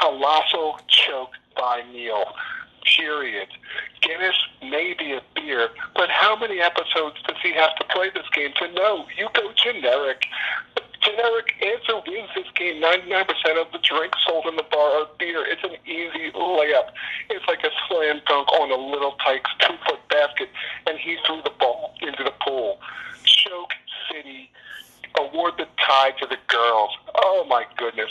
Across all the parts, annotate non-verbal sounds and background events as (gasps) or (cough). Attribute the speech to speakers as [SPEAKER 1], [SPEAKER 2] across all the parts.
[SPEAKER 1] colossal choke by Neil. Period. Guinness may be a beer, but how many episodes does he have to play this game to know? You go generic. Generic answer wins this game. 99% of the drinks sold in the bar are beer. It's an easy layup. It's like a slam dunk on a little tyke's two foot basket, and he threw the ball into the pool. Choke City award the tie to the girls. Oh my goodness.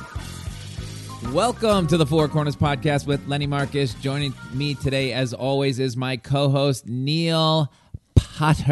[SPEAKER 2] Welcome to the Four Corners Podcast with Lenny Marcus. Joining me today, as always, is my co host, Neil Potter.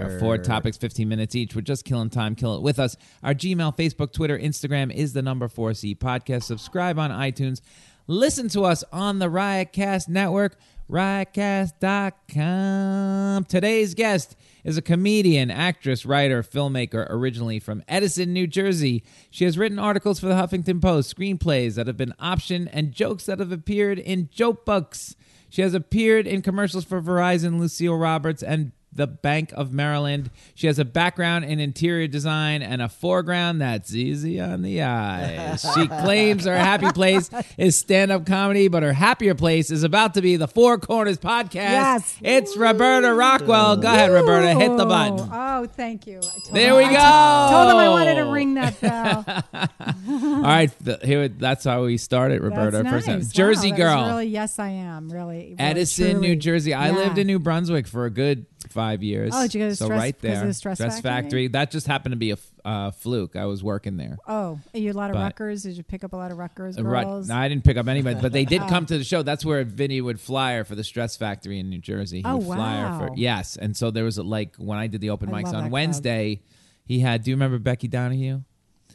[SPEAKER 3] Taylor.
[SPEAKER 2] Four topics, 15 minutes each. We're just killing time. Kill it with us. Our Gmail, Facebook, Twitter, Instagram is the number 4C podcast. Subscribe on iTunes. Listen to us on the Riotcast Network, riotcast.com. Today's guest is a comedian, actress, writer, filmmaker, originally from Edison, New Jersey. She has written articles for the Huffington Post, screenplays that have been optioned, and jokes that have appeared in joke books. She has appeared in commercials for Verizon, Lucille Roberts, and the Bank of Maryland. She has a background in interior design and a foreground that's easy on the eyes. She
[SPEAKER 4] (laughs)
[SPEAKER 2] claims her happy place is stand up comedy, but her happier place is about to be the Four Corners podcast.
[SPEAKER 4] Yes.
[SPEAKER 2] It's Roberta Rockwell. Go ahead, Roberta. Hit the button.
[SPEAKER 4] Oh, thank you. I told
[SPEAKER 2] There
[SPEAKER 4] him-
[SPEAKER 2] we
[SPEAKER 4] I
[SPEAKER 2] go.
[SPEAKER 4] to- told him I wanted to
[SPEAKER 2] (laughs)
[SPEAKER 4] ring that uh, bell.
[SPEAKER 2] All right. th- here, that's how we started,
[SPEAKER 4] That's
[SPEAKER 2] Roberta.
[SPEAKER 4] nice.
[SPEAKER 2] First time.
[SPEAKER 4] Wow,
[SPEAKER 2] Jersey
[SPEAKER 4] that was
[SPEAKER 2] girl.
[SPEAKER 4] Really, yes, I am. Really, really,
[SPEAKER 2] Edison, New
[SPEAKER 4] truly.
[SPEAKER 2] Jersey. I
[SPEAKER 4] Yeah.
[SPEAKER 2] lived in New Brunswick for a good five years.
[SPEAKER 4] Oh, did you go to
[SPEAKER 2] so
[SPEAKER 4] Stress-
[SPEAKER 2] right there,
[SPEAKER 4] was it a Stress Factory?
[SPEAKER 2] That just happened to be a f- uh, fluke. I was working there.
[SPEAKER 4] Oh, are you a lot of
[SPEAKER 2] But-
[SPEAKER 4] Rutgers? Did you pick up a lot of Rutgers
[SPEAKER 2] Uh, right-
[SPEAKER 4] girls?
[SPEAKER 2] no, I didn't pick up anybody, but they
[SPEAKER 4] (laughs)
[SPEAKER 2] did come to the show. That's where Vinny would flyer for the Stress Factory in New Jersey. He
[SPEAKER 4] Oh,
[SPEAKER 2] would flyer for
[SPEAKER 4] wow.
[SPEAKER 2] yes, and so there was a, like when I did the open
[SPEAKER 4] I
[SPEAKER 2] mics
[SPEAKER 4] love that
[SPEAKER 2] on
[SPEAKER 4] club.
[SPEAKER 2] Wednesday. He had. Do you remember Becky Donahue?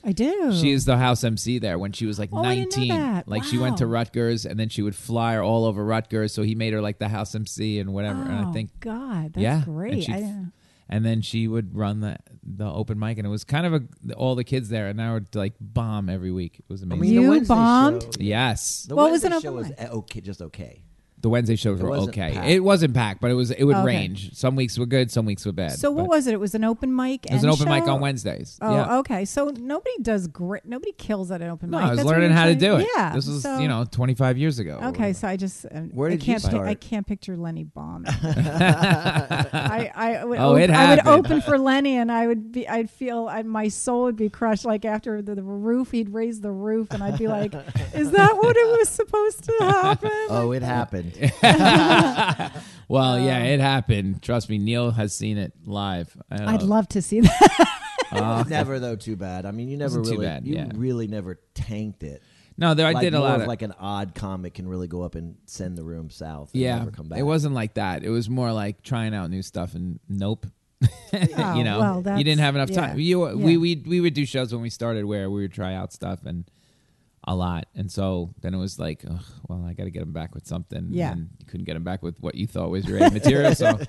[SPEAKER 4] I do.
[SPEAKER 2] She is the house MC there when she was like
[SPEAKER 4] Hmm. Oh, I didn't know
[SPEAKER 2] 19.
[SPEAKER 4] that.
[SPEAKER 2] Like she went
[SPEAKER 4] Wow.
[SPEAKER 2] to Rutgers and then she would flyer all over Rutgers. So he made her like the house MC and whatever. and I
[SPEAKER 4] Oh,
[SPEAKER 2] think
[SPEAKER 4] God, that's
[SPEAKER 2] yeah, and
[SPEAKER 4] great.
[SPEAKER 2] she'd-
[SPEAKER 4] I didn't-
[SPEAKER 2] and then she would run the the open mic, and it was kind of a all the kids there, and I would like bomb every week. It was amazing.
[SPEAKER 4] mean- You bombed?
[SPEAKER 3] Show,
[SPEAKER 2] yes,
[SPEAKER 3] The
[SPEAKER 4] What was
[SPEAKER 3] Wednesday
[SPEAKER 4] an open
[SPEAKER 3] show was
[SPEAKER 4] mic?
[SPEAKER 3] eh, okay,
[SPEAKER 2] (laughs)
[SPEAKER 3] just okay.
[SPEAKER 2] the Wednesday shows were
[SPEAKER 3] wasn't
[SPEAKER 2] okay.
[SPEAKER 3] packed.
[SPEAKER 2] It wasn't packed, but it was it would
[SPEAKER 4] Okay.
[SPEAKER 2] range. Some weeks were good, some weeks were bad.
[SPEAKER 4] So what
[SPEAKER 2] but
[SPEAKER 4] was it? It was an open mic.
[SPEAKER 2] It was an
[SPEAKER 4] and
[SPEAKER 2] open mic
[SPEAKER 4] show?
[SPEAKER 2] on Wednesdays.
[SPEAKER 4] Oh,
[SPEAKER 2] yeah.
[SPEAKER 4] okay. So nobody does great. Nobody kills at an open
[SPEAKER 2] No,
[SPEAKER 4] mic.
[SPEAKER 2] I was
[SPEAKER 4] That's what
[SPEAKER 2] learning
[SPEAKER 4] you're
[SPEAKER 2] how to do
[SPEAKER 4] saying?
[SPEAKER 2] it.
[SPEAKER 4] Yeah.
[SPEAKER 2] This was
[SPEAKER 4] so-
[SPEAKER 2] you know twenty five years ago. or
[SPEAKER 4] Okay, so I just um,
[SPEAKER 3] Where did
[SPEAKER 4] I
[SPEAKER 3] you
[SPEAKER 4] can't pic-
[SPEAKER 3] start?
[SPEAKER 4] I can't picture Lenny
[SPEAKER 3] (laughs)
[SPEAKER 4] bombing. I, I would
[SPEAKER 2] Oh,
[SPEAKER 4] op-
[SPEAKER 2] it
[SPEAKER 4] I would
[SPEAKER 2] happened.
[SPEAKER 4] open for Lenny, and I would be I'd feel I, my soul would be crushed. Like after the, the roof, he'd raise the roof, and I'd be like, "Is that what it was supposed to happen?"
[SPEAKER 3] Oh, (laughs) it happened.
[SPEAKER 2] Well, yeah,
[SPEAKER 3] Um,
[SPEAKER 2] it happened. Trust me, Neil has seen it live. Um, I don't
[SPEAKER 4] I'd
[SPEAKER 2] know.
[SPEAKER 4] love to see that.
[SPEAKER 3] never though too bad. I mean, you never
[SPEAKER 2] Uh, Wasn't too
[SPEAKER 3] really
[SPEAKER 2] bad,
[SPEAKER 3] you
[SPEAKER 2] yeah.
[SPEAKER 3] really never tanked it.
[SPEAKER 2] No, there I
[SPEAKER 3] like,
[SPEAKER 2] did a
[SPEAKER 3] more
[SPEAKER 2] lot
[SPEAKER 3] of,
[SPEAKER 2] of
[SPEAKER 3] like an odd comic can really go up and send the room south. and
[SPEAKER 2] yeah.
[SPEAKER 3] never come back.
[SPEAKER 2] It wasn't like that. It was more like trying out new stuff and nope. (laughs) you know,
[SPEAKER 4] Oh, well,
[SPEAKER 2] you didn't
[SPEAKER 4] that's-
[SPEAKER 2] have enough
[SPEAKER 4] yeah,
[SPEAKER 2] time. You we
[SPEAKER 4] yeah.
[SPEAKER 2] we we would do shows when we started where we would try out stuff and a lot, and so then it was like, ugh, well, I got to get them back with something.
[SPEAKER 4] Yeah.
[SPEAKER 2] and you couldn't get them back with what you thought was your A material.
[SPEAKER 4] (laughs)
[SPEAKER 2] So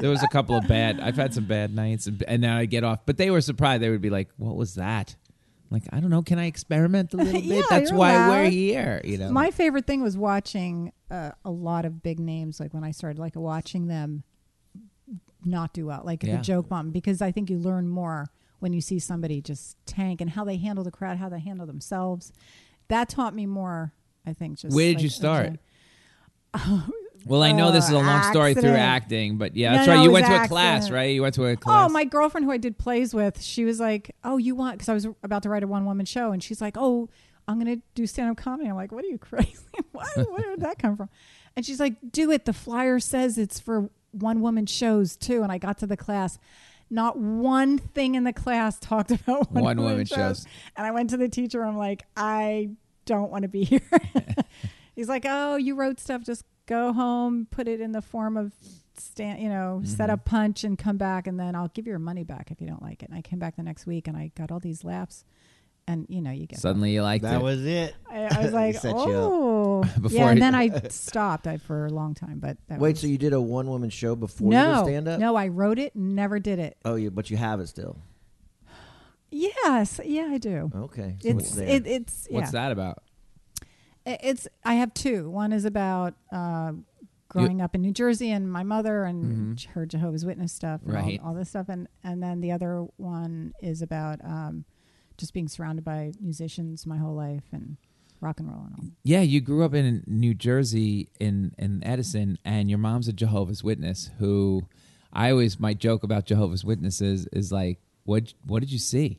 [SPEAKER 2] there was a couple of bad. I've had some bad nights, and, and now I get off. But they were surprised. They would be like, "What was that?" I'm like, I don't know. Can I experiment a little bit?
[SPEAKER 4] (laughs) Yeah,
[SPEAKER 2] That's
[SPEAKER 4] you're
[SPEAKER 2] why we're
[SPEAKER 4] allowed.
[SPEAKER 2] here. You know,
[SPEAKER 4] My favorite thing was watching uh, a lot of big names. Like when I started, like watching them not do well, like
[SPEAKER 2] Yeah.
[SPEAKER 4] the joke bomb, because I think you learn more when you see somebody just tank and how they handle the crowd, how they handle themselves. That taught me more. I think. Just
[SPEAKER 2] Where did
[SPEAKER 4] like,
[SPEAKER 2] you start?
[SPEAKER 4] observing.
[SPEAKER 2] (laughs) Well, I know this is a long story through
[SPEAKER 4] accident.
[SPEAKER 2] acting, but yeah,
[SPEAKER 4] No,
[SPEAKER 2] that's
[SPEAKER 4] no,
[SPEAKER 2] right.
[SPEAKER 4] it
[SPEAKER 2] You
[SPEAKER 4] was
[SPEAKER 2] went to a class,
[SPEAKER 4] accident.
[SPEAKER 2] right? You went to a class.
[SPEAKER 4] Oh, my girlfriend who I did plays with, she was like, "Oh, you want?" Because I was about to write a one-woman show, and she's like, "Oh, I'm gonna do stand-up comedy." I'm like, "What are you (laughs) crazy? Why? Where did that come from?" And she's like, "Do it." The flyer says it's for one-woman shows too. And I got to the class. Not one thing in the class talked about (laughs) one,
[SPEAKER 2] One-woman
[SPEAKER 4] woman,
[SPEAKER 2] shows.
[SPEAKER 4] shows. And I went to the teacher. I'm like, I don't want to be (laughs)
[SPEAKER 3] (laughs)
[SPEAKER 4] here. He's like, Oh, you wrote stuff. Just go home, put it in the form of stand, you know, set a
[SPEAKER 3] Mm-hmm.
[SPEAKER 4] punch and come back, and then I'll give you your money back if you don't like it. And I came back the next week, and I got all these laughs, and you know, you get.
[SPEAKER 2] Suddenly you liked
[SPEAKER 3] That
[SPEAKER 2] it.
[SPEAKER 3] was it.
[SPEAKER 4] I, I was
[SPEAKER 3] (laughs) He
[SPEAKER 4] like,
[SPEAKER 3] set you up.
[SPEAKER 4] oh,
[SPEAKER 3] (laughs)
[SPEAKER 2] Before
[SPEAKER 4] yeah.
[SPEAKER 2] he-
[SPEAKER 4] And then I stopped I, for a long time, but that
[SPEAKER 3] Wait,
[SPEAKER 4] was,
[SPEAKER 3] so you did a one woman show before you
[SPEAKER 4] no,
[SPEAKER 3] did stand up?
[SPEAKER 4] no, I wrote it, never did it.
[SPEAKER 3] Oh, you, but you have it still.
[SPEAKER 4] Yes, yeah, I do.
[SPEAKER 3] Okay. so
[SPEAKER 4] It's
[SPEAKER 3] there.
[SPEAKER 4] it, it's yeah.
[SPEAKER 2] What's that about?
[SPEAKER 4] I- It's I have two. One is about uh, growing up in New Jersey and my mother and j- her Jehovah's Witness stuff and all-
[SPEAKER 2] Mm-hmm. Right.
[SPEAKER 4] all, this stuff, and and then the other one is about um, just being surrounded by musicians my whole life and rock and roll and all.
[SPEAKER 2] Yeah, you grew up in New Jersey in in Edison, and your mom's a Jehovah's Witness. Who I always my joke about Jehovah's Witnesses is like, what what did you see?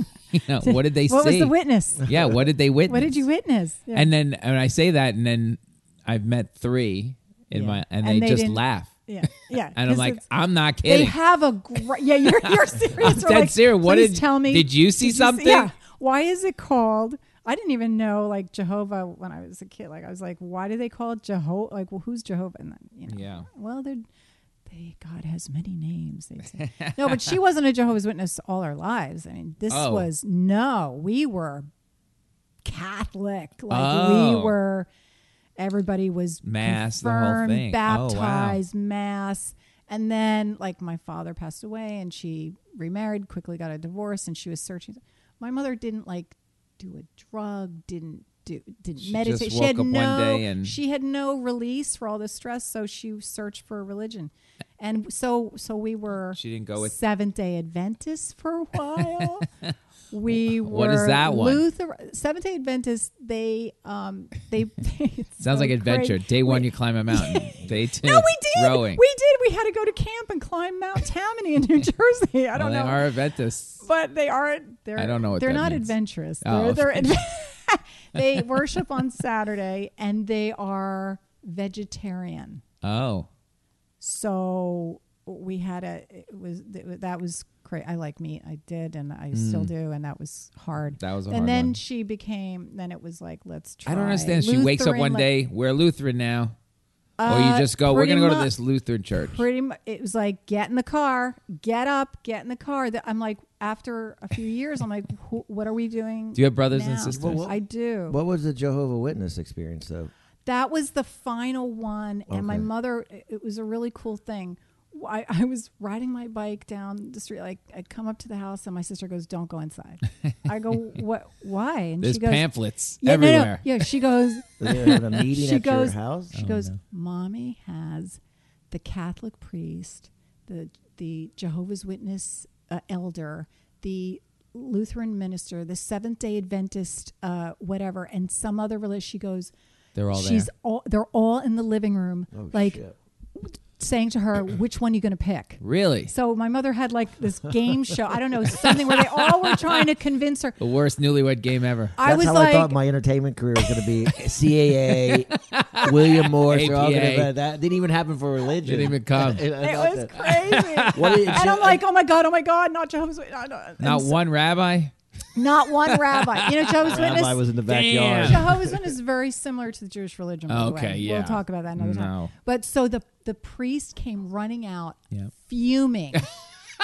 [SPEAKER 2] (laughs) you know, what did they see?
[SPEAKER 4] What was the witness?
[SPEAKER 2] Yeah, what did they witness?
[SPEAKER 4] What did you witness? Yeah.
[SPEAKER 2] And then and I say that, and then I've met three in
[SPEAKER 4] Yeah.
[SPEAKER 2] my, and,
[SPEAKER 4] And
[SPEAKER 2] they,
[SPEAKER 4] they
[SPEAKER 2] just
[SPEAKER 4] didn't-
[SPEAKER 2] laugh,
[SPEAKER 4] yeah,
[SPEAKER 2] (laughs)
[SPEAKER 4] yeah.
[SPEAKER 2] and I'm
[SPEAKER 4] 'cause
[SPEAKER 2] like,
[SPEAKER 4] it's-
[SPEAKER 2] I'm not
[SPEAKER 4] they
[SPEAKER 2] kidding.
[SPEAKER 4] have a great.
[SPEAKER 2] (laughs)
[SPEAKER 4] Yeah, you're you're serious.
[SPEAKER 2] I'm
[SPEAKER 4] We're
[SPEAKER 2] dead
[SPEAKER 4] like,
[SPEAKER 2] serious. What
[SPEAKER 4] "Please
[SPEAKER 2] did-
[SPEAKER 4] tell me?
[SPEAKER 2] did you see something?"
[SPEAKER 4] yeah. Why is it called? I didn't even know like Jehovah when I was a kid. Like I was like, why do they call it Jehovah? Like, well, who's Jehovah? And then you know,
[SPEAKER 2] Yeah.
[SPEAKER 4] Well, they're they God has many names.
[SPEAKER 2] (laughs)
[SPEAKER 4] They say no, but she wasn't a Jehovah's Witness all our lives. I mean, this
[SPEAKER 2] Oh.
[SPEAKER 4] was no. We were Catholic. Like
[SPEAKER 2] Oh.
[SPEAKER 4] we were. Everybody was
[SPEAKER 2] Mass, the whole
[SPEAKER 4] confirmed,
[SPEAKER 2] thing. Oh, wow.
[SPEAKER 4] Baptized mass and then like my father passed away and she remarried quickly got a divorce and she was searching my mother didn't like do a drug didn't do didn't
[SPEAKER 2] She
[SPEAKER 4] meditate
[SPEAKER 2] just
[SPEAKER 4] she had
[SPEAKER 2] woke up one
[SPEAKER 4] no
[SPEAKER 2] day and-
[SPEAKER 4] she had no release for all the stress so she searched for a religion and so so we were
[SPEAKER 2] She didn't go with-
[SPEAKER 4] seventh day adventists for
[SPEAKER 2] (laughs)
[SPEAKER 4] a while we were
[SPEAKER 2] What is that one?
[SPEAKER 4] Luther Seventh Day Adventists. They um they (laughs) it's
[SPEAKER 2] Sounds
[SPEAKER 4] so
[SPEAKER 2] like adventure.
[SPEAKER 4] great.
[SPEAKER 2] Day one,
[SPEAKER 4] We-
[SPEAKER 2] you climb a
[SPEAKER 4] (laughs)
[SPEAKER 2] mountain. Day two,
[SPEAKER 4] no, we did.
[SPEAKER 2] rowing.
[SPEAKER 4] We did. We had to go to camp and climb Mount Tammany in
[SPEAKER 2] (laughs)
[SPEAKER 4] New Jersey. I don't
[SPEAKER 2] well,
[SPEAKER 4] know,
[SPEAKER 2] They are Adventists.
[SPEAKER 4] but they are. They're,
[SPEAKER 2] I don't know what
[SPEAKER 4] they're
[SPEAKER 2] that
[SPEAKER 4] not
[SPEAKER 2] means.
[SPEAKER 4] adventurous.
[SPEAKER 2] Oh. (laughs)
[SPEAKER 4] They're, they're adve- (laughs) they worship on Saturday and they are vegetarian.
[SPEAKER 2] Oh,
[SPEAKER 4] So we had a. It was that was great. I like meat. I did, and I still do, and that was hard.
[SPEAKER 2] Mm. That was a
[SPEAKER 4] and
[SPEAKER 2] hard
[SPEAKER 4] then
[SPEAKER 2] one.
[SPEAKER 4] she became. Then it was like, let's try.
[SPEAKER 2] I don't understand. She wakes up
[SPEAKER 4] Lutheran,
[SPEAKER 2] one
[SPEAKER 4] like-
[SPEAKER 2] day, we're Lutheran now, or you
[SPEAKER 4] Uh,
[SPEAKER 2] just go. We're
[SPEAKER 4] pretty
[SPEAKER 2] gonna go to
[SPEAKER 4] mu-
[SPEAKER 2] this Lutheran church.
[SPEAKER 4] pretty much it was like get in the car get up get in the car That- i'm like after a few years i'm like who, what are we doing
[SPEAKER 2] Do you have brothers and
[SPEAKER 4] now?
[SPEAKER 2] sisters? Well,
[SPEAKER 3] what-
[SPEAKER 4] i do
[SPEAKER 3] what was the Jehovah Witness experience
[SPEAKER 4] (laughs)
[SPEAKER 3] though?
[SPEAKER 4] that was the final one and my
[SPEAKER 3] Okay.
[SPEAKER 4] mother it- it was a really cool thing I, I was riding my bike down the street like i'd come up to the house and my sister goes don't go inside
[SPEAKER 2] (laughs)
[SPEAKER 4] i go what why and
[SPEAKER 2] There's
[SPEAKER 4] she goes
[SPEAKER 2] pamphlets
[SPEAKER 4] yeah, no, no.
[SPEAKER 2] everywhere.
[SPEAKER 4] yeah she goes
[SPEAKER 3] Did they have a meeting
[SPEAKER 4] she
[SPEAKER 3] at
[SPEAKER 4] goes,
[SPEAKER 3] your house? Oh,
[SPEAKER 4] She goes, Mommy has the Catholic priest, the the Jehovah's Witness uh, elder, the Lutheran minister, the Seventh Day Adventist, uh, whatever, and some other religion. She goes,
[SPEAKER 2] They're all
[SPEAKER 4] she's
[SPEAKER 2] there.
[SPEAKER 4] all they're all in the living room,
[SPEAKER 2] Oh,
[SPEAKER 4] like
[SPEAKER 3] Oh, shit.
[SPEAKER 4] saying to
[SPEAKER 3] (clears throat)
[SPEAKER 4] her, which one you going to pick?
[SPEAKER 2] Really,
[SPEAKER 4] So my mother had like this game show. I don't know something where they all were trying to convince her.
[SPEAKER 2] the worst newlywed game ever.
[SPEAKER 4] I
[SPEAKER 3] That's
[SPEAKER 4] was
[SPEAKER 3] how
[SPEAKER 4] like,
[SPEAKER 3] I thought my entertainment career was going to be CAA, William Morris. they're all gonna
[SPEAKER 2] APA.
[SPEAKER 3] be- that didn't even happen for religion.
[SPEAKER 2] Didn't even come.
[SPEAKER 3] (laughs) I- I
[SPEAKER 4] it
[SPEAKER 3] thought
[SPEAKER 4] was
[SPEAKER 3] that- (laughs)
[SPEAKER 4] crazy.
[SPEAKER 3] What did-
[SPEAKER 4] and I'm like, oh my god, oh my god, not Jehovah's Witness, not,
[SPEAKER 2] Not one rabbi. (laughs)
[SPEAKER 4] not one rabbi. You know, Jehovah's Witness.
[SPEAKER 3] Rabbi was in the backyard.
[SPEAKER 2] Damn.
[SPEAKER 4] Jehovah's Witness is very similar to the Jewish religion. By the way.
[SPEAKER 2] Okay, yeah.
[SPEAKER 4] We'll talk about that another time.
[SPEAKER 2] No.
[SPEAKER 4] But so the the priest came running out,
[SPEAKER 2] Yeah. (laughs)
[SPEAKER 4] fuming.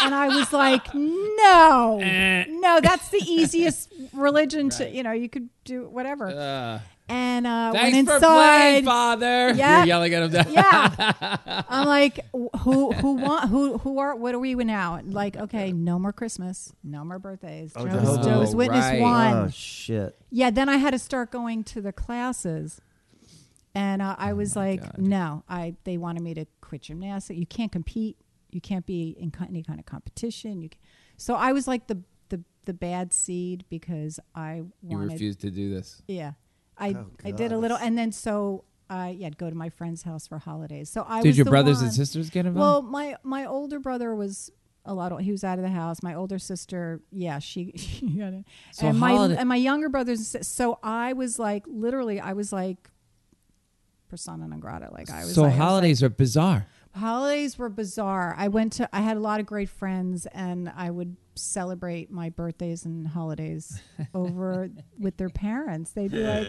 [SPEAKER 4] And I was like, no,
[SPEAKER 2] Eh.
[SPEAKER 4] no, that's the
[SPEAKER 2] (laughs)
[SPEAKER 4] easiest religion to, you know, you could do whatever. and uh,
[SPEAKER 2] Thanks
[SPEAKER 4] went
[SPEAKER 2] for
[SPEAKER 4] inside.
[SPEAKER 2] playing, Father. (laughs)
[SPEAKER 4] Yeah.
[SPEAKER 2] You're yelling at him. Down.
[SPEAKER 4] yeah. I'm like, who who want who who are what are we now? Like, okay, no more Christmas, no more birthdays. Oh, Joe's,
[SPEAKER 3] Jehovah's.
[SPEAKER 4] Joe's
[SPEAKER 2] Oh,
[SPEAKER 4] Witness
[SPEAKER 2] right.
[SPEAKER 4] one.
[SPEAKER 3] Oh shit!
[SPEAKER 4] Yeah, then I had to start going to the classes. And uh, I was like, no, I they wanted me to quit gymnastics. You can't compete. You can't be in co- any kind of competition. You can, so I was like the the the bad seed because I
[SPEAKER 2] You
[SPEAKER 4] wanted
[SPEAKER 2] refuse to do this.
[SPEAKER 4] yeah. I I did a little and then so I yeah, I'd go to my friend's house for holidays. So I
[SPEAKER 2] Did
[SPEAKER 4] was
[SPEAKER 2] your
[SPEAKER 4] the
[SPEAKER 2] brothers and
[SPEAKER 4] one-
[SPEAKER 2] sisters get
[SPEAKER 4] well,
[SPEAKER 2] involved?
[SPEAKER 4] my my older brother was a lot. Of, he was out of the house. My older sister, yeah, she, (laughs) she got it.
[SPEAKER 2] So
[SPEAKER 4] and my
[SPEAKER 2] holiday-
[SPEAKER 4] and my younger brothers. and sis- So I was like, literally, I was like persona non grata. Like I was.
[SPEAKER 2] so
[SPEAKER 4] like, I was like-
[SPEAKER 2] holidays are bizarre.
[SPEAKER 4] Holidays were bizarre. I went to I had a lot of great friends and I would celebrate my birthdays and
[SPEAKER 2] (laughs)
[SPEAKER 4] holidays over with their parents. They'd be like,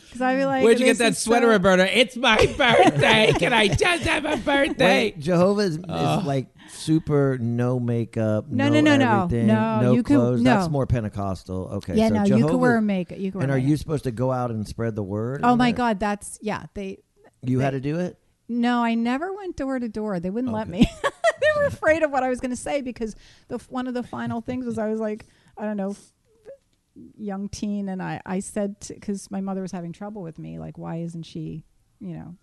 [SPEAKER 4] because I'd be like,
[SPEAKER 2] Where'd you get
[SPEAKER 4] "This
[SPEAKER 2] that
[SPEAKER 4] is
[SPEAKER 2] sweater,
[SPEAKER 4] so- Oh
[SPEAKER 2] Roberta? It's
[SPEAKER 4] (laughs)
[SPEAKER 2] my birthday. Can I just have a birthday?
[SPEAKER 3] Wait, Jehovah is,
[SPEAKER 2] Uh.
[SPEAKER 3] is like super no makeup,
[SPEAKER 4] No, no, no, no.
[SPEAKER 3] everything,
[SPEAKER 4] No, you could-
[SPEAKER 3] clothes. That's
[SPEAKER 4] no.
[SPEAKER 3] more Pentecostal. Okay,
[SPEAKER 4] Yeah,
[SPEAKER 3] so
[SPEAKER 4] no, you
[SPEAKER 3] Jehovah-
[SPEAKER 4] could wear makeup. You could wear
[SPEAKER 3] And are
[SPEAKER 4] makeup.
[SPEAKER 3] you supposed to go out and spread the word?
[SPEAKER 4] Oh
[SPEAKER 3] or-
[SPEAKER 4] my God, that's yeah. They
[SPEAKER 3] You had to do it.
[SPEAKER 4] No, I never went door to door. They wouldn't let me. (laughs) they were afraid of what I was going to say because the f- one of the final things was I was like, I don't know, f- young teen, and I I said because my mother was having trouble with me, like, why isn't she, you know,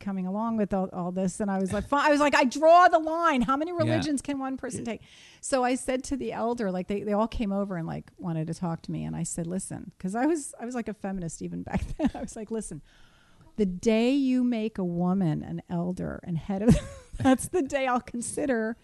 [SPEAKER 4] coming along with all, all this? And I was like, fi- I was like, I draw the line. How many religions can one person take? So I said to the elder, like they they all came over and like wanted to talk to me, and I said, listen, because I was I was like a feminist even (laughs) back then. I was like, listen the day you make a woman an elder and head of (laughs) that's the day I'll consider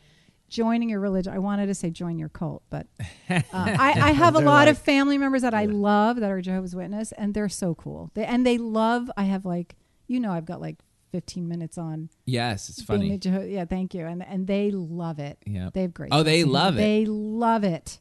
[SPEAKER 4] joining your religion. I wanted to say join your cult, but uh, I,
[SPEAKER 2] (laughs)
[SPEAKER 4] I have a lot of family members that I love that are Jehovah's Witness, and they're so cool. They, and they love. I have like you know I've got like fifteen minutes on
[SPEAKER 2] Yes, it's
[SPEAKER 4] being a
[SPEAKER 2] funny.
[SPEAKER 4] Jeho- yeah, thank you, and and they love it.
[SPEAKER 2] Yep.
[SPEAKER 4] they have great.
[SPEAKER 2] Oh, they
[SPEAKER 4] sense of humor.
[SPEAKER 2] love it.
[SPEAKER 4] They love it.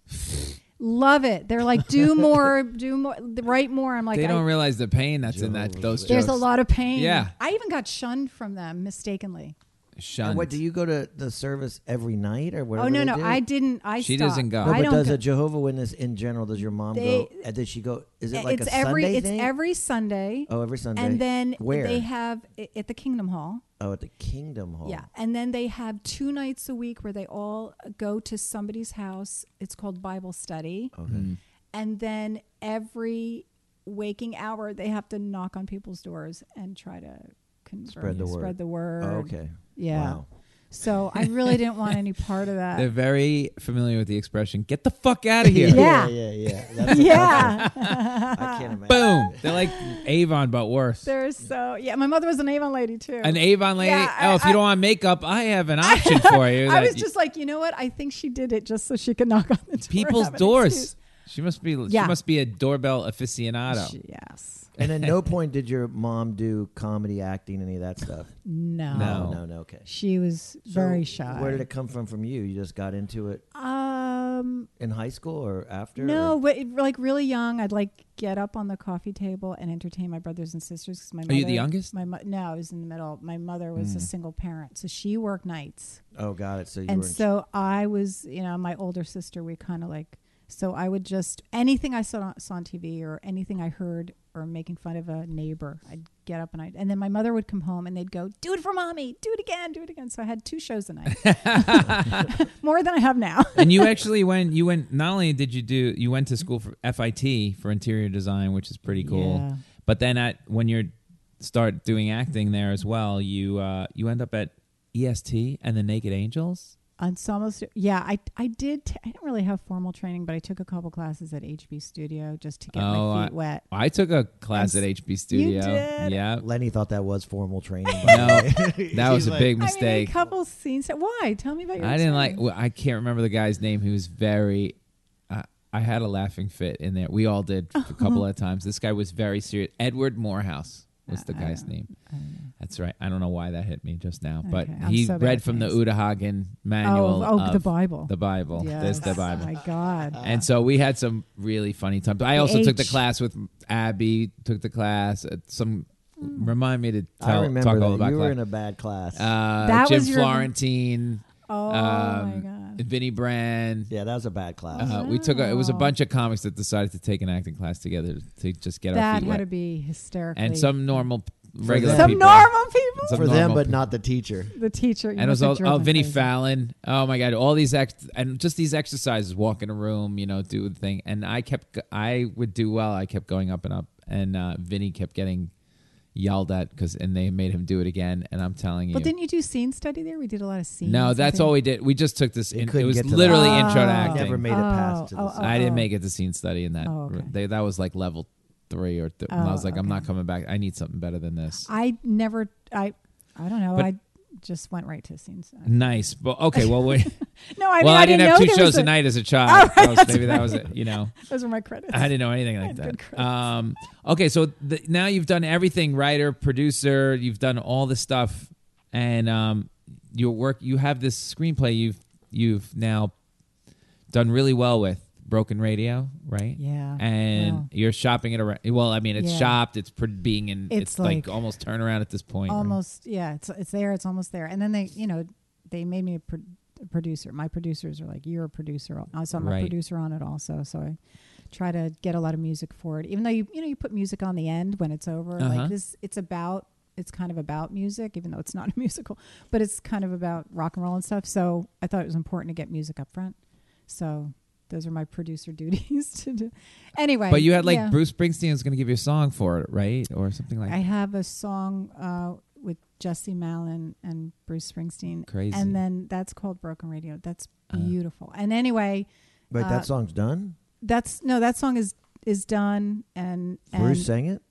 [SPEAKER 4] Love it. They're like, do more, do more, write more. I'm like,
[SPEAKER 2] They
[SPEAKER 4] I
[SPEAKER 2] don't realize the pain that's in that those jokes.
[SPEAKER 4] there's a lot of pain.
[SPEAKER 2] Yeah.
[SPEAKER 4] I even got shunned from them mistakenly.
[SPEAKER 2] Shunned.
[SPEAKER 3] And what do you go to the service every night or whatever?
[SPEAKER 4] oh no,
[SPEAKER 3] they
[SPEAKER 4] no,
[SPEAKER 3] do?
[SPEAKER 4] I didn't. I
[SPEAKER 2] She
[SPEAKER 4] stopped.
[SPEAKER 2] doesn't go.
[SPEAKER 3] No,
[SPEAKER 4] I
[SPEAKER 3] but
[SPEAKER 4] don't.
[SPEAKER 3] does
[SPEAKER 4] Go.
[SPEAKER 3] a Jehovah Witness in general? Does your mom
[SPEAKER 4] They-
[SPEAKER 3] go? uh, Does she go? Is it like
[SPEAKER 4] it's
[SPEAKER 3] a
[SPEAKER 4] every
[SPEAKER 3] Sunday
[SPEAKER 4] it's
[SPEAKER 3] thing?
[SPEAKER 4] every Sunday.
[SPEAKER 3] Oh, every Sunday.
[SPEAKER 4] And then
[SPEAKER 3] Where?
[SPEAKER 4] they have i- at the Kingdom Hall.
[SPEAKER 3] oh, at the Kingdom Hall.
[SPEAKER 4] Yeah, and then they have two nights a week where they all go to somebody's house. It's called Bible study. Okay. And then every waking hour they have to knock on people's doors and try to convert,
[SPEAKER 3] Spread the word.
[SPEAKER 4] Spread the word.
[SPEAKER 3] Oh, okay.
[SPEAKER 4] Yeah.
[SPEAKER 3] Wow.
[SPEAKER 4] So I really didn't want any part of
[SPEAKER 3] (laughs)
[SPEAKER 4] that.
[SPEAKER 2] They're very familiar with the expression "get the fuck out of here."
[SPEAKER 4] (laughs) Yeah.
[SPEAKER 3] Yeah, yeah.
[SPEAKER 4] (laughs)
[SPEAKER 3] That's
[SPEAKER 4] yeah.
[SPEAKER 3] I can't imagine.
[SPEAKER 2] Boom. They're like Avon, but worse.
[SPEAKER 4] They're so yeah. My mother was an Avon lady too.
[SPEAKER 2] An Avon lady.
[SPEAKER 4] Yeah, I-
[SPEAKER 2] oh, if you
[SPEAKER 4] I-
[SPEAKER 2] don't want makeup, I have an option for you.
[SPEAKER 4] (laughs) I
[SPEAKER 2] that
[SPEAKER 4] was
[SPEAKER 2] you-
[SPEAKER 4] just like, you know what? I think she did it just so she could knock on the door and
[SPEAKER 2] people's
[SPEAKER 4] have an
[SPEAKER 2] doors.
[SPEAKER 4] excuse.
[SPEAKER 2] She must be.
[SPEAKER 4] Yeah.
[SPEAKER 2] She must be a doorbell aficionado.
[SPEAKER 4] She- yes.
[SPEAKER 3] And at no point did your mom do comedy, acting, any of that stuff.
[SPEAKER 4] No.
[SPEAKER 2] No.
[SPEAKER 3] Oh, no, no. Okay.
[SPEAKER 4] She was
[SPEAKER 3] So
[SPEAKER 4] very shy.
[SPEAKER 3] Where did it come from? From you? You just got into it
[SPEAKER 4] um.
[SPEAKER 3] in high school or after?
[SPEAKER 4] No,
[SPEAKER 3] or-
[SPEAKER 4] but it- like really young, I'd like get up on the coffee table and entertain my brothers and sisters because my mother.
[SPEAKER 2] you the youngest? Hmm.
[SPEAKER 4] My mo- no, I was in the middle. My mother was a single parent, so she worked nights.
[SPEAKER 3] Oh, got it. So you
[SPEAKER 4] and
[SPEAKER 3] were. in-
[SPEAKER 4] so I was, you know, my older sister. We kind of like so I would just anything I saw, saw on TV or anything I heard or making fun of a neighbor, I'd get up and I would and then my mother would come home and they'd go, "Do it for mommy, do it again, do it again." So I had two shows a night,
[SPEAKER 2] (laughs)
[SPEAKER 4] more than I have now.
[SPEAKER 2] and
[SPEAKER 4] (laughs)
[SPEAKER 2] you actually went. You went. Not only did you do. You went to school for FIT for interior design, which is pretty cool.
[SPEAKER 4] Yeah.
[SPEAKER 2] But then at when you start doing acting there as well, you uh, you end up at EST and the Naked Angels.
[SPEAKER 4] Ensemble, stu- yeah, I I did. T- I didn't really have formal training, but I took a couple classes at HB Studio just to get my feet
[SPEAKER 2] Oh, I,
[SPEAKER 4] wet.
[SPEAKER 2] I took a class
[SPEAKER 4] I'm
[SPEAKER 2] at
[SPEAKER 4] s-
[SPEAKER 2] HB Studio.
[SPEAKER 4] did? (laughs)
[SPEAKER 2] Yeah.
[SPEAKER 3] Lenny thought that was formal training. by the
[SPEAKER 2] No,
[SPEAKER 3] way.
[SPEAKER 2] that was a big
[SPEAKER 4] I mean,
[SPEAKER 2] mistake.
[SPEAKER 4] a couple scenes. Why? Tell me about your.
[SPEAKER 2] I didn't like.
[SPEAKER 4] experience.
[SPEAKER 2] Well, I can't remember the guy's name. He was very. I I had a laughing fit in there. We all did
[SPEAKER 4] (laughs)
[SPEAKER 2] a couple of times. This guy was very serious. Edward Morehouse was
[SPEAKER 4] Uh,
[SPEAKER 2] the guy's name. That's right. I don't know why that hit me just now, but
[SPEAKER 4] Okay, I'm
[SPEAKER 2] he
[SPEAKER 4] so bad
[SPEAKER 2] read
[SPEAKER 4] at
[SPEAKER 2] from the
[SPEAKER 4] names.
[SPEAKER 2] Udahagen manual.
[SPEAKER 4] Oh, oh, the
[SPEAKER 2] of
[SPEAKER 4] Bible.
[SPEAKER 2] The Bible. There's the
[SPEAKER 4] Yes.
[SPEAKER 2] Bible.
[SPEAKER 4] Oh my God.
[SPEAKER 2] And so we had some really funny times. I also took the
[SPEAKER 4] H.
[SPEAKER 2] class with Abby. Took the class. At some
[SPEAKER 4] Hmm.
[SPEAKER 2] remind me to
[SPEAKER 3] I
[SPEAKER 2] tell,
[SPEAKER 3] remember
[SPEAKER 2] talk
[SPEAKER 3] that.
[SPEAKER 2] all about
[SPEAKER 3] you were
[SPEAKER 2] class.
[SPEAKER 3] in a bad class.
[SPEAKER 2] uh,
[SPEAKER 4] That
[SPEAKER 2] Jim
[SPEAKER 4] was your-
[SPEAKER 2] Florentine.
[SPEAKER 4] Oh my
[SPEAKER 2] um,
[SPEAKER 4] God.
[SPEAKER 2] Vinny Brand.
[SPEAKER 3] yeah, that was a bad class.
[SPEAKER 2] Uh, We took a, it was a
[SPEAKER 4] Wow.
[SPEAKER 2] bunch of comics that decided to take an acting class together to just get our
[SPEAKER 4] That
[SPEAKER 2] feet
[SPEAKER 4] had
[SPEAKER 2] wet,
[SPEAKER 4] to be hysterical.
[SPEAKER 2] and some normal, regular
[SPEAKER 3] them.
[SPEAKER 4] some
[SPEAKER 2] people.
[SPEAKER 4] normal people.
[SPEAKER 2] Some
[SPEAKER 3] for them,
[SPEAKER 2] normal
[SPEAKER 3] but
[SPEAKER 2] people.
[SPEAKER 3] not the teacher.
[SPEAKER 4] the teacher.
[SPEAKER 2] And it was all, oh, Vinny Fallon. Oh my God. All these, ex- and just these exercises, walk in a room, you know, do the thing. And I kept, g- I would do well. I kept going up and up. And uh, Vinny kept getting yelled at because, and they made him do it again. And I'm telling you.
[SPEAKER 4] But didn't you do scene study there? We did a lot of scenes.
[SPEAKER 2] no, that's
[SPEAKER 4] I
[SPEAKER 2] all
[SPEAKER 4] think.
[SPEAKER 2] we did. We just took this.
[SPEAKER 3] They
[SPEAKER 2] In, it
[SPEAKER 3] couldn't
[SPEAKER 2] was
[SPEAKER 3] get to that.
[SPEAKER 2] literally intro to
[SPEAKER 4] Oh.
[SPEAKER 2] acting.
[SPEAKER 3] Never made it past to
[SPEAKER 4] Oh,
[SPEAKER 3] the
[SPEAKER 4] oh,
[SPEAKER 3] side.
[SPEAKER 4] oh.
[SPEAKER 2] I didn't make it to scene study in that.
[SPEAKER 4] Oh, okay.
[SPEAKER 2] they, that was like level three or th- and I
[SPEAKER 4] Oh,
[SPEAKER 2] was like, I'm
[SPEAKER 4] okay.
[SPEAKER 2] not coming back. I need something better than this.
[SPEAKER 4] I never. I. I don't know.
[SPEAKER 2] But-
[SPEAKER 4] I just went right to scene study.
[SPEAKER 2] nice, but okay. Well, we,
[SPEAKER 4] No, (laughs) I
[SPEAKER 2] well,
[SPEAKER 4] mean,
[SPEAKER 2] I didn't have
[SPEAKER 4] know
[SPEAKER 2] two
[SPEAKER 4] there was
[SPEAKER 2] shows
[SPEAKER 4] a-
[SPEAKER 2] a night as a child.
[SPEAKER 4] Oh,
[SPEAKER 2] That was-
[SPEAKER 4] that's
[SPEAKER 2] maybe that was it. You know,
[SPEAKER 4] Those are my
[SPEAKER 2] (laughs)
[SPEAKER 4] credits.
[SPEAKER 2] I didn't know anything like
[SPEAKER 4] I had good
[SPEAKER 2] that.
[SPEAKER 4] credits.
[SPEAKER 2] Um, okay, so the, now you've done everything: writer, producer. You've done all the stuff. and um, your work. You have this screenplay you've you've now done really well with Broken Radio, right?
[SPEAKER 4] Yeah,
[SPEAKER 2] and
[SPEAKER 4] wow.
[SPEAKER 2] you're shopping it around. Well, I mean, it's
[SPEAKER 4] Yeah.
[SPEAKER 2] shopped. It's pr- being in. It's,
[SPEAKER 4] It's
[SPEAKER 2] like,
[SPEAKER 4] like-
[SPEAKER 2] almost turnaround at this point. right?
[SPEAKER 4] almost yeah it's it's there it's almost there and then they you know they made me a, pro- a producer my producers are like you're a producer Uh, so i'm
[SPEAKER 2] Right.
[SPEAKER 4] a producer on it also so i try to get a lot of music for it even though you you know you put music on the end when it's over
[SPEAKER 2] Uh-huh.
[SPEAKER 4] like this it's about it's kind of about music even though it's not (laughs) a musical but it's kind of about rock and roll and stuff so i thought it was important to get music up front so those are my producer (laughs) duties to do anyway
[SPEAKER 2] But you had like
[SPEAKER 4] yeah.
[SPEAKER 2] Bruce Springsteen is going to give you a song for it, right, or something like.
[SPEAKER 4] I have a song uh, with Jesse Malin and Bruce Springsteen.
[SPEAKER 2] Crazy.
[SPEAKER 4] And then that's called Broken Radio. That's
[SPEAKER 3] Uh.
[SPEAKER 4] beautiful. and anyway,
[SPEAKER 3] Wait,
[SPEAKER 4] Uh,
[SPEAKER 3] that song's done.
[SPEAKER 4] that's no, that song is is done and and
[SPEAKER 3] Bruce sang it.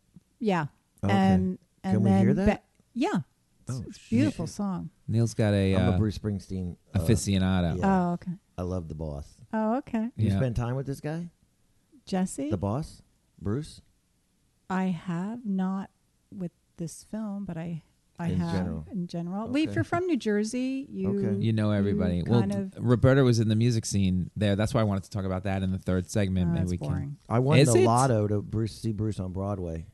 [SPEAKER 4] yeah.
[SPEAKER 3] Okay.
[SPEAKER 4] And and
[SPEAKER 3] Can we
[SPEAKER 4] then
[SPEAKER 3] hear that?
[SPEAKER 4] ba- yeah. It's
[SPEAKER 3] Oh,
[SPEAKER 4] a beautiful
[SPEAKER 3] shit.
[SPEAKER 4] song.
[SPEAKER 2] Neil's got a
[SPEAKER 3] I'm
[SPEAKER 2] uh,
[SPEAKER 3] a Bruce Springsteen. uh,
[SPEAKER 2] aficionado.
[SPEAKER 3] Yeah.
[SPEAKER 4] Oh, okay.
[SPEAKER 3] I love the boss.
[SPEAKER 4] Oh, okay.
[SPEAKER 3] You
[SPEAKER 2] Yeah.
[SPEAKER 3] spend time with this guy,
[SPEAKER 4] Jesse,
[SPEAKER 3] the boss, Bruce.
[SPEAKER 4] I have not with this film, but I I
[SPEAKER 3] In
[SPEAKER 4] have
[SPEAKER 3] general.
[SPEAKER 4] in general. Well, if
[SPEAKER 3] Okay.
[SPEAKER 4] you're from New Jersey, you
[SPEAKER 3] Okay.
[SPEAKER 2] You know everybody. well,
[SPEAKER 4] Mm, kind of-
[SPEAKER 2] Roberta was in the music scene there. That's why I wanted to talk about that in the third segment.
[SPEAKER 4] Oh,
[SPEAKER 2] Maybe
[SPEAKER 4] that's
[SPEAKER 2] we
[SPEAKER 4] boring. (laughs)
[SPEAKER 3] I won
[SPEAKER 2] Is
[SPEAKER 3] the
[SPEAKER 2] it?
[SPEAKER 3] lotto to Bruce see Bruce on Broadway.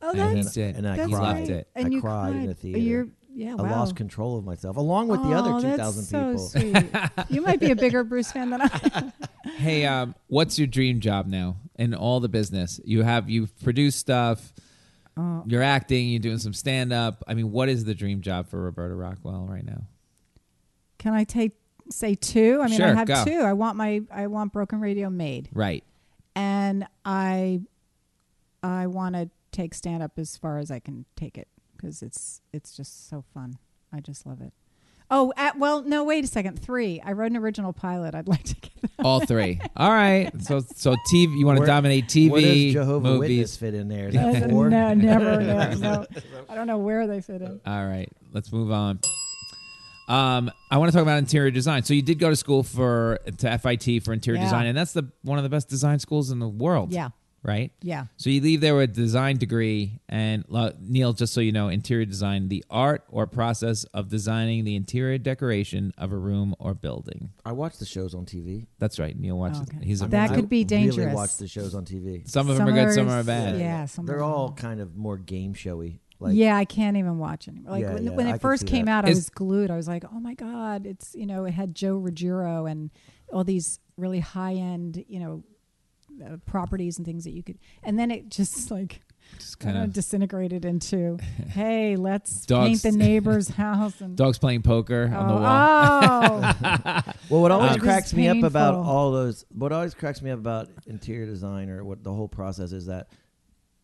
[SPEAKER 4] Oh,
[SPEAKER 2] And
[SPEAKER 4] that's
[SPEAKER 2] That's it.
[SPEAKER 3] And I
[SPEAKER 4] That's
[SPEAKER 2] He
[SPEAKER 3] cried.
[SPEAKER 2] loved
[SPEAKER 4] great.
[SPEAKER 2] it.
[SPEAKER 4] And
[SPEAKER 3] I
[SPEAKER 4] you
[SPEAKER 3] cried in the theater.
[SPEAKER 4] You're, yeah, wow.
[SPEAKER 3] I lost control of myself, along with the other
[SPEAKER 4] Oh,
[SPEAKER 3] 2,000 people.
[SPEAKER 4] that's So sweet. you might be a bigger Bruce fan than I.
[SPEAKER 2] can. Hey, um, what's your dream job now in all the business? You have you've produced stuff.
[SPEAKER 4] Oh.
[SPEAKER 2] You're acting. You're doing some stand up. I mean, what is the dream job for Roberta Rockwell right now?
[SPEAKER 4] Can I take say two? I mean,
[SPEAKER 2] Sure,
[SPEAKER 4] I have
[SPEAKER 2] go.
[SPEAKER 4] two. I want my I want Broken Radio made,
[SPEAKER 2] Right.
[SPEAKER 4] and I I want to take stand up as far as I can take it because it's it's just so fun. I just love it. Oh, at, well, no, wait a second. Three. I wrote an original pilot. I'd like to get
[SPEAKER 2] (laughs)
[SPEAKER 4] that.
[SPEAKER 2] All
[SPEAKER 4] (laughs)
[SPEAKER 2] three. all right. So so TV. You want to
[SPEAKER 3] Where-
[SPEAKER 2] dominate TV?
[SPEAKER 3] Where does Jehovah Witness
[SPEAKER 2] movies.
[SPEAKER 3] fit in there? Is
[SPEAKER 4] No,
[SPEAKER 3] that four?
[SPEAKER 4] never.
[SPEAKER 2] (laughs)
[SPEAKER 4] no, no. I don't know where they fit in.
[SPEAKER 2] All right, let's move on. Um, I want to talk about interior design. So you did go to school for to FIT for interior
[SPEAKER 4] Yeah.
[SPEAKER 2] design, and that's the one of the best design schools in the world.
[SPEAKER 4] Yeah.
[SPEAKER 2] Right.
[SPEAKER 4] Yeah.
[SPEAKER 2] So you leave there with a design degree, and lo- Neil, just so you know, interior design, the art or process of designing the interior decoration of a room or building.
[SPEAKER 3] I watch the shows on TV.
[SPEAKER 2] That's right. Neil watches.
[SPEAKER 4] Oh, Okay.
[SPEAKER 2] He's a,
[SPEAKER 4] That
[SPEAKER 3] I
[SPEAKER 4] could be
[SPEAKER 3] Really
[SPEAKER 4] dangerous.
[SPEAKER 3] watch the shows on TV.
[SPEAKER 2] some of them are good, some are
[SPEAKER 4] is-
[SPEAKER 2] bad.
[SPEAKER 4] Yeah, some
[SPEAKER 3] they're
[SPEAKER 4] are-
[SPEAKER 3] all kind of more game showy. Like
[SPEAKER 4] yeah, I can't even watch anymore. Like
[SPEAKER 3] Yeah,
[SPEAKER 4] when,
[SPEAKER 3] yeah,
[SPEAKER 4] when
[SPEAKER 3] I
[SPEAKER 4] it
[SPEAKER 3] can
[SPEAKER 4] first
[SPEAKER 3] see
[SPEAKER 4] came
[SPEAKER 3] that.
[SPEAKER 4] out, I
[SPEAKER 2] Is-
[SPEAKER 4] was glued. I was like, "Oh my god!" It's you know, it had Joe Ruggiero and all these really high end, you know, uh, properties and things that you could. And then it just (laughs) like
[SPEAKER 2] Just
[SPEAKER 4] kind of
[SPEAKER 2] kind of (laughs)
[SPEAKER 4] disintegrated into, "Hey, let's
[SPEAKER 2] Dogs-
[SPEAKER 4] paint the neighbor's (laughs) house." And
[SPEAKER 2] dogs playing poker on the
[SPEAKER 4] oh,
[SPEAKER 2] wall. (laughs)
[SPEAKER 4] oh.
[SPEAKER 3] Well, what always
[SPEAKER 4] Um, This
[SPEAKER 3] cracks
[SPEAKER 4] is
[SPEAKER 3] me up about
[SPEAKER 4] painful.
[SPEAKER 3] all those, what always cracks me up about interior design or what the whole process is that,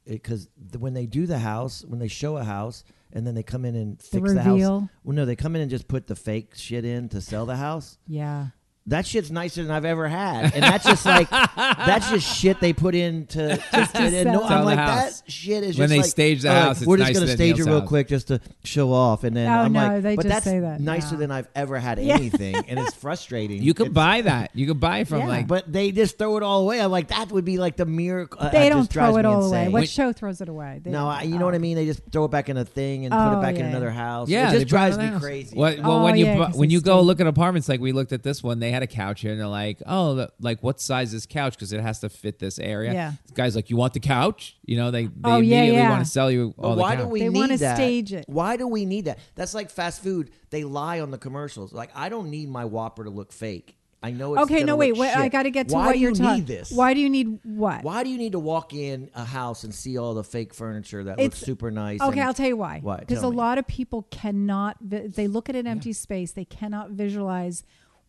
[SPEAKER 3] because when they do the house, when they show a house and then they come in and fix the, house.
[SPEAKER 4] reveal.
[SPEAKER 3] Well, no, they come in and just put the fake shit in to sell the house.
[SPEAKER 4] (laughs) yeah,
[SPEAKER 3] That shit's nicer than I've ever had, and that's just like that's just shit they put in to.
[SPEAKER 4] (laughs)
[SPEAKER 3] Just to and no,
[SPEAKER 4] sell
[SPEAKER 3] I'm
[SPEAKER 2] the
[SPEAKER 3] like
[SPEAKER 2] house.
[SPEAKER 3] that shit is
[SPEAKER 2] When
[SPEAKER 3] just
[SPEAKER 2] they
[SPEAKER 3] like,
[SPEAKER 2] stage the
[SPEAKER 3] oh, like,
[SPEAKER 2] house, it's
[SPEAKER 3] we're just
[SPEAKER 2] nicer
[SPEAKER 3] gonna
[SPEAKER 2] than
[SPEAKER 3] stage it
[SPEAKER 2] Neil's
[SPEAKER 3] real
[SPEAKER 2] house.
[SPEAKER 3] quick just to show off, and then
[SPEAKER 4] Oh,
[SPEAKER 3] I'm
[SPEAKER 4] no,
[SPEAKER 3] like,
[SPEAKER 4] they
[SPEAKER 3] but
[SPEAKER 4] just
[SPEAKER 3] that's
[SPEAKER 4] say that.
[SPEAKER 3] nicer
[SPEAKER 4] No.
[SPEAKER 3] than I've ever had
[SPEAKER 4] Yeah.
[SPEAKER 3] anything, and it's frustrating.
[SPEAKER 2] You could
[SPEAKER 3] It's-
[SPEAKER 2] buy that. You could buy from
[SPEAKER 4] Yeah.
[SPEAKER 2] like
[SPEAKER 3] but they just throw it all away. I'm like, that would be like the miracle. Uh,
[SPEAKER 4] they
[SPEAKER 3] it
[SPEAKER 4] don't
[SPEAKER 3] just drives
[SPEAKER 4] throw it
[SPEAKER 3] me
[SPEAKER 4] all
[SPEAKER 3] insane.
[SPEAKER 4] away. What
[SPEAKER 2] When-
[SPEAKER 4] show throws it away? They
[SPEAKER 3] no,
[SPEAKER 4] don't-
[SPEAKER 3] I, you know what I mean. They just throw it back in a thing and put
[SPEAKER 4] Oh,
[SPEAKER 3] it back in
[SPEAKER 4] yeah.
[SPEAKER 3] another house.
[SPEAKER 2] Yeah,
[SPEAKER 3] it
[SPEAKER 2] they
[SPEAKER 3] just
[SPEAKER 2] drive
[SPEAKER 3] drives
[SPEAKER 2] it
[SPEAKER 3] me
[SPEAKER 2] out.
[SPEAKER 3] crazy.
[SPEAKER 2] Well, well,
[SPEAKER 4] Oh,
[SPEAKER 2] when you
[SPEAKER 4] yeah,
[SPEAKER 2] bu-
[SPEAKER 4] 'cause
[SPEAKER 2] when
[SPEAKER 4] they
[SPEAKER 2] you go
[SPEAKER 4] stink.
[SPEAKER 2] look at apartments, like we looked at this one, they had a couch here, and they're like, "Oh, the- like what size is couch? Because it has to fit this area."
[SPEAKER 4] Yeah.
[SPEAKER 2] This guy's like, "You want the couch?" You know, they they
[SPEAKER 4] Oh, yeah,
[SPEAKER 2] immediately
[SPEAKER 4] yeah.
[SPEAKER 2] want to sell you all
[SPEAKER 3] But
[SPEAKER 2] the
[SPEAKER 3] why
[SPEAKER 2] couch.
[SPEAKER 3] do we
[SPEAKER 4] They
[SPEAKER 3] need
[SPEAKER 4] wanna
[SPEAKER 3] that?
[SPEAKER 4] stage it.
[SPEAKER 3] Why do we need that? That's like fast food. They lie on the commercials. Like I don't need my Whopper to look fake. I know. It's
[SPEAKER 4] Okay,
[SPEAKER 3] gonna
[SPEAKER 4] no,
[SPEAKER 3] look
[SPEAKER 4] wait. wait I
[SPEAKER 3] shit.
[SPEAKER 4] got to get to
[SPEAKER 3] Why
[SPEAKER 4] what
[SPEAKER 3] do
[SPEAKER 4] you're
[SPEAKER 3] you
[SPEAKER 4] talking.
[SPEAKER 3] Need this?
[SPEAKER 4] Why do you need what?
[SPEAKER 3] Why do you need to walk in a house and see all the fake furniture that looks
[SPEAKER 4] It's-
[SPEAKER 3] super nice?
[SPEAKER 4] Okay,
[SPEAKER 3] and-
[SPEAKER 4] I'll tell you why.
[SPEAKER 3] Why?
[SPEAKER 4] Because a
[SPEAKER 3] Tell me.
[SPEAKER 4] lot of people cannot. Vi- they look at an empty space. They cannot visualize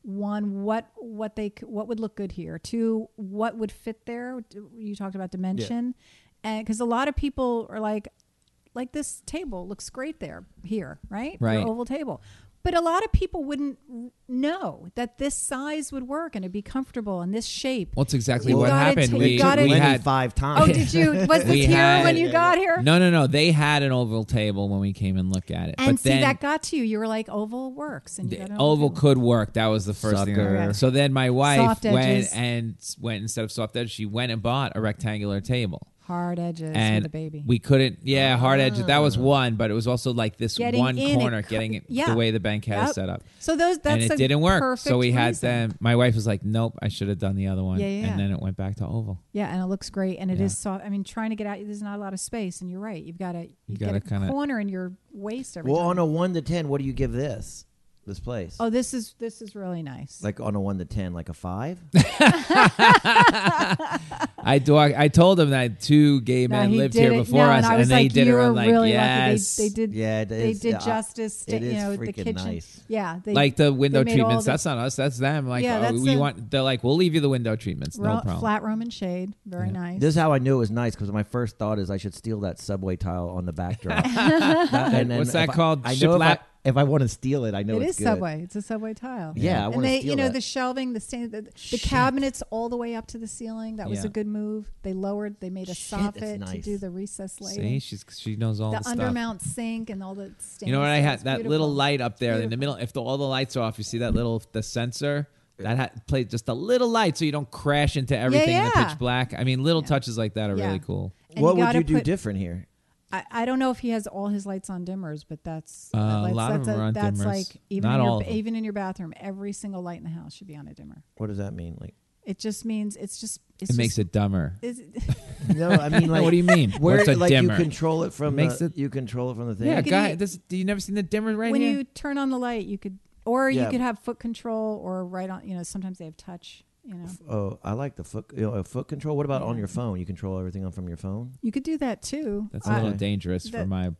[SPEAKER 4] one what what they c- what would look good here. Two, what would fit there. You talked about dimension, and because a lot of people are like, like this table looks great there here, right? Your
[SPEAKER 2] Right.
[SPEAKER 4] oval table. But a lot of people wouldn't know that this size would work and it'd be comfortable and this shape.
[SPEAKER 2] Well, that's exactly
[SPEAKER 4] You
[SPEAKER 2] what
[SPEAKER 4] gotta
[SPEAKER 2] happened.
[SPEAKER 4] ta- you
[SPEAKER 2] we
[SPEAKER 4] gotta
[SPEAKER 2] we
[SPEAKER 4] ta-
[SPEAKER 2] had
[SPEAKER 3] five
[SPEAKER 4] Oh,
[SPEAKER 3] times.
[SPEAKER 4] did you?
[SPEAKER 2] (laughs)
[SPEAKER 4] Was
[SPEAKER 2] We
[SPEAKER 4] this here
[SPEAKER 2] had-
[SPEAKER 4] when you got here?
[SPEAKER 2] no, no, no. They had an oval table when we came and looked at it,
[SPEAKER 4] And
[SPEAKER 2] but
[SPEAKER 4] see,
[SPEAKER 2] then
[SPEAKER 4] that got to you. You were like, oval works, and you got
[SPEAKER 2] the
[SPEAKER 4] an
[SPEAKER 2] oval
[SPEAKER 4] table.
[SPEAKER 2] could work. That was the first
[SPEAKER 3] Sucker.
[SPEAKER 2] thing.
[SPEAKER 3] Okay.
[SPEAKER 2] So then my wife
[SPEAKER 4] Soft
[SPEAKER 2] went
[SPEAKER 4] edges.
[SPEAKER 2] and s- went instead of soft edge, she went and bought a rectangular table.
[SPEAKER 4] Hard edges
[SPEAKER 2] and
[SPEAKER 4] with the baby. Ah.
[SPEAKER 2] we couldn't. Yeah, hard edge. That was one, but it was also like this
[SPEAKER 4] Getting
[SPEAKER 2] one
[SPEAKER 4] in and
[SPEAKER 2] corner,
[SPEAKER 4] co-
[SPEAKER 2] getting it
[SPEAKER 4] yeah.
[SPEAKER 2] the way the bank had
[SPEAKER 4] Yep.
[SPEAKER 2] it set up.
[SPEAKER 4] so those that's
[SPEAKER 2] and
[SPEAKER 4] a
[SPEAKER 2] it didn't work.
[SPEAKER 4] perfect
[SPEAKER 2] So we had
[SPEAKER 4] reason.
[SPEAKER 2] them. My wife was like, "Nope, I should have done the other one."
[SPEAKER 4] Yeah, yeah, yeah.
[SPEAKER 2] And then it went back to oval.
[SPEAKER 4] Yeah, and it looks great, and it is
[SPEAKER 2] Yeah.
[SPEAKER 4] soft. I mean, trying to get out, there's not a lot of space, and you're right. You've got to you,
[SPEAKER 2] gotta
[SPEAKER 4] get a
[SPEAKER 2] kinda-
[SPEAKER 4] corner in your waist every
[SPEAKER 3] Well,
[SPEAKER 4] time.
[SPEAKER 3] on a one to ten, what do you give this? This place?
[SPEAKER 4] oh, this is this is really nice.
[SPEAKER 3] Like on a one to ten, like
[SPEAKER 4] (laughs)
[SPEAKER 3] a five?
[SPEAKER 2] I do. I, I told him that two gay
[SPEAKER 4] No,
[SPEAKER 2] men
[SPEAKER 4] he
[SPEAKER 2] lived
[SPEAKER 4] did
[SPEAKER 2] here
[SPEAKER 4] it-
[SPEAKER 2] before
[SPEAKER 4] no,
[SPEAKER 2] us,
[SPEAKER 4] and, I was
[SPEAKER 2] they
[SPEAKER 4] like,
[SPEAKER 2] did it.
[SPEAKER 4] you
[SPEAKER 2] I'm
[SPEAKER 4] were
[SPEAKER 2] like,
[SPEAKER 4] really
[SPEAKER 2] yes.
[SPEAKER 4] lucky. They, they did.
[SPEAKER 3] Yeah, it
[SPEAKER 4] they
[SPEAKER 3] is-
[SPEAKER 4] did
[SPEAKER 3] yeah,
[SPEAKER 4] justice. To,
[SPEAKER 3] it is
[SPEAKER 4] you know, the
[SPEAKER 3] freaking
[SPEAKER 4] kitchen.
[SPEAKER 3] nice.
[SPEAKER 4] Yeah, they,
[SPEAKER 2] like the window
[SPEAKER 4] they made all
[SPEAKER 2] treatments.
[SPEAKER 4] the
[SPEAKER 2] That's not us. That's them. Like
[SPEAKER 4] Yeah,
[SPEAKER 2] oh,
[SPEAKER 4] that's
[SPEAKER 2] we
[SPEAKER 4] the-
[SPEAKER 2] want. They're like, we'll leave you the window treatments. No
[SPEAKER 4] ro-
[SPEAKER 2] problem.
[SPEAKER 4] flat Roman shade. Very nice.
[SPEAKER 3] This is how I knew it was nice because my first thought is I should steal that subway tile on the
[SPEAKER 4] (laughs)
[SPEAKER 3] backdrop. That- and then
[SPEAKER 2] What's that
[SPEAKER 3] if I-
[SPEAKER 2] called?
[SPEAKER 3] I, know if I,
[SPEAKER 2] Shiplap?
[SPEAKER 3] if I want to steal it, I know
[SPEAKER 4] it
[SPEAKER 3] it's
[SPEAKER 4] is
[SPEAKER 3] good.
[SPEAKER 4] Subway. It's a Subway tile.
[SPEAKER 3] Yeah, I
[SPEAKER 4] and
[SPEAKER 3] wanna
[SPEAKER 4] they,
[SPEAKER 3] steal
[SPEAKER 4] you know,
[SPEAKER 3] that.
[SPEAKER 4] the shelving, the stand, the, the cabinets all the way up to the ceiling. That was
[SPEAKER 2] Yeah.
[SPEAKER 4] a good move. They lowered. They made a
[SPEAKER 3] Shit, that's
[SPEAKER 4] soffit to
[SPEAKER 3] nice.
[SPEAKER 4] do the recessed lighting.
[SPEAKER 2] See, she's she knows all
[SPEAKER 4] the,
[SPEAKER 2] the, stuff.
[SPEAKER 4] undermount sink and all the stainless.
[SPEAKER 2] You know what I
[SPEAKER 4] steel.
[SPEAKER 2] had?
[SPEAKER 4] It's
[SPEAKER 2] That
[SPEAKER 4] beautiful.
[SPEAKER 2] little light up there in the
[SPEAKER 4] Beautiful.
[SPEAKER 2] middle. If the, all the lights are off, you see that little the sensor that had, played just a little light, so you don't crash into everything in the
[SPEAKER 4] yeah.
[SPEAKER 2] pitch black. I mean, little touches like that are
[SPEAKER 4] Yeah.
[SPEAKER 2] really cool.
[SPEAKER 4] And
[SPEAKER 3] what would
[SPEAKER 4] gotta
[SPEAKER 3] you do
[SPEAKER 4] put-
[SPEAKER 3] different here?
[SPEAKER 4] I, I don't know if he has all his lights on dimmers, but that's
[SPEAKER 2] Uh, a
[SPEAKER 4] that's-
[SPEAKER 2] lot of
[SPEAKER 4] that's
[SPEAKER 2] them are on
[SPEAKER 4] That's
[SPEAKER 2] dimmers.
[SPEAKER 4] like even
[SPEAKER 2] Not
[SPEAKER 4] in
[SPEAKER 2] all
[SPEAKER 4] your,
[SPEAKER 2] of them.
[SPEAKER 4] even in your bathroom, every single light in the house should be on a dimmer.
[SPEAKER 3] What does that mean? Like,
[SPEAKER 4] It just means it's just it's
[SPEAKER 2] It makes it dumber.
[SPEAKER 4] Is,
[SPEAKER 3] (laughs) no, I mean, like,
[SPEAKER 2] (laughs) what do you mean?
[SPEAKER 3] Where
[SPEAKER 2] What's a
[SPEAKER 3] like
[SPEAKER 2] dimmer?
[SPEAKER 3] you control it from
[SPEAKER 2] Makes
[SPEAKER 3] the,
[SPEAKER 2] it-
[SPEAKER 3] you control it from the thing.
[SPEAKER 2] yeah,
[SPEAKER 4] could
[SPEAKER 2] guy,
[SPEAKER 4] eat-
[SPEAKER 2] this do you never seen the dimmer right
[SPEAKER 4] when
[SPEAKER 2] here?
[SPEAKER 4] you turn on the light, you could, or
[SPEAKER 3] Yeah.
[SPEAKER 4] you could have foot control, or right on. You know, sometimes they have touch. You know,
[SPEAKER 3] Oh, I like the foot you know, foot control. What about on your phone? You control everything on from your phone.
[SPEAKER 4] you could do that too.
[SPEAKER 2] That's a
[SPEAKER 4] I-
[SPEAKER 2] little dangerous for
[SPEAKER 4] that-
[SPEAKER 2] my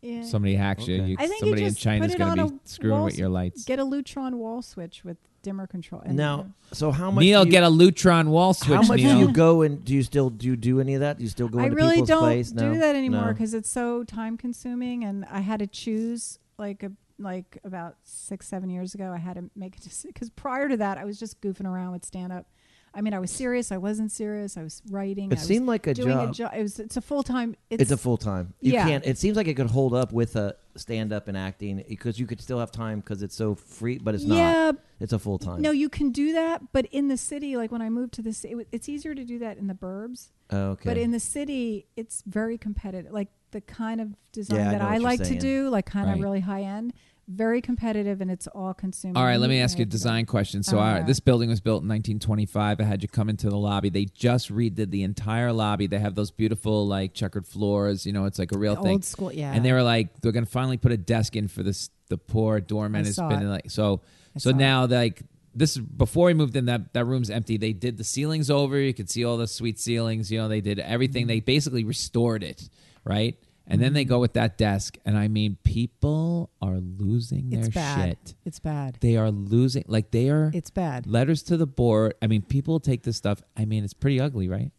[SPEAKER 4] yeah.
[SPEAKER 2] somebody hacks you.
[SPEAKER 3] Uh, Okay.
[SPEAKER 2] you
[SPEAKER 4] I think you
[SPEAKER 2] somebody in
[SPEAKER 4] just
[SPEAKER 2] China is
[SPEAKER 4] put it
[SPEAKER 2] going to
[SPEAKER 4] on
[SPEAKER 2] be
[SPEAKER 4] a
[SPEAKER 2] screwing
[SPEAKER 4] wall
[SPEAKER 2] with
[SPEAKER 4] s-
[SPEAKER 2] your lights.
[SPEAKER 4] Get a Lutron wall switch with dimmer control. and-
[SPEAKER 3] Now, so how much?
[SPEAKER 2] Neil,
[SPEAKER 3] do you,
[SPEAKER 2] get a Lutron wall switch.
[SPEAKER 3] How much
[SPEAKER 2] Neil.
[SPEAKER 3] do you go and do you still do you do any of that? Do you still go
[SPEAKER 4] I
[SPEAKER 3] into
[SPEAKER 4] really
[SPEAKER 3] people's
[SPEAKER 4] don't
[SPEAKER 3] place? No?
[SPEAKER 4] do that anymore
[SPEAKER 3] No?
[SPEAKER 4] because it's so time consuming, and I had to choose like a like about six seven years ago. I had to make a (laughs) decision because prior to that, I was just goofing around with stand up. I mean, I was serious. I wasn't serious. I was writing.
[SPEAKER 3] It
[SPEAKER 4] I was
[SPEAKER 3] seemed like a
[SPEAKER 4] doing
[SPEAKER 3] job.
[SPEAKER 4] A jo- it was. It's a full time.
[SPEAKER 3] It's, a full time. You
[SPEAKER 4] Yeah.
[SPEAKER 3] can't. It seems like it could hold up with a stand up and acting because you could still have time because it's so free, but it's
[SPEAKER 4] Yeah.
[SPEAKER 3] not. It's a full time.
[SPEAKER 4] No, you can do that, but in the city, like when I moved to the city, it's easier to do that in the burbs.
[SPEAKER 3] Oh, okay.
[SPEAKER 4] But in the city, it's very competitive. Like the kind of design
[SPEAKER 3] Yeah, I
[SPEAKER 4] that
[SPEAKER 3] know what
[SPEAKER 4] I,
[SPEAKER 3] you're
[SPEAKER 4] like to
[SPEAKER 3] saying.
[SPEAKER 4] do, like kind of
[SPEAKER 2] Right.
[SPEAKER 4] really high end, very competitive, and it's all consuming.
[SPEAKER 2] All right, let me
[SPEAKER 4] and
[SPEAKER 2] ask you a
[SPEAKER 4] everything.
[SPEAKER 2] design question. So, all right,
[SPEAKER 4] Uh-huh.
[SPEAKER 2] this building was built in 1925. I had you come into the lobby. They just redid the entire lobby. They have those beautiful, like, checkered floors. You know, it's like a real
[SPEAKER 4] The
[SPEAKER 2] thing.
[SPEAKER 4] old school, yeah.
[SPEAKER 2] And they were like, they're going to finally put a desk in for this. The poor doorman
[SPEAKER 4] I
[SPEAKER 2] has
[SPEAKER 4] saw
[SPEAKER 2] been
[SPEAKER 4] it.
[SPEAKER 2] like, so, so
[SPEAKER 4] saw it.
[SPEAKER 2] now, like, this is before we moved in, that, that room's empty. They did the ceilings over. You could see all the sweet ceilings. You know, they did everything. They basically restored it, right? And then
[SPEAKER 4] Mm.
[SPEAKER 2] they go with that desk. And I mean, people are losing their
[SPEAKER 5] It's bad.
[SPEAKER 2] shit
[SPEAKER 5] It's bad.
[SPEAKER 2] they are losing like they are
[SPEAKER 5] It's bad.
[SPEAKER 2] letters to the board i mean people take this stuff i mean it's pretty ugly right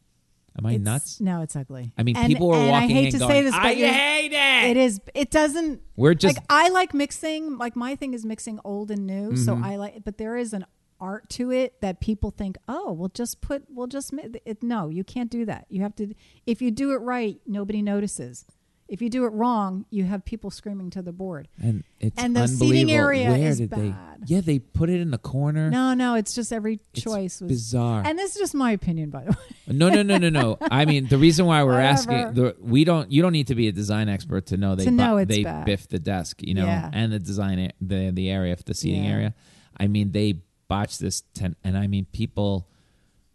[SPEAKER 2] am i
[SPEAKER 5] It's-
[SPEAKER 2] nuts
[SPEAKER 5] No, it's ugly.
[SPEAKER 2] i mean
[SPEAKER 4] And-
[SPEAKER 2] people are
[SPEAKER 4] and I
[SPEAKER 2] walking
[SPEAKER 4] hate
[SPEAKER 2] in
[SPEAKER 4] to
[SPEAKER 2] going,
[SPEAKER 4] say this, but
[SPEAKER 2] i
[SPEAKER 4] you're-
[SPEAKER 2] hate it,
[SPEAKER 4] It is. It doesn't.
[SPEAKER 2] We're just-
[SPEAKER 4] like I like mixing. Like my thing is mixing old and new. So
[SPEAKER 2] Mm-hmm.
[SPEAKER 4] I like, but there is an art to it that people think, oh, we'll just put, we'll just. mi- It, no, you can't do that. You have to. If you do it right, nobody notices. If you do it wrong, you have people screaming to the board.
[SPEAKER 2] and it's
[SPEAKER 4] and the
[SPEAKER 2] unbelievable.
[SPEAKER 4] seating area
[SPEAKER 2] Where
[SPEAKER 4] is
[SPEAKER 2] did
[SPEAKER 4] bad.
[SPEAKER 2] they yeah they put it in the corner
[SPEAKER 4] No, no, it's just every
[SPEAKER 2] It's
[SPEAKER 4] choice was
[SPEAKER 2] bizarre.
[SPEAKER 4] And this is just my opinion, by the way. (laughs)
[SPEAKER 2] no no no no no i mean the reason why we're asking
[SPEAKER 4] Whatever.
[SPEAKER 2] the, we don't you don't need to be a design expert to know they
[SPEAKER 4] To know
[SPEAKER 2] bu-
[SPEAKER 4] it's
[SPEAKER 2] they
[SPEAKER 4] bad.
[SPEAKER 2] biffed the desk you know
[SPEAKER 4] Yeah.
[SPEAKER 2] and the design a- the the area the seating
[SPEAKER 4] Yeah.
[SPEAKER 2] area i mean they botched this tent and i mean people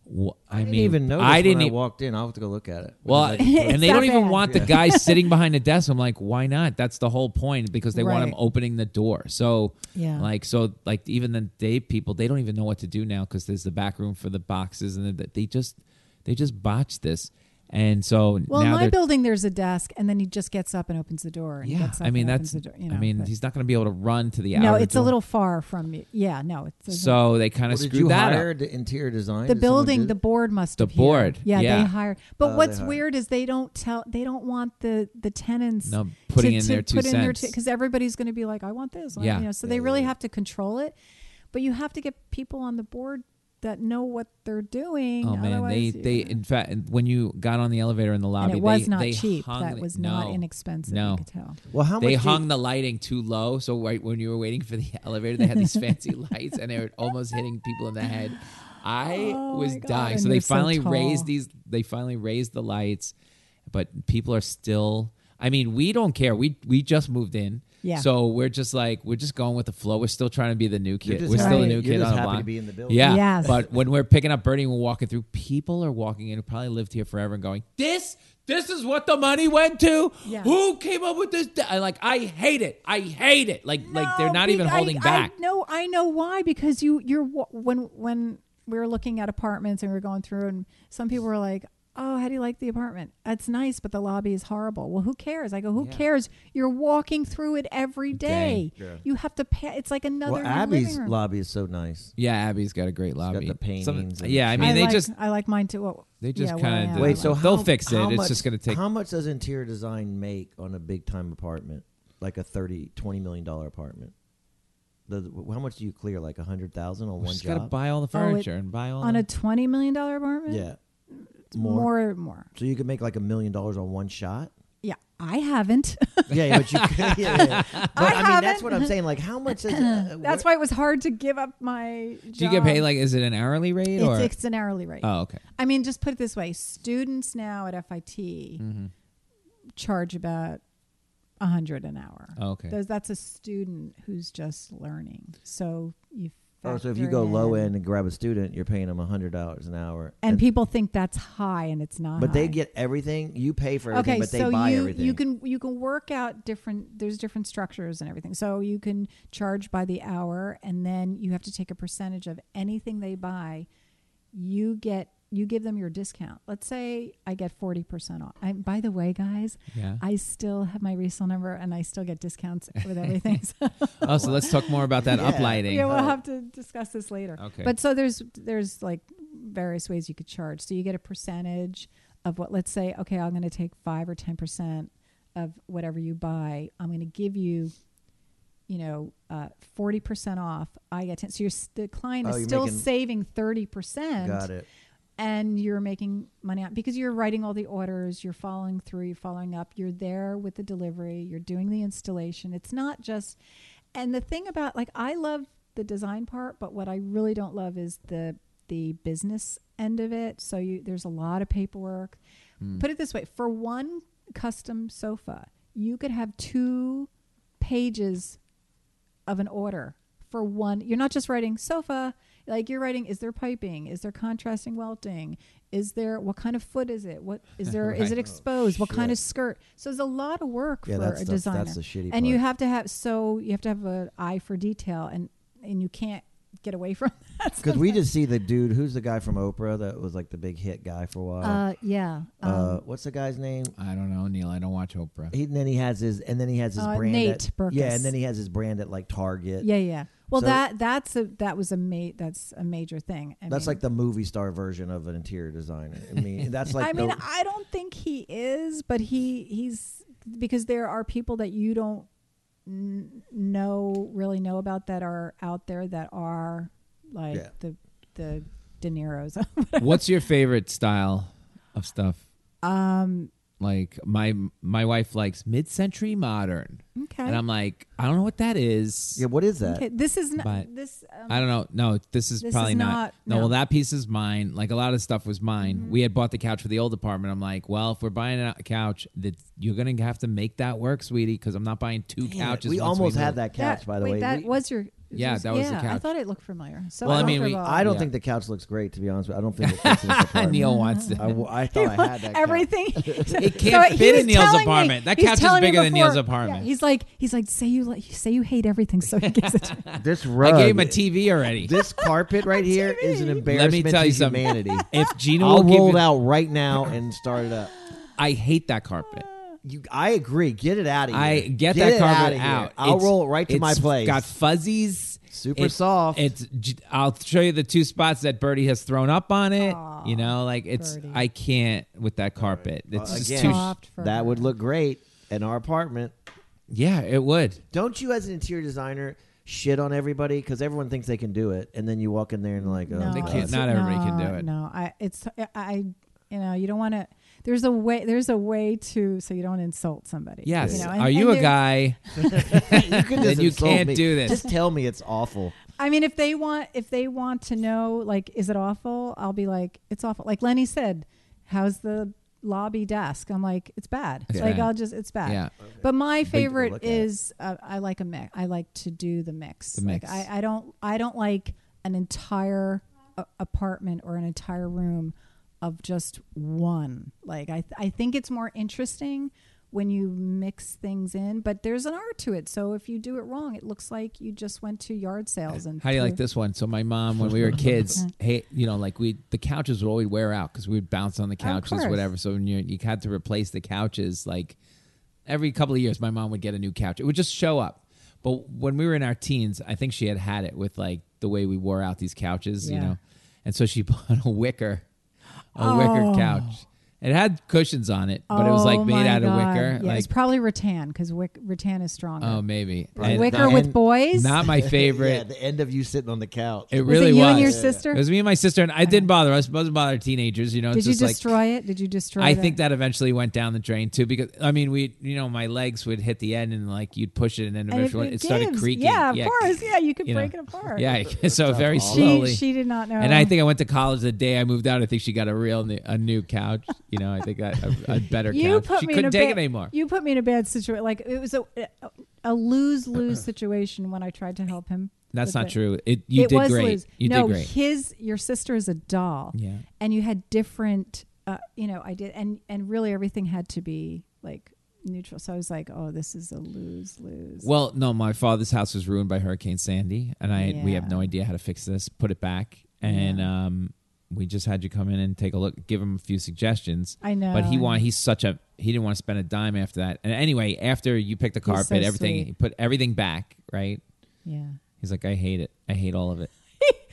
[SPEAKER 2] wh- I,
[SPEAKER 3] I didn't
[SPEAKER 2] mean,
[SPEAKER 3] even notice
[SPEAKER 2] I didn't
[SPEAKER 3] when
[SPEAKER 2] e-
[SPEAKER 3] I walked in. I'll have to go look at it.
[SPEAKER 2] Well,
[SPEAKER 3] Because I-
[SPEAKER 2] and they
[SPEAKER 4] that
[SPEAKER 2] don't even
[SPEAKER 4] bad.
[SPEAKER 2] want the
[SPEAKER 3] (laughs)
[SPEAKER 2] guy sitting behind the desk. I'm like, why not? That's the whole point because they want
[SPEAKER 5] Right.
[SPEAKER 2] him opening the door. So,
[SPEAKER 5] Yeah.
[SPEAKER 2] like, so like even the day people, they don't even know what to do now because there's the back room for the boxes and the, they just they just botched this. And so
[SPEAKER 4] Well, in
[SPEAKER 2] now
[SPEAKER 4] my
[SPEAKER 2] they're,
[SPEAKER 4] building, there's a desk, and then he just gets up and opens the door. And
[SPEAKER 2] yeah,
[SPEAKER 4] gets up
[SPEAKER 2] I mean
[SPEAKER 4] and
[SPEAKER 2] that's
[SPEAKER 4] opens the door, you know,
[SPEAKER 2] I mean
[SPEAKER 4] but-
[SPEAKER 2] he's not going to be able to run to the
[SPEAKER 4] no,
[SPEAKER 2] outer
[SPEAKER 4] it's a
[SPEAKER 2] door.
[SPEAKER 4] little far from you. Yeah, no, it's doesn't-
[SPEAKER 2] So they kind
[SPEAKER 3] Well,
[SPEAKER 2] of
[SPEAKER 3] did
[SPEAKER 2] screwed
[SPEAKER 3] you
[SPEAKER 2] that
[SPEAKER 3] hire
[SPEAKER 2] up.
[SPEAKER 3] the interior design?
[SPEAKER 4] the
[SPEAKER 3] Did someone do
[SPEAKER 4] building, the
[SPEAKER 3] that?
[SPEAKER 4] board must
[SPEAKER 2] The
[SPEAKER 4] have. here.
[SPEAKER 2] board,
[SPEAKER 4] Yeah,
[SPEAKER 2] yeah.
[SPEAKER 4] they hired. But
[SPEAKER 3] Oh,
[SPEAKER 4] what's
[SPEAKER 3] they hired.
[SPEAKER 4] weird is they don't tell. They don't want the the tenants
[SPEAKER 2] No, putting
[SPEAKER 4] to,
[SPEAKER 2] in
[SPEAKER 4] to
[SPEAKER 2] their two
[SPEAKER 4] put in their
[SPEAKER 2] cents.
[SPEAKER 4] because everybody's going to be like, I want this. I-
[SPEAKER 2] Yeah.
[SPEAKER 4] you know, so they really have to control it. But you have to get people on the board that know what they're doing.
[SPEAKER 2] Oh man, they
[SPEAKER 4] Otherwise, you-
[SPEAKER 2] they in fact when you got on the elevator in the lobby,
[SPEAKER 4] and it was
[SPEAKER 2] they,
[SPEAKER 4] not
[SPEAKER 2] they
[SPEAKER 4] cheap.
[SPEAKER 2] hung
[SPEAKER 4] That
[SPEAKER 2] it-
[SPEAKER 4] was not
[SPEAKER 2] no.
[SPEAKER 4] inexpensive.
[SPEAKER 2] No.
[SPEAKER 4] you could tell.
[SPEAKER 3] Well, how
[SPEAKER 2] they
[SPEAKER 3] much do you-
[SPEAKER 2] hung the lighting too low, (laughs)
[SPEAKER 4] (laughs)
[SPEAKER 2] so right when you were waiting for the elevator, they had these fancy lights, and they were almost hitting people in the head. I
[SPEAKER 4] Oh
[SPEAKER 2] was
[SPEAKER 4] my God,
[SPEAKER 2] dying.
[SPEAKER 4] and
[SPEAKER 2] So they
[SPEAKER 4] they're so
[SPEAKER 2] finally
[SPEAKER 4] tall.
[SPEAKER 2] raised these. They finally raised the lights, but people are still. I mean, we don't care. We we just moved in.
[SPEAKER 4] Yeah.
[SPEAKER 2] So we're just like we're just going with the flow. We're still trying to be the new kid.
[SPEAKER 3] just
[SPEAKER 2] We're still the
[SPEAKER 4] happy-
[SPEAKER 2] new
[SPEAKER 3] you're
[SPEAKER 2] kid
[SPEAKER 3] just
[SPEAKER 2] on the
[SPEAKER 3] happy
[SPEAKER 2] block.
[SPEAKER 3] to be in the building.
[SPEAKER 2] Yeah.
[SPEAKER 4] Yes.
[SPEAKER 2] But when we're picking up Bernie and we're walking through, people are walking in who probably lived here forever and going, "This, this is what the money went to.
[SPEAKER 4] Yeah.
[SPEAKER 2] Who came up with this? di-" I like, I hate it. I hate it. Like, like they're
[SPEAKER 4] No,
[SPEAKER 2] not
[SPEAKER 4] be-
[SPEAKER 2] even
[SPEAKER 4] I-
[SPEAKER 2] holding
[SPEAKER 4] I,
[SPEAKER 2] back.
[SPEAKER 4] No, I know why because you you're wa- when when we were looking at apartments and we were going through and some people were like, "Oh, how do you like the apartment? It's nice, but the lobby is horrible." Well, who cares? I go, "Who cares? You're walking through it every day. You have to pay. It's like another
[SPEAKER 3] Well,
[SPEAKER 4] new
[SPEAKER 3] Abby's
[SPEAKER 4] living room.
[SPEAKER 3] lobby is so nice.
[SPEAKER 2] Yeah, Abby's got a great lobby.
[SPEAKER 3] the paintings
[SPEAKER 2] Some-
[SPEAKER 3] and
[SPEAKER 2] yeah, I
[SPEAKER 3] shit.
[SPEAKER 2] mean,
[SPEAKER 4] I
[SPEAKER 2] they
[SPEAKER 4] like,
[SPEAKER 2] just
[SPEAKER 4] I like mine too. Well,
[SPEAKER 2] they just
[SPEAKER 4] yeah,
[SPEAKER 2] kinda
[SPEAKER 4] well, I
[SPEAKER 2] did
[SPEAKER 4] am.
[SPEAKER 2] it.
[SPEAKER 4] I
[SPEAKER 3] Wait, so
[SPEAKER 4] like-
[SPEAKER 2] They'll
[SPEAKER 3] how-
[SPEAKER 2] fix it.
[SPEAKER 3] how
[SPEAKER 2] It's
[SPEAKER 3] much-
[SPEAKER 2] just gonna take-
[SPEAKER 3] How much does interior design make on a big time apartment, like a 30 $20 million dollar apartment? The, how much do you clear? Like a hundred thousand on
[SPEAKER 2] we
[SPEAKER 3] one
[SPEAKER 2] just gotta
[SPEAKER 3] job?
[SPEAKER 2] buy all the
[SPEAKER 4] Oh, it-
[SPEAKER 2] furniture and buy all
[SPEAKER 4] on
[SPEAKER 2] the,
[SPEAKER 4] a twenty million dollar apartment.
[SPEAKER 3] yeah,
[SPEAKER 4] more, more.
[SPEAKER 3] So you could make like a million dollars on one shot.
[SPEAKER 4] Yeah, I haven't. (laughs)
[SPEAKER 3] Yeah, but you. Could, (laughs) yeah, yeah. But I, mean, that's
[SPEAKER 4] haven't.
[SPEAKER 3] what I'm saying. Like, how much is? Uh,
[SPEAKER 4] (clears throat) That's why it was hard to give up my. Job.
[SPEAKER 2] Do you get paid like? Is it an hourly rate
[SPEAKER 4] It's,
[SPEAKER 2] or?
[SPEAKER 4] it's an hourly rate.
[SPEAKER 2] oh, okay.
[SPEAKER 4] I mean, just put it this way: students now at FIT charge about a hundred an hour.
[SPEAKER 2] Okay.
[SPEAKER 4] Those- that's a student who's just learning. So you.
[SPEAKER 3] Oh, so if
[SPEAKER 4] factor
[SPEAKER 3] you go
[SPEAKER 4] in-
[SPEAKER 3] low end and grab a student, you're paying them a hundred dollars an hour.
[SPEAKER 4] and, people think that's high, and it's not.
[SPEAKER 3] but they
[SPEAKER 4] high.
[SPEAKER 3] get everything. You pay for everything,
[SPEAKER 4] Okay,
[SPEAKER 3] but they
[SPEAKER 4] so
[SPEAKER 3] buy
[SPEAKER 4] you
[SPEAKER 3] everything.
[SPEAKER 4] you can you can work out different. There's different structures and everything. So you can charge by the hour, and then you have to take a percentage of anything they buy. You get you give them your discount. Let's say I get forty percent off. I, by the way, guys,
[SPEAKER 2] Yeah.
[SPEAKER 4] I still have my resale number, and I still get discounts with
[SPEAKER 3] (laughs)
[SPEAKER 4] everything. So
[SPEAKER 2] Oh, so let's talk more about that
[SPEAKER 3] Yeah.
[SPEAKER 2] uplighting.
[SPEAKER 4] (laughs) yeah,
[SPEAKER 3] Oh.
[SPEAKER 4] we'll have to discuss this later.
[SPEAKER 2] Okay.
[SPEAKER 4] But so there's there's like various ways you could charge. So you get a percentage of what let's say, okay, I'm gonna take five or ten percent of whatever you buy. I'm gonna give you, you know, uh, forty percent off. I get ten so your s- the client
[SPEAKER 3] Oh,
[SPEAKER 4] is
[SPEAKER 3] you're
[SPEAKER 4] still
[SPEAKER 3] making-
[SPEAKER 4] saving thirty percent
[SPEAKER 3] Got it.
[SPEAKER 4] and you're making money out because you're writing all the orders, you're following through, you're following up, you're there with the delivery, you're doing the installation. It's not just, and the thing about like I love the design part, but what I really don't love is the the business end of it. So you there's a lot of paperwork. Put it this way: for one custom sofa, you could have two pages of an order for one. You're not just writing sofa, like you're writing is there piping? Is there contrasting welting? Is there what kind of foot is it? What is there? Is
[SPEAKER 2] Right.
[SPEAKER 4] it exposed? what kind of
[SPEAKER 3] shit.
[SPEAKER 4] skirt? So there's a lot of work
[SPEAKER 3] Yeah,
[SPEAKER 4] for
[SPEAKER 3] that's-
[SPEAKER 4] a
[SPEAKER 3] that's-
[SPEAKER 4] designer.
[SPEAKER 3] that's the shitty
[SPEAKER 4] and you
[SPEAKER 3] part.
[SPEAKER 4] have to have so you have to have an eye for detail and and you can't get away (laughs) from that.
[SPEAKER 3] Because we just see the dude who's the guy from Oprah that was like the big hit guy for a while.
[SPEAKER 4] uh um, yeah.
[SPEAKER 3] Uh, what's the guy's name?
[SPEAKER 2] I don't know, Neil. I don't watch Oprah.
[SPEAKER 3] He, and then he has his, and then he has his
[SPEAKER 4] Uh,
[SPEAKER 3] brand.
[SPEAKER 4] Nate
[SPEAKER 3] at, yeah,
[SPEAKER 4] Berkus.
[SPEAKER 3] and then he has his brand at like Target.
[SPEAKER 4] yeah, yeah. Well,
[SPEAKER 3] So-
[SPEAKER 4] that that's a that was a ma- that's a major thing. I
[SPEAKER 3] that's
[SPEAKER 4] mean-
[SPEAKER 3] like the movie star version of an interior designer.
[SPEAKER 4] (laughs)
[SPEAKER 3] I mean, that's like
[SPEAKER 4] I mean,
[SPEAKER 3] the,
[SPEAKER 4] I don't think he is, but he he's because there are people that you don't n- know really know about that are out there that are like
[SPEAKER 3] Yeah.
[SPEAKER 4] the the De Niro's. (laughs)
[SPEAKER 2] What's your favorite style of stuff? Um, like my my wife likes mid century modern,
[SPEAKER 4] okay.
[SPEAKER 2] and I'm like, I don't know what that is.
[SPEAKER 3] yeah. What is that?
[SPEAKER 4] okay. This is
[SPEAKER 2] But-
[SPEAKER 4] not this. Um,
[SPEAKER 2] I don't know. No, this is
[SPEAKER 4] This
[SPEAKER 2] probably
[SPEAKER 4] is
[SPEAKER 2] not.
[SPEAKER 4] not-
[SPEAKER 2] No,
[SPEAKER 4] no. Mm-hmm.
[SPEAKER 2] well, that piece is mine. Like a lot of stuff was mine. We had bought the couch for the old apartment. I'm like, well, if we're buying a couch, that you're gonna have to make that work, sweetie, because I'm not buying two
[SPEAKER 3] Damn it,
[SPEAKER 2] couches.
[SPEAKER 3] We
[SPEAKER 2] once
[SPEAKER 3] almost
[SPEAKER 2] move.
[SPEAKER 3] had
[SPEAKER 2] (laughs)
[SPEAKER 3] that couch,
[SPEAKER 4] that-
[SPEAKER 3] by the
[SPEAKER 4] wait,
[SPEAKER 3] way.
[SPEAKER 4] that
[SPEAKER 3] We-
[SPEAKER 4] was your.
[SPEAKER 2] Yeah, that was the
[SPEAKER 4] I
[SPEAKER 2] couch.
[SPEAKER 4] thought it looked familiar. So
[SPEAKER 2] Well, I mean, we-
[SPEAKER 4] comfortable.
[SPEAKER 3] I don't
[SPEAKER 2] Yeah.
[SPEAKER 3] think the couch looks great, to be honest with you. I don't think it
[SPEAKER 2] (laughs)
[SPEAKER 3] fits in this apartment.
[SPEAKER 2] Neil wants to.
[SPEAKER 3] I, (laughs) w- I thought
[SPEAKER 4] (laughs)
[SPEAKER 3] I had that. couch.
[SPEAKER 4] everything.
[SPEAKER 2] (laughs)
[SPEAKER 4] (laughs)
[SPEAKER 2] It can't fit in Neil's apartment. That couch is bigger than Neil's apartment.
[SPEAKER 4] he's like, he's like, say you like, say you hate everything, so he gives it. to me.
[SPEAKER 3] (laughs) This
[SPEAKER 2] I
[SPEAKER 3] rug.
[SPEAKER 2] gave him a TV already.
[SPEAKER 3] This
[SPEAKER 4] (laughs)
[SPEAKER 3] carpet right here is an
[SPEAKER 2] Let
[SPEAKER 3] embarrassment
[SPEAKER 2] me tell you
[SPEAKER 3] to
[SPEAKER 2] something. (laughs)
[SPEAKER 3] humanity.
[SPEAKER 2] If Gina
[SPEAKER 3] I'll
[SPEAKER 2] will give
[SPEAKER 3] roll it
[SPEAKER 2] it-
[SPEAKER 3] out right now and start it up.
[SPEAKER 2] I hate that carpet.
[SPEAKER 3] You, I agree. Get it out of here.
[SPEAKER 2] I get,
[SPEAKER 3] it
[SPEAKER 2] that carpet
[SPEAKER 3] outta here.
[SPEAKER 2] out.
[SPEAKER 3] I'll
[SPEAKER 2] It's-
[SPEAKER 3] roll it right to my
[SPEAKER 2] it's
[SPEAKER 3] place.
[SPEAKER 2] Got fuzzies.
[SPEAKER 3] Super
[SPEAKER 2] It's-
[SPEAKER 3] soft.
[SPEAKER 2] It's. j- I'll show you the two spots that Birdie has thrown up on it. you know, like it's.
[SPEAKER 4] Birdie.
[SPEAKER 2] I can't with that carpet. It's just
[SPEAKER 3] Uh, Again,
[SPEAKER 2] too.
[SPEAKER 4] Soft for
[SPEAKER 3] that
[SPEAKER 4] her.
[SPEAKER 3] would look great in our apartment.
[SPEAKER 2] Yeah, it would.
[SPEAKER 3] Don't you, as an interior designer, shit on everybody because everyone thinks they can do it, and then you walk in there and like, oh,
[SPEAKER 4] No,
[SPEAKER 2] They
[SPEAKER 3] God.
[SPEAKER 2] can't- not everybody can do it.
[SPEAKER 4] No, I it's I, I you know you don't want to. There's a way. There's a way to so you don't insult somebody.
[SPEAKER 2] Yes.
[SPEAKER 4] You know, and-
[SPEAKER 2] Are you
[SPEAKER 4] and
[SPEAKER 2] a
[SPEAKER 4] there-
[SPEAKER 2] guy?
[SPEAKER 3] (laughs) you can just
[SPEAKER 2] (laughs) Then you
[SPEAKER 3] insult
[SPEAKER 2] can't
[SPEAKER 3] me.
[SPEAKER 2] do this.
[SPEAKER 3] Just tell me it's awful.
[SPEAKER 4] I mean, if they want, if they want to know, like, is it awful? I'll be like, it's awful. Like Lenny said, how's the lobby desk? I'm like, it's bad.
[SPEAKER 2] It's
[SPEAKER 4] like
[SPEAKER 2] bad.
[SPEAKER 4] I'll just, it's bad.
[SPEAKER 2] Yeah.
[SPEAKER 4] But my
[SPEAKER 3] But you can
[SPEAKER 4] favorite
[SPEAKER 3] look at it.
[SPEAKER 4] is uh, I like a mix. I like to do the mix.
[SPEAKER 2] The mix.
[SPEAKER 4] Like I, I don't, I don't like an entire a- apartment or an entire room of just one. Like I, I think it's more interesting when you mix things in, but there's an art to it. So if you do it wrong, it looks like you just went to yard sales and
[SPEAKER 2] How do you
[SPEAKER 4] threw-
[SPEAKER 2] like this one? So my mom, when we were
[SPEAKER 4] (laughs)
[SPEAKER 2] kids, hey, you know, like we the couches would always wear out because we would bounce on the couches,
[SPEAKER 4] course.
[SPEAKER 2] whatever. So when you you had to replace the couches, like every couple of years, my mom would get a new couch. It would just show up. But when we were in our teens, I think she had had it with like the way we wore out these couches, you
[SPEAKER 4] Yeah.
[SPEAKER 2] know, and so she (laughs) bought a wicker, a wicker couch. It had cushions on it, but it was like
[SPEAKER 4] Oh
[SPEAKER 2] made
[SPEAKER 4] my
[SPEAKER 2] out of
[SPEAKER 4] God.
[SPEAKER 2] wicker.
[SPEAKER 4] Yeah,
[SPEAKER 2] like,
[SPEAKER 4] it's probably rattan because wick, rattan is stronger.
[SPEAKER 2] oh, maybe And
[SPEAKER 4] wicker
[SPEAKER 2] not-
[SPEAKER 4] with boys.
[SPEAKER 2] Not my favorite.
[SPEAKER 3] (laughs) yeah, the end of you sitting on the couch.
[SPEAKER 2] It
[SPEAKER 4] Was
[SPEAKER 2] really
[SPEAKER 4] it you
[SPEAKER 2] was.
[SPEAKER 4] and your sister?
[SPEAKER 2] It was me and my sister, and I didn't bother us. Doesn't bother teenagers, you know.
[SPEAKER 4] Did
[SPEAKER 2] it's
[SPEAKER 4] you
[SPEAKER 2] just like-
[SPEAKER 4] destroy it? Did you destroy?
[SPEAKER 2] I
[SPEAKER 4] the-
[SPEAKER 2] think that eventually went down the drain too, because I mean, we, you know, my legs would hit the end, and like you'd push it, and then
[SPEAKER 4] And if
[SPEAKER 2] eventually it,
[SPEAKER 4] it
[SPEAKER 2] started
[SPEAKER 4] gives-
[SPEAKER 2] creaking.
[SPEAKER 4] Yeah, of course. Yeah, you could
[SPEAKER 2] you know.
[SPEAKER 4] break it apart.
[SPEAKER 2] Yeah, (laughs) so very
[SPEAKER 4] She,
[SPEAKER 2] slowly.
[SPEAKER 4] she did not know.
[SPEAKER 2] and I think I went to college the day I moved out. I think she got a real new, a new couch. You know, I think I, a, a better
[SPEAKER 4] you
[SPEAKER 2] couch.
[SPEAKER 4] put
[SPEAKER 2] she
[SPEAKER 4] me in
[SPEAKER 2] couldn't
[SPEAKER 4] a
[SPEAKER 2] take
[SPEAKER 4] ba-
[SPEAKER 2] it anymore.
[SPEAKER 4] You put me in a bad situation. Like it was a a
[SPEAKER 2] (clears throat)
[SPEAKER 4] lose lose situation when I tried to help him.
[SPEAKER 2] That's
[SPEAKER 4] with
[SPEAKER 2] not
[SPEAKER 4] it.
[SPEAKER 2] true. It you
[SPEAKER 4] it
[SPEAKER 2] did
[SPEAKER 4] was
[SPEAKER 2] great.
[SPEAKER 4] Lose.
[SPEAKER 2] You
[SPEAKER 4] no,
[SPEAKER 2] did great.
[SPEAKER 4] his your sister is a doll.
[SPEAKER 2] Yeah.
[SPEAKER 4] and you had different. Uh, you know, I did, and and really everything had to be like neutral. So I was like, oh, this is a lose lose.
[SPEAKER 2] Well, no, my father's house was ruined by Hurricane Sandy, and I we have
[SPEAKER 4] Yeah.
[SPEAKER 2] no idea how to fix this. Put it back, and um, we just had you come in and take a look, give him a few suggestions.
[SPEAKER 4] I know,
[SPEAKER 2] but he
[SPEAKER 4] I
[SPEAKER 2] want
[SPEAKER 4] know.
[SPEAKER 2] he's such a he didn't want to spend a dime after that. And anyway, after you picked the
[SPEAKER 4] He's so
[SPEAKER 2] carpet, everything
[SPEAKER 4] sweet.
[SPEAKER 2] he put everything back, right?
[SPEAKER 4] yeah,
[SPEAKER 2] He's like, I hate it. I hate all of
[SPEAKER 4] (laughs)
[SPEAKER 2] it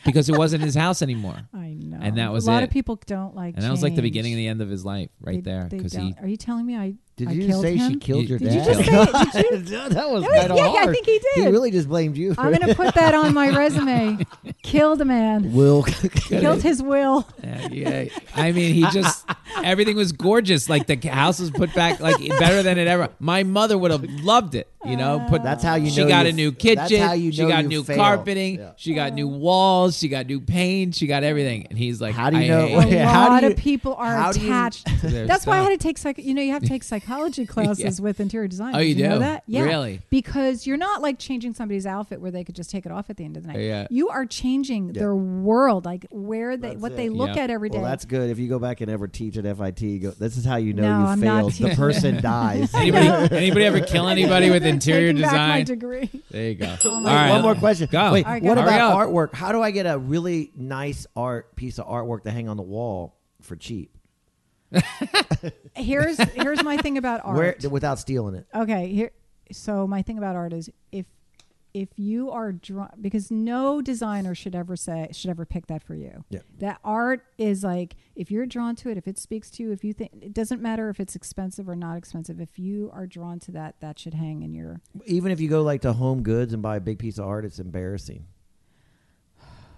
[SPEAKER 2] because it wasn't his house anymore.
[SPEAKER 4] I know.
[SPEAKER 2] And that was
[SPEAKER 4] a lot
[SPEAKER 2] it.
[SPEAKER 4] of people don't like.
[SPEAKER 2] And that was like the beginning and
[SPEAKER 4] change.
[SPEAKER 2] the end of his life, right
[SPEAKER 4] They-
[SPEAKER 2] there,
[SPEAKER 4] they
[SPEAKER 2] because he
[SPEAKER 4] don't- Are you telling me I?
[SPEAKER 3] Did
[SPEAKER 4] I
[SPEAKER 3] you
[SPEAKER 4] killed
[SPEAKER 3] say
[SPEAKER 4] him?
[SPEAKER 3] she killed
[SPEAKER 2] You-
[SPEAKER 3] your
[SPEAKER 2] Did
[SPEAKER 3] dad?
[SPEAKER 2] you just
[SPEAKER 4] say
[SPEAKER 3] (laughs)
[SPEAKER 4] it? Did
[SPEAKER 3] that
[SPEAKER 4] That
[SPEAKER 3] was
[SPEAKER 4] was-
[SPEAKER 3] kind of
[SPEAKER 4] yeah, I
[SPEAKER 3] hard.
[SPEAKER 4] think he
[SPEAKER 3] He
[SPEAKER 4] did.
[SPEAKER 3] really just blamed you. For
[SPEAKER 4] I'm gonna put that on my resume.
[SPEAKER 2] (laughs)
[SPEAKER 4] Killed a man.
[SPEAKER 3] (laughs) Will. (laughs)
[SPEAKER 4] Killed his will.
[SPEAKER 2] Yeah, yeah. I mean, he just everything was gorgeous. Like the house was put back like better than it ever. My mother would have loved it, you know. Put
[SPEAKER 3] That's how you
[SPEAKER 2] She
[SPEAKER 3] know
[SPEAKER 2] got
[SPEAKER 3] you-
[SPEAKER 2] a new kitchen.
[SPEAKER 3] that's how you
[SPEAKER 2] she
[SPEAKER 3] know
[SPEAKER 2] got
[SPEAKER 3] you
[SPEAKER 2] new
[SPEAKER 3] failed.
[SPEAKER 2] carpeting.
[SPEAKER 3] Yeah.
[SPEAKER 2] She got new walls. She got new paint. She got everything. And he's like,
[SPEAKER 3] How do you
[SPEAKER 2] I
[SPEAKER 3] know- (laughs)
[SPEAKER 2] hate it.
[SPEAKER 4] a
[SPEAKER 3] (laughs) Yeah, how do
[SPEAKER 4] lot
[SPEAKER 3] you-
[SPEAKER 4] of people
[SPEAKER 3] how
[SPEAKER 4] are
[SPEAKER 3] do you- (laughs)
[SPEAKER 4] attached.
[SPEAKER 2] To their
[SPEAKER 4] (laughs) That's why I
[SPEAKER 2] stuff.
[SPEAKER 4] had to take psych. You know, you have to take psychology classes with interior design.
[SPEAKER 2] Oh,
[SPEAKER 4] Did
[SPEAKER 2] you do?
[SPEAKER 4] know that? Yeah,
[SPEAKER 2] Really?
[SPEAKER 4] Because you're not like changing somebody's outfit where they could just take it off at the end of the night.
[SPEAKER 2] Yeah.
[SPEAKER 4] You are changing their world, like where they,
[SPEAKER 3] That's
[SPEAKER 4] what
[SPEAKER 3] it.
[SPEAKER 4] they look
[SPEAKER 2] Yeah.
[SPEAKER 4] at every day.
[SPEAKER 3] Well, that's good. If you go back and ever teach at FIT, you go, this is how you know
[SPEAKER 4] No,
[SPEAKER 3] you
[SPEAKER 4] I'm not
[SPEAKER 3] failed. The
[SPEAKER 2] (laughs)
[SPEAKER 4] teaching.
[SPEAKER 3] person dies.
[SPEAKER 2] Anybody, anybody ever
[SPEAKER 4] (laughs)
[SPEAKER 2] kill anybody with interior
[SPEAKER 4] Taking Back my Oh
[SPEAKER 2] design?
[SPEAKER 4] degree.
[SPEAKER 2] There you go. All
[SPEAKER 3] Wait,
[SPEAKER 2] right,
[SPEAKER 3] one more question.
[SPEAKER 2] Go.
[SPEAKER 3] Wait,
[SPEAKER 4] All right,
[SPEAKER 3] what
[SPEAKER 4] go.
[SPEAKER 2] Hurry
[SPEAKER 3] about
[SPEAKER 2] up.
[SPEAKER 3] artwork? How do I get a really nice art piece of artwork to hang on the wall for cheap?
[SPEAKER 4] Here's here's my thing about art.
[SPEAKER 3] (laughs) Where without stealing it?
[SPEAKER 4] Okay, here. So my thing about art is if if you are drawn because no designer should ever say should ever pick that for you.
[SPEAKER 3] Yeah.
[SPEAKER 4] That art is like if you're drawn to it, if it speaks to you, if you think it doesn't matter if it's expensive or not expensive. If you are drawn to that, that should hang in your.
[SPEAKER 3] Even if you go like to Home Goods and buy a big piece of art, it's embarrassing.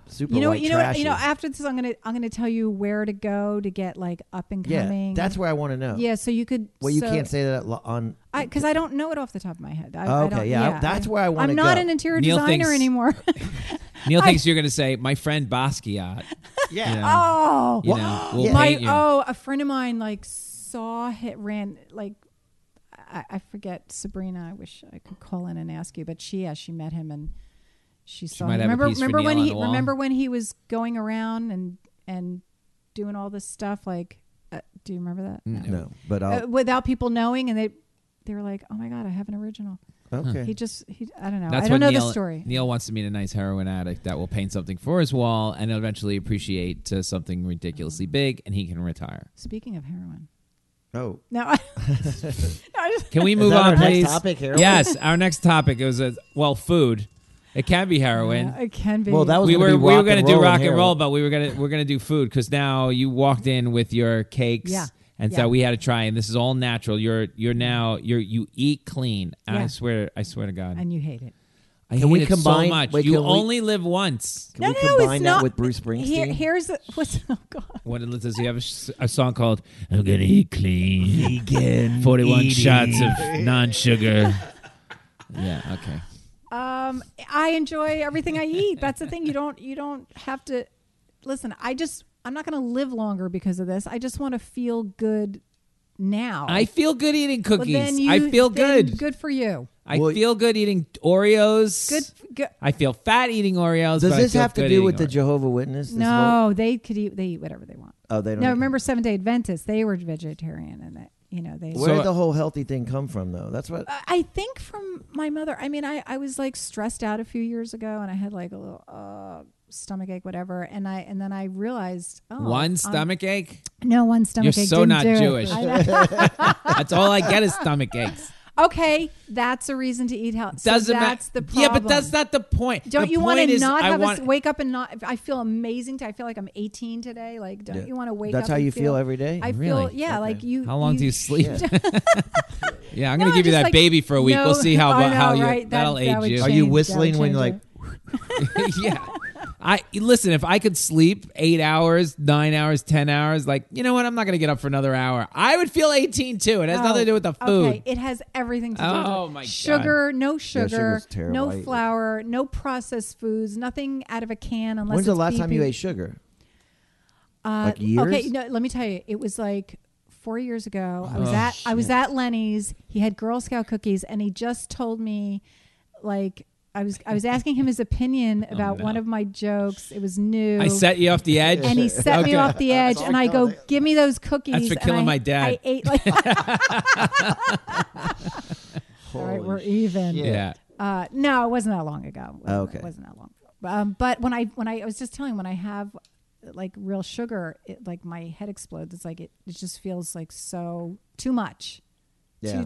[SPEAKER 3] Super
[SPEAKER 4] You know,
[SPEAKER 3] white
[SPEAKER 4] you know,
[SPEAKER 3] trashy.
[SPEAKER 4] you know. After this, I'm gonna I'm gonna tell you where to go to get like up and
[SPEAKER 3] yeah,
[SPEAKER 4] coming.
[SPEAKER 3] that's where I want to know.
[SPEAKER 4] Yeah, so you could.
[SPEAKER 3] Well, you
[SPEAKER 4] so-
[SPEAKER 3] can't say that lo- on.
[SPEAKER 4] I because I don't know it off the top of my head. I, I
[SPEAKER 3] Okay,
[SPEAKER 4] don't-
[SPEAKER 3] yeah, I- that's where I wanna
[SPEAKER 4] I'm not
[SPEAKER 3] go.
[SPEAKER 4] an interior
[SPEAKER 2] Neil
[SPEAKER 4] designer
[SPEAKER 2] thinks-
[SPEAKER 4] anymore. (laughs)
[SPEAKER 2] Neil thinks you're going to say, my friend Basquiat.
[SPEAKER 3] Yeah.
[SPEAKER 2] You know,
[SPEAKER 4] oh,
[SPEAKER 2] you know, will
[SPEAKER 3] My-
[SPEAKER 2] paint
[SPEAKER 4] my
[SPEAKER 2] you.
[SPEAKER 4] oh a friend of mine like saw hit ran like I, I forget sabrina i wish i could call in and ask you but she yeah she met him and she saw
[SPEAKER 2] might
[SPEAKER 4] him.
[SPEAKER 2] have a
[SPEAKER 4] remember
[SPEAKER 2] piece for
[SPEAKER 4] remember
[SPEAKER 2] Neil
[SPEAKER 4] when
[SPEAKER 2] on
[SPEAKER 4] he
[SPEAKER 2] the wall.
[SPEAKER 4] remember when he was going around and and doing all this stuff like uh, do you remember that
[SPEAKER 2] Mm.
[SPEAKER 4] no,
[SPEAKER 3] No, but I'll,
[SPEAKER 4] Uh, without people knowing and they they were like oh my god i have an original
[SPEAKER 3] okay.
[SPEAKER 4] Oh, he just he i don't know
[SPEAKER 2] That's
[SPEAKER 4] i don't
[SPEAKER 2] what
[SPEAKER 4] know
[SPEAKER 2] Neil,
[SPEAKER 4] the story
[SPEAKER 2] Neil wants to meet a nice heroin addict that will paint something for his wall and eventually appreciate to something ridiculously big, and he can retire.
[SPEAKER 4] speaking of heroin
[SPEAKER 3] oh,
[SPEAKER 4] no (laughs) i, no, I just
[SPEAKER 2] Can we move
[SPEAKER 3] that
[SPEAKER 2] on,
[SPEAKER 3] our next
[SPEAKER 2] please?
[SPEAKER 3] topic, heroin?
[SPEAKER 2] Yes, our next topic. It was a well, food. It can be heroin.
[SPEAKER 4] Yeah, it can be
[SPEAKER 3] Well, that was
[SPEAKER 2] we
[SPEAKER 3] gonna
[SPEAKER 2] were
[SPEAKER 3] be
[SPEAKER 2] we were
[SPEAKER 3] rock
[SPEAKER 2] gonna
[SPEAKER 3] and
[SPEAKER 2] do
[SPEAKER 3] roll
[SPEAKER 2] rock
[SPEAKER 3] and
[SPEAKER 2] and roll,
[SPEAKER 3] heroin.
[SPEAKER 2] but we were gonna we're gonna do food because now you walked in with your cakes.
[SPEAKER 4] Yeah.
[SPEAKER 2] And
[SPEAKER 4] Yeah.
[SPEAKER 2] so we had to try, and this is all natural. You're you're now you're you eat clean. And I
[SPEAKER 4] Yeah.
[SPEAKER 2] swear I swear to God,
[SPEAKER 4] and you hate it
[SPEAKER 2] I
[SPEAKER 3] Can
[SPEAKER 2] hate
[SPEAKER 3] we
[SPEAKER 2] it so
[SPEAKER 3] combine-
[SPEAKER 2] much.
[SPEAKER 3] wait,
[SPEAKER 2] you
[SPEAKER 3] can we-
[SPEAKER 2] only live once.
[SPEAKER 3] Can we combine that with Bruce Springsteen?
[SPEAKER 4] Here- here's the, (laughs) what's oh god.
[SPEAKER 2] What it does he have a, s- a song called "I'm Gonna Eat
[SPEAKER 4] (laughs)
[SPEAKER 2] Clean"? Forty-one shots of non-sugar. yeah. Okay.
[SPEAKER 4] Um, I enjoy everything I eat. That's the thing. You don't you don't have to listen. I just I'm not going to live longer because of this. I just want to feel good now.
[SPEAKER 2] I feel good eating
[SPEAKER 4] Well,
[SPEAKER 2] cookies.
[SPEAKER 4] then you-
[SPEAKER 2] I feel
[SPEAKER 4] then
[SPEAKER 2] good.
[SPEAKER 4] Good for you.
[SPEAKER 2] I
[SPEAKER 3] Well,
[SPEAKER 2] feel good eating Oreos.
[SPEAKER 4] Good. good.
[SPEAKER 2] I feel fat eating Oreos.
[SPEAKER 3] Does
[SPEAKER 2] but I
[SPEAKER 3] this
[SPEAKER 2] feel
[SPEAKER 3] have to
[SPEAKER 2] good
[SPEAKER 3] do
[SPEAKER 2] eating
[SPEAKER 3] with the
[SPEAKER 2] Oreos.
[SPEAKER 3] Jehovah Witness? this
[SPEAKER 4] No,
[SPEAKER 3] whole-
[SPEAKER 4] they could eat. They eat whatever they want.
[SPEAKER 3] oh, they don't.
[SPEAKER 4] Now remember, Seventh Day Adventists. They were vegetarian, and that you know they.
[SPEAKER 3] where
[SPEAKER 2] So-
[SPEAKER 3] did the whole healthy thing come from, though? That's what. (laughs)
[SPEAKER 4] I- I think from my mother. I mean, I, I was like stressed out a few years ago, and I had like a little uh, stomach ache, whatever. And I and then I realized oh,
[SPEAKER 2] One
[SPEAKER 4] I'm-
[SPEAKER 2] stomach
[SPEAKER 4] (laughs)
[SPEAKER 2] ache.
[SPEAKER 4] no, one stomach.
[SPEAKER 2] You're
[SPEAKER 4] ache
[SPEAKER 2] so
[SPEAKER 4] didn't
[SPEAKER 2] not
[SPEAKER 4] do it.
[SPEAKER 2] Jewish.
[SPEAKER 4] I-
[SPEAKER 2] That's all I get is stomach aches.
[SPEAKER 4] okay, that's a reason to eat healthy. (laughs) So
[SPEAKER 2] Doesn't matter.
[SPEAKER 4] that's the problem.
[SPEAKER 2] Yeah, but that's not the point.
[SPEAKER 4] Don't
[SPEAKER 2] The
[SPEAKER 4] you want
[SPEAKER 2] point
[SPEAKER 4] to
[SPEAKER 2] is
[SPEAKER 4] not
[SPEAKER 2] I
[SPEAKER 4] have
[SPEAKER 2] want,
[SPEAKER 4] us wake up and not? I feel amazing. Today. I feel like I'm 18 today. Like, don't
[SPEAKER 3] Yeah.
[SPEAKER 4] you want to wake
[SPEAKER 3] That's
[SPEAKER 4] up?
[SPEAKER 3] how
[SPEAKER 4] and
[SPEAKER 3] you feel every day?
[SPEAKER 4] I feel,
[SPEAKER 2] Really?
[SPEAKER 4] yeah, like you.
[SPEAKER 2] How long do you sleep? (laughs) Yeah, I'm gonna
[SPEAKER 4] No,
[SPEAKER 2] give you
[SPEAKER 4] just
[SPEAKER 2] that
[SPEAKER 4] like-
[SPEAKER 2] baby for a week.
[SPEAKER 4] no,
[SPEAKER 2] we'll see how
[SPEAKER 4] (laughs) I know,
[SPEAKER 2] how you
[SPEAKER 4] right? That-
[SPEAKER 2] that'll
[SPEAKER 4] that
[SPEAKER 2] age
[SPEAKER 4] would
[SPEAKER 2] you.
[SPEAKER 3] Are you
[SPEAKER 4] Change,
[SPEAKER 3] whistling
[SPEAKER 4] that'll
[SPEAKER 3] when you're like?
[SPEAKER 4] change
[SPEAKER 2] (laughs) yeah. I listen, if I could sleep eight hours, nine hours, ten hours, like, you know what, I'm not gonna get up for another hour. I would feel eighteen too. It has nothing to do with the food.
[SPEAKER 4] Oh, Okay, it has everything to do with
[SPEAKER 2] Oh,
[SPEAKER 4] it.
[SPEAKER 2] my God.
[SPEAKER 4] sugar, no sugar,
[SPEAKER 3] sugar's terrible.
[SPEAKER 4] no
[SPEAKER 3] I hate it.
[SPEAKER 4] flour, no processed foods, nothing out of a can unless
[SPEAKER 3] When's
[SPEAKER 4] it's
[SPEAKER 3] the last time you
[SPEAKER 4] BP.
[SPEAKER 3] ate sugar?
[SPEAKER 4] Uh,
[SPEAKER 3] like years?
[SPEAKER 4] Okay, no, let me tell you. It was like 4 years ago.
[SPEAKER 3] Oh,
[SPEAKER 4] I was at I was at Lenny's. He had Girl Scout cookies and he just told me like I was I was asking him
[SPEAKER 2] (laughs)
[SPEAKER 4] his opinion about one of my jokes. It was new.
[SPEAKER 2] Oh, I set you off the edge.
[SPEAKER 4] and he set me
[SPEAKER 2] Okay.
[SPEAKER 4] off the edge, and I go, "Give me those cookies."
[SPEAKER 2] That's for
[SPEAKER 4] and
[SPEAKER 2] killing
[SPEAKER 4] I-
[SPEAKER 2] my dad.
[SPEAKER 4] I ate
[SPEAKER 3] (laughs)
[SPEAKER 4] like. All right, we're even.
[SPEAKER 2] Yeah.
[SPEAKER 4] Uh, no, it wasn't that long ago. It wasn't,
[SPEAKER 3] Oh, okay.
[SPEAKER 4] it wasn't that long. Ago. Um, but when I when I, I was just telling him, when I have like real sugar, it, like my head explodes. It's like it, it just feels like so too much.
[SPEAKER 3] Yeah,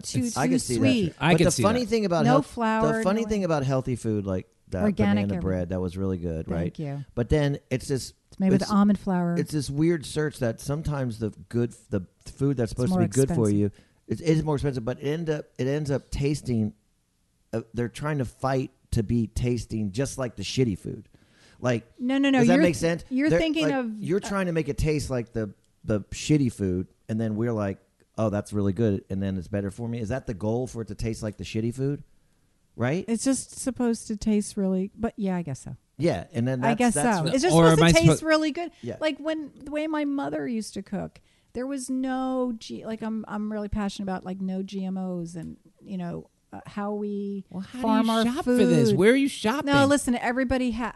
[SPEAKER 4] Too- too-
[SPEAKER 3] I
[SPEAKER 4] too
[SPEAKER 3] could see
[SPEAKER 4] sweet.
[SPEAKER 3] that.
[SPEAKER 2] I
[SPEAKER 3] but
[SPEAKER 2] could
[SPEAKER 3] the
[SPEAKER 2] see
[SPEAKER 3] funny
[SPEAKER 2] that.
[SPEAKER 3] thing about
[SPEAKER 4] No
[SPEAKER 3] health,
[SPEAKER 4] flour,
[SPEAKER 3] the funny
[SPEAKER 4] no-
[SPEAKER 3] thing about healthy food like that
[SPEAKER 4] Organic
[SPEAKER 3] banana
[SPEAKER 4] everything.
[SPEAKER 3] bread that was really good, right?
[SPEAKER 4] Thank you.
[SPEAKER 3] But then it's this
[SPEAKER 4] It's made with
[SPEAKER 3] it's-
[SPEAKER 4] almond flour.
[SPEAKER 3] It's this weird search that sometimes the good the food that's supposed to
[SPEAKER 4] more
[SPEAKER 3] be good for
[SPEAKER 4] expensive.
[SPEAKER 3] you it is more expensive, but it end up it ends up tasting. Uh, they're trying to fight to be tasting just like the shitty food. Like
[SPEAKER 4] No, no, no,
[SPEAKER 3] Does that
[SPEAKER 4] you're-
[SPEAKER 3] make sense?
[SPEAKER 4] you're
[SPEAKER 3] They're-
[SPEAKER 4] thinking
[SPEAKER 3] like,
[SPEAKER 4] of- uh,
[SPEAKER 3] you're trying to make it taste like the the shitty food, and then we're like, oh, that's really good, and then it's better for me. Is that the goal for it to taste like the shitty food? Right?
[SPEAKER 4] it's just supposed to taste really, but yeah, I guess so.
[SPEAKER 3] yeah, and then that's,
[SPEAKER 4] I guess
[SPEAKER 3] that's
[SPEAKER 4] so.
[SPEAKER 3] what-
[SPEAKER 4] It's just
[SPEAKER 2] Or
[SPEAKER 4] supposed
[SPEAKER 2] am I
[SPEAKER 4] to taste
[SPEAKER 2] suppo-
[SPEAKER 4] really good.
[SPEAKER 3] Yeah.
[SPEAKER 4] Like when the way my mother used to cook, there was no G. Like I'm, I'm really passionate about like no GMOs and you know uh, how we
[SPEAKER 2] How do
[SPEAKER 4] farm
[SPEAKER 2] you
[SPEAKER 4] our
[SPEAKER 2] shop
[SPEAKER 4] food.
[SPEAKER 2] for this? Where are you shopping?
[SPEAKER 4] no, listen. Everybody has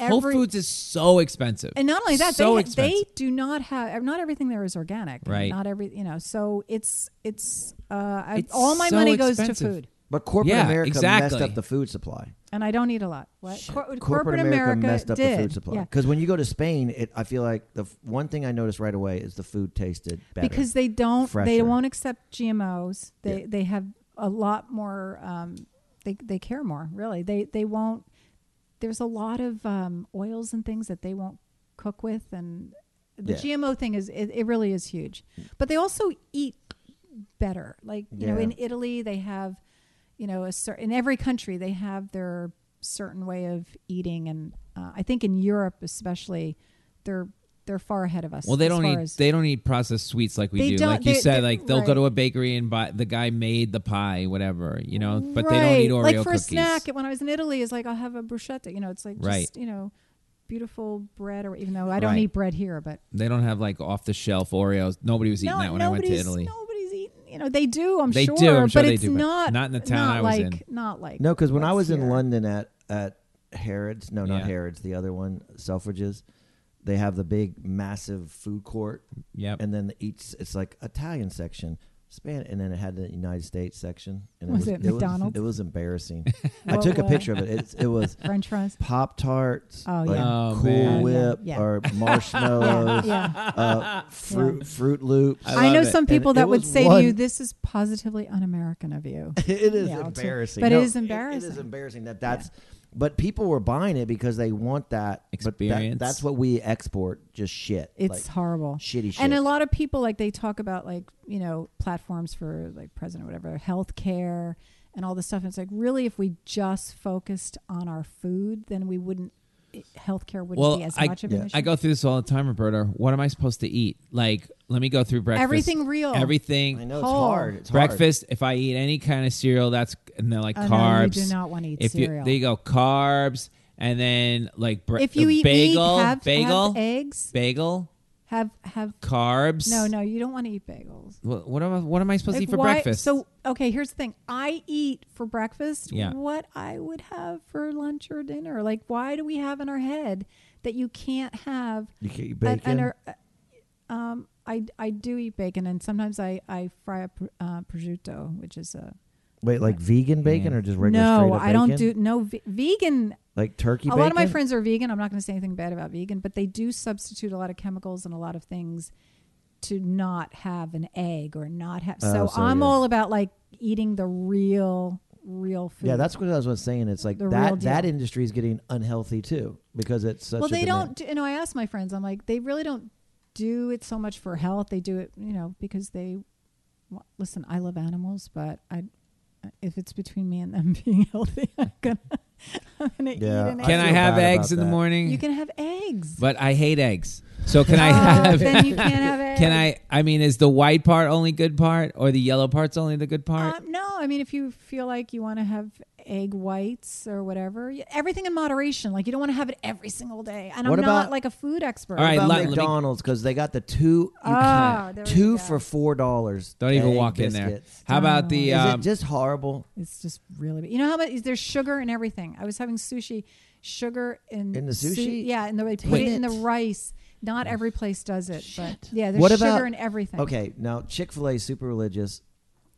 [SPEAKER 4] every,
[SPEAKER 2] Whole Foods is so expensive.
[SPEAKER 4] and not only that,
[SPEAKER 2] so
[SPEAKER 4] they
[SPEAKER 2] expensive.
[SPEAKER 4] they do not have not everything there is organic.
[SPEAKER 2] Right.
[SPEAKER 4] Not every you know. So it's it's uh I-
[SPEAKER 2] It's
[SPEAKER 4] all my
[SPEAKER 2] so
[SPEAKER 4] money goes to
[SPEAKER 2] expensive.
[SPEAKER 4] food,
[SPEAKER 3] But corporate
[SPEAKER 2] Yeah,
[SPEAKER 3] America messed
[SPEAKER 2] exactly.
[SPEAKER 3] up the food supply.
[SPEAKER 4] and I don't eat a lot. What Cor- corporate,
[SPEAKER 3] America,
[SPEAKER 4] America
[SPEAKER 3] messed up
[SPEAKER 4] did.
[SPEAKER 3] the food supply.
[SPEAKER 4] Yeah.
[SPEAKER 3] Because when you go to Spain, it, I feel like the f- one thing I noticed right away is the food tasted better.
[SPEAKER 4] because they don't they
[SPEAKER 3] fresher.
[SPEAKER 4] won't accept GMOs. They
[SPEAKER 3] Yeah.
[SPEAKER 4] they have a lot more. Um, they they care more really. They they won't. There's a lot of um, oils and things that they won't cook with, and the
[SPEAKER 3] Yeah. Mm.
[SPEAKER 4] GMO thing is it, it really is huge. But they also eat better. Like you know,
[SPEAKER 3] Yeah.
[SPEAKER 4] in Italy they have, you know, a certain in every country they have their certain way of eating, and uh, I think in Europe especially, they're they're far ahead of us.
[SPEAKER 2] Well, they
[SPEAKER 4] as
[SPEAKER 2] don't
[SPEAKER 4] far
[SPEAKER 2] eat.
[SPEAKER 4] as-
[SPEAKER 2] They don't eat processed sweets like we
[SPEAKER 4] They
[SPEAKER 2] do.
[SPEAKER 4] don't-
[SPEAKER 2] like you
[SPEAKER 4] they-
[SPEAKER 2] said,
[SPEAKER 4] they-
[SPEAKER 2] like they'll go to
[SPEAKER 4] right.
[SPEAKER 2] a bakery and buy the guy made the pie, whatever you know. But
[SPEAKER 4] right.
[SPEAKER 2] they don't eat Oreo
[SPEAKER 4] like for
[SPEAKER 2] cookies.
[SPEAKER 4] a snack. When I was in Italy, it's like I'll have a bruschetta. You know, it's like
[SPEAKER 2] Right.
[SPEAKER 4] just you know, beautiful bread. Or even though I don't
[SPEAKER 2] Right.
[SPEAKER 4] eat bread here, but
[SPEAKER 2] They don't have like off the shelf Oreos. Nobody was eating
[SPEAKER 4] no,
[SPEAKER 2] that when I went
[SPEAKER 4] nobody's
[SPEAKER 2] to Italy.
[SPEAKER 4] nobody's eating. You know, they do. I'm
[SPEAKER 2] They do,
[SPEAKER 4] sure,
[SPEAKER 2] I'm sure
[SPEAKER 4] but
[SPEAKER 2] they
[SPEAKER 4] it's
[SPEAKER 2] do, but
[SPEAKER 4] not
[SPEAKER 2] not in the town
[SPEAKER 4] not
[SPEAKER 2] I was
[SPEAKER 4] like,
[SPEAKER 2] in.
[SPEAKER 4] Not like
[SPEAKER 3] No, because when I
[SPEAKER 4] what's
[SPEAKER 3] was in
[SPEAKER 4] here.
[SPEAKER 3] London at at Harrods, no, not
[SPEAKER 2] Yeah.
[SPEAKER 3] Harrods, the other one, Selfridges, they have the big massive food court.
[SPEAKER 2] Yep.
[SPEAKER 3] And then each it's like Italian section, Span, and then it had the United States section. And
[SPEAKER 4] Was it McDonald's?
[SPEAKER 3] It
[SPEAKER 4] (laughs)
[SPEAKER 3] was, embarrassing. I
[SPEAKER 4] What
[SPEAKER 3] took a
[SPEAKER 4] was-
[SPEAKER 3] picture of it. It's, it was
[SPEAKER 4] French fries.
[SPEAKER 3] Pop Tarts,
[SPEAKER 4] Oh,
[SPEAKER 3] like
[SPEAKER 4] yeah.
[SPEAKER 2] Oh,
[SPEAKER 3] Cool
[SPEAKER 2] man.
[SPEAKER 3] Whip,
[SPEAKER 4] Yeah.
[SPEAKER 3] or
[SPEAKER 4] (laughs) Yeah,
[SPEAKER 3] marshmallows,
[SPEAKER 4] yeah.
[SPEAKER 3] uh, fruit Fruit Loops.
[SPEAKER 2] I
[SPEAKER 4] I, know
[SPEAKER 2] love it.
[SPEAKER 4] some people
[SPEAKER 3] And it
[SPEAKER 4] that would
[SPEAKER 3] was
[SPEAKER 4] say to you,
[SPEAKER 3] one-
[SPEAKER 4] "This is positively un-American of
[SPEAKER 3] (laughs)
[SPEAKER 4] you."
[SPEAKER 3] it is
[SPEAKER 4] Yeah, it's-
[SPEAKER 3] embarrassing.
[SPEAKER 4] but it
[SPEAKER 3] No,
[SPEAKER 4] is
[SPEAKER 3] It is
[SPEAKER 4] embarrassing.
[SPEAKER 3] embarrassing that that's. But people were buying it because they want that but that-
[SPEAKER 2] Experience.
[SPEAKER 3] that's what we export, just shit.
[SPEAKER 4] It's
[SPEAKER 3] Like,
[SPEAKER 4] horrible.
[SPEAKER 3] shitty
[SPEAKER 4] And a
[SPEAKER 3] shit.
[SPEAKER 4] lot of people like they talk about like, you know, platforms for like president or whatever, health care and all this stuff. And it's like really if we just focused on our food, then we wouldn't eh, healthcare wouldn't
[SPEAKER 2] Well,
[SPEAKER 4] be as
[SPEAKER 2] I,
[SPEAKER 4] much of an issue.
[SPEAKER 2] I go through this all the time, Roberta. What am I supposed to eat? Like, let me go through breakfast.
[SPEAKER 4] Everything real.
[SPEAKER 2] Everything.
[SPEAKER 3] I know it's
[SPEAKER 4] Whole.
[SPEAKER 3] hard. It's hard.
[SPEAKER 2] breakfast. If I eat any kind of cereal, that's and they're like
[SPEAKER 4] Oh, no, you
[SPEAKER 2] carbs.
[SPEAKER 4] do not wanna eat
[SPEAKER 2] if
[SPEAKER 4] cereal.
[SPEAKER 2] You, there you go, carbs, and then like bre-
[SPEAKER 4] if you eat
[SPEAKER 2] bagel,
[SPEAKER 4] meat, have,
[SPEAKER 2] bagel,
[SPEAKER 4] have eggs,
[SPEAKER 2] bagel,
[SPEAKER 4] have have
[SPEAKER 2] carbs.
[SPEAKER 4] no, no, you don't want to eat bagels.
[SPEAKER 2] What, what am I? What am I supposed
[SPEAKER 4] Like,
[SPEAKER 2] to eat for
[SPEAKER 4] why-
[SPEAKER 2] breakfast?
[SPEAKER 4] So okay, here's the thing: I eat for breakfast
[SPEAKER 2] Yeah.
[SPEAKER 4] what I would have for lunch or dinner. Like, why do we have in our head that you can't have?
[SPEAKER 3] You can't eat
[SPEAKER 4] an- an-
[SPEAKER 3] bacon?
[SPEAKER 4] uh, um, I I do eat bacon, and sometimes I I fry up uh, prosciutto, which is a
[SPEAKER 3] Wait, like vegan bacon or just regular straight
[SPEAKER 4] no.
[SPEAKER 3] up
[SPEAKER 4] I don't
[SPEAKER 3] bacon?
[SPEAKER 4] do no ve- vegan.
[SPEAKER 3] like turkey.
[SPEAKER 4] A
[SPEAKER 3] bacon?
[SPEAKER 4] lot of my friends are vegan. I'm not going to say anything bad about vegan, but they do substitute a lot of chemicals and a lot of things to not have an egg or not have. So,
[SPEAKER 3] Oh, so
[SPEAKER 4] I'm
[SPEAKER 3] yeah.
[SPEAKER 4] all about like eating the real, real food.
[SPEAKER 3] Yeah, that's what I was gonna saying. It's like
[SPEAKER 4] The real
[SPEAKER 3] that that
[SPEAKER 4] deal.
[SPEAKER 3] industry is getting unhealthy too because it's such.
[SPEAKER 4] well.
[SPEAKER 3] a
[SPEAKER 4] They
[SPEAKER 3] demand.
[SPEAKER 4] don't. Do, you know, I asked my friends. I'm like, they really don't do it so much for health. They do it, you know, because they. wa- Listen, I love animals, but I, if it's between me and them (laughs) being healthy, I'm gonna, I'm gonna
[SPEAKER 3] Yeah,
[SPEAKER 4] eat an
[SPEAKER 2] can
[SPEAKER 4] egg.
[SPEAKER 2] I
[SPEAKER 3] feel
[SPEAKER 2] have
[SPEAKER 3] bad
[SPEAKER 2] eggs
[SPEAKER 3] about
[SPEAKER 2] in the
[SPEAKER 3] that.
[SPEAKER 2] morning?
[SPEAKER 4] You can have eggs.
[SPEAKER 2] but I hate eggs.
[SPEAKER 4] (laughs)
[SPEAKER 2] So can I
[SPEAKER 4] Oh,
[SPEAKER 2] have?
[SPEAKER 4] then you can't have eggs.
[SPEAKER 2] Can I? I mean, is the white part only good part, or the yellow part's only the good part?
[SPEAKER 4] Um, no, I mean, if you feel like you want to have egg whites or whatever, y- everything in moderation. Like you don't want to have it every single day. And
[SPEAKER 3] What
[SPEAKER 4] I'm
[SPEAKER 3] about-
[SPEAKER 4] not like a food expert.
[SPEAKER 2] All right,
[SPEAKER 3] What
[SPEAKER 2] let-
[SPEAKER 3] about
[SPEAKER 2] let me-
[SPEAKER 3] McDonald's because they got the two you (laughs)
[SPEAKER 4] Ah,
[SPEAKER 3] can't-
[SPEAKER 4] there we
[SPEAKER 3] two
[SPEAKER 4] go.
[SPEAKER 3] for four dollars.
[SPEAKER 2] Don't even walk in there. How about the?
[SPEAKER 3] Is
[SPEAKER 2] Um,
[SPEAKER 3] it just horrible
[SPEAKER 4] It's just really bad. You know how much is there's sugar in everything? I was having sushi, sugar in
[SPEAKER 3] In the
[SPEAKER 4] su-
[SPEAKER 3] sushi?
[SPEAKER 4] yeah, and they put
[SPEAKER 3] Wait.
[SPEAKER 4] it in the
[SPEAKER 3] It. Mm.
[SPEAKER 4] rice. Not every place does it, but yeah, there's
[SPEAKER 3] What
[SPEAKER 4] sugar
[SPEAKER 3] about-
[SPEAKER 4] in everything.
[SPEAKER 3] Okay, now Chick Fil A super religious.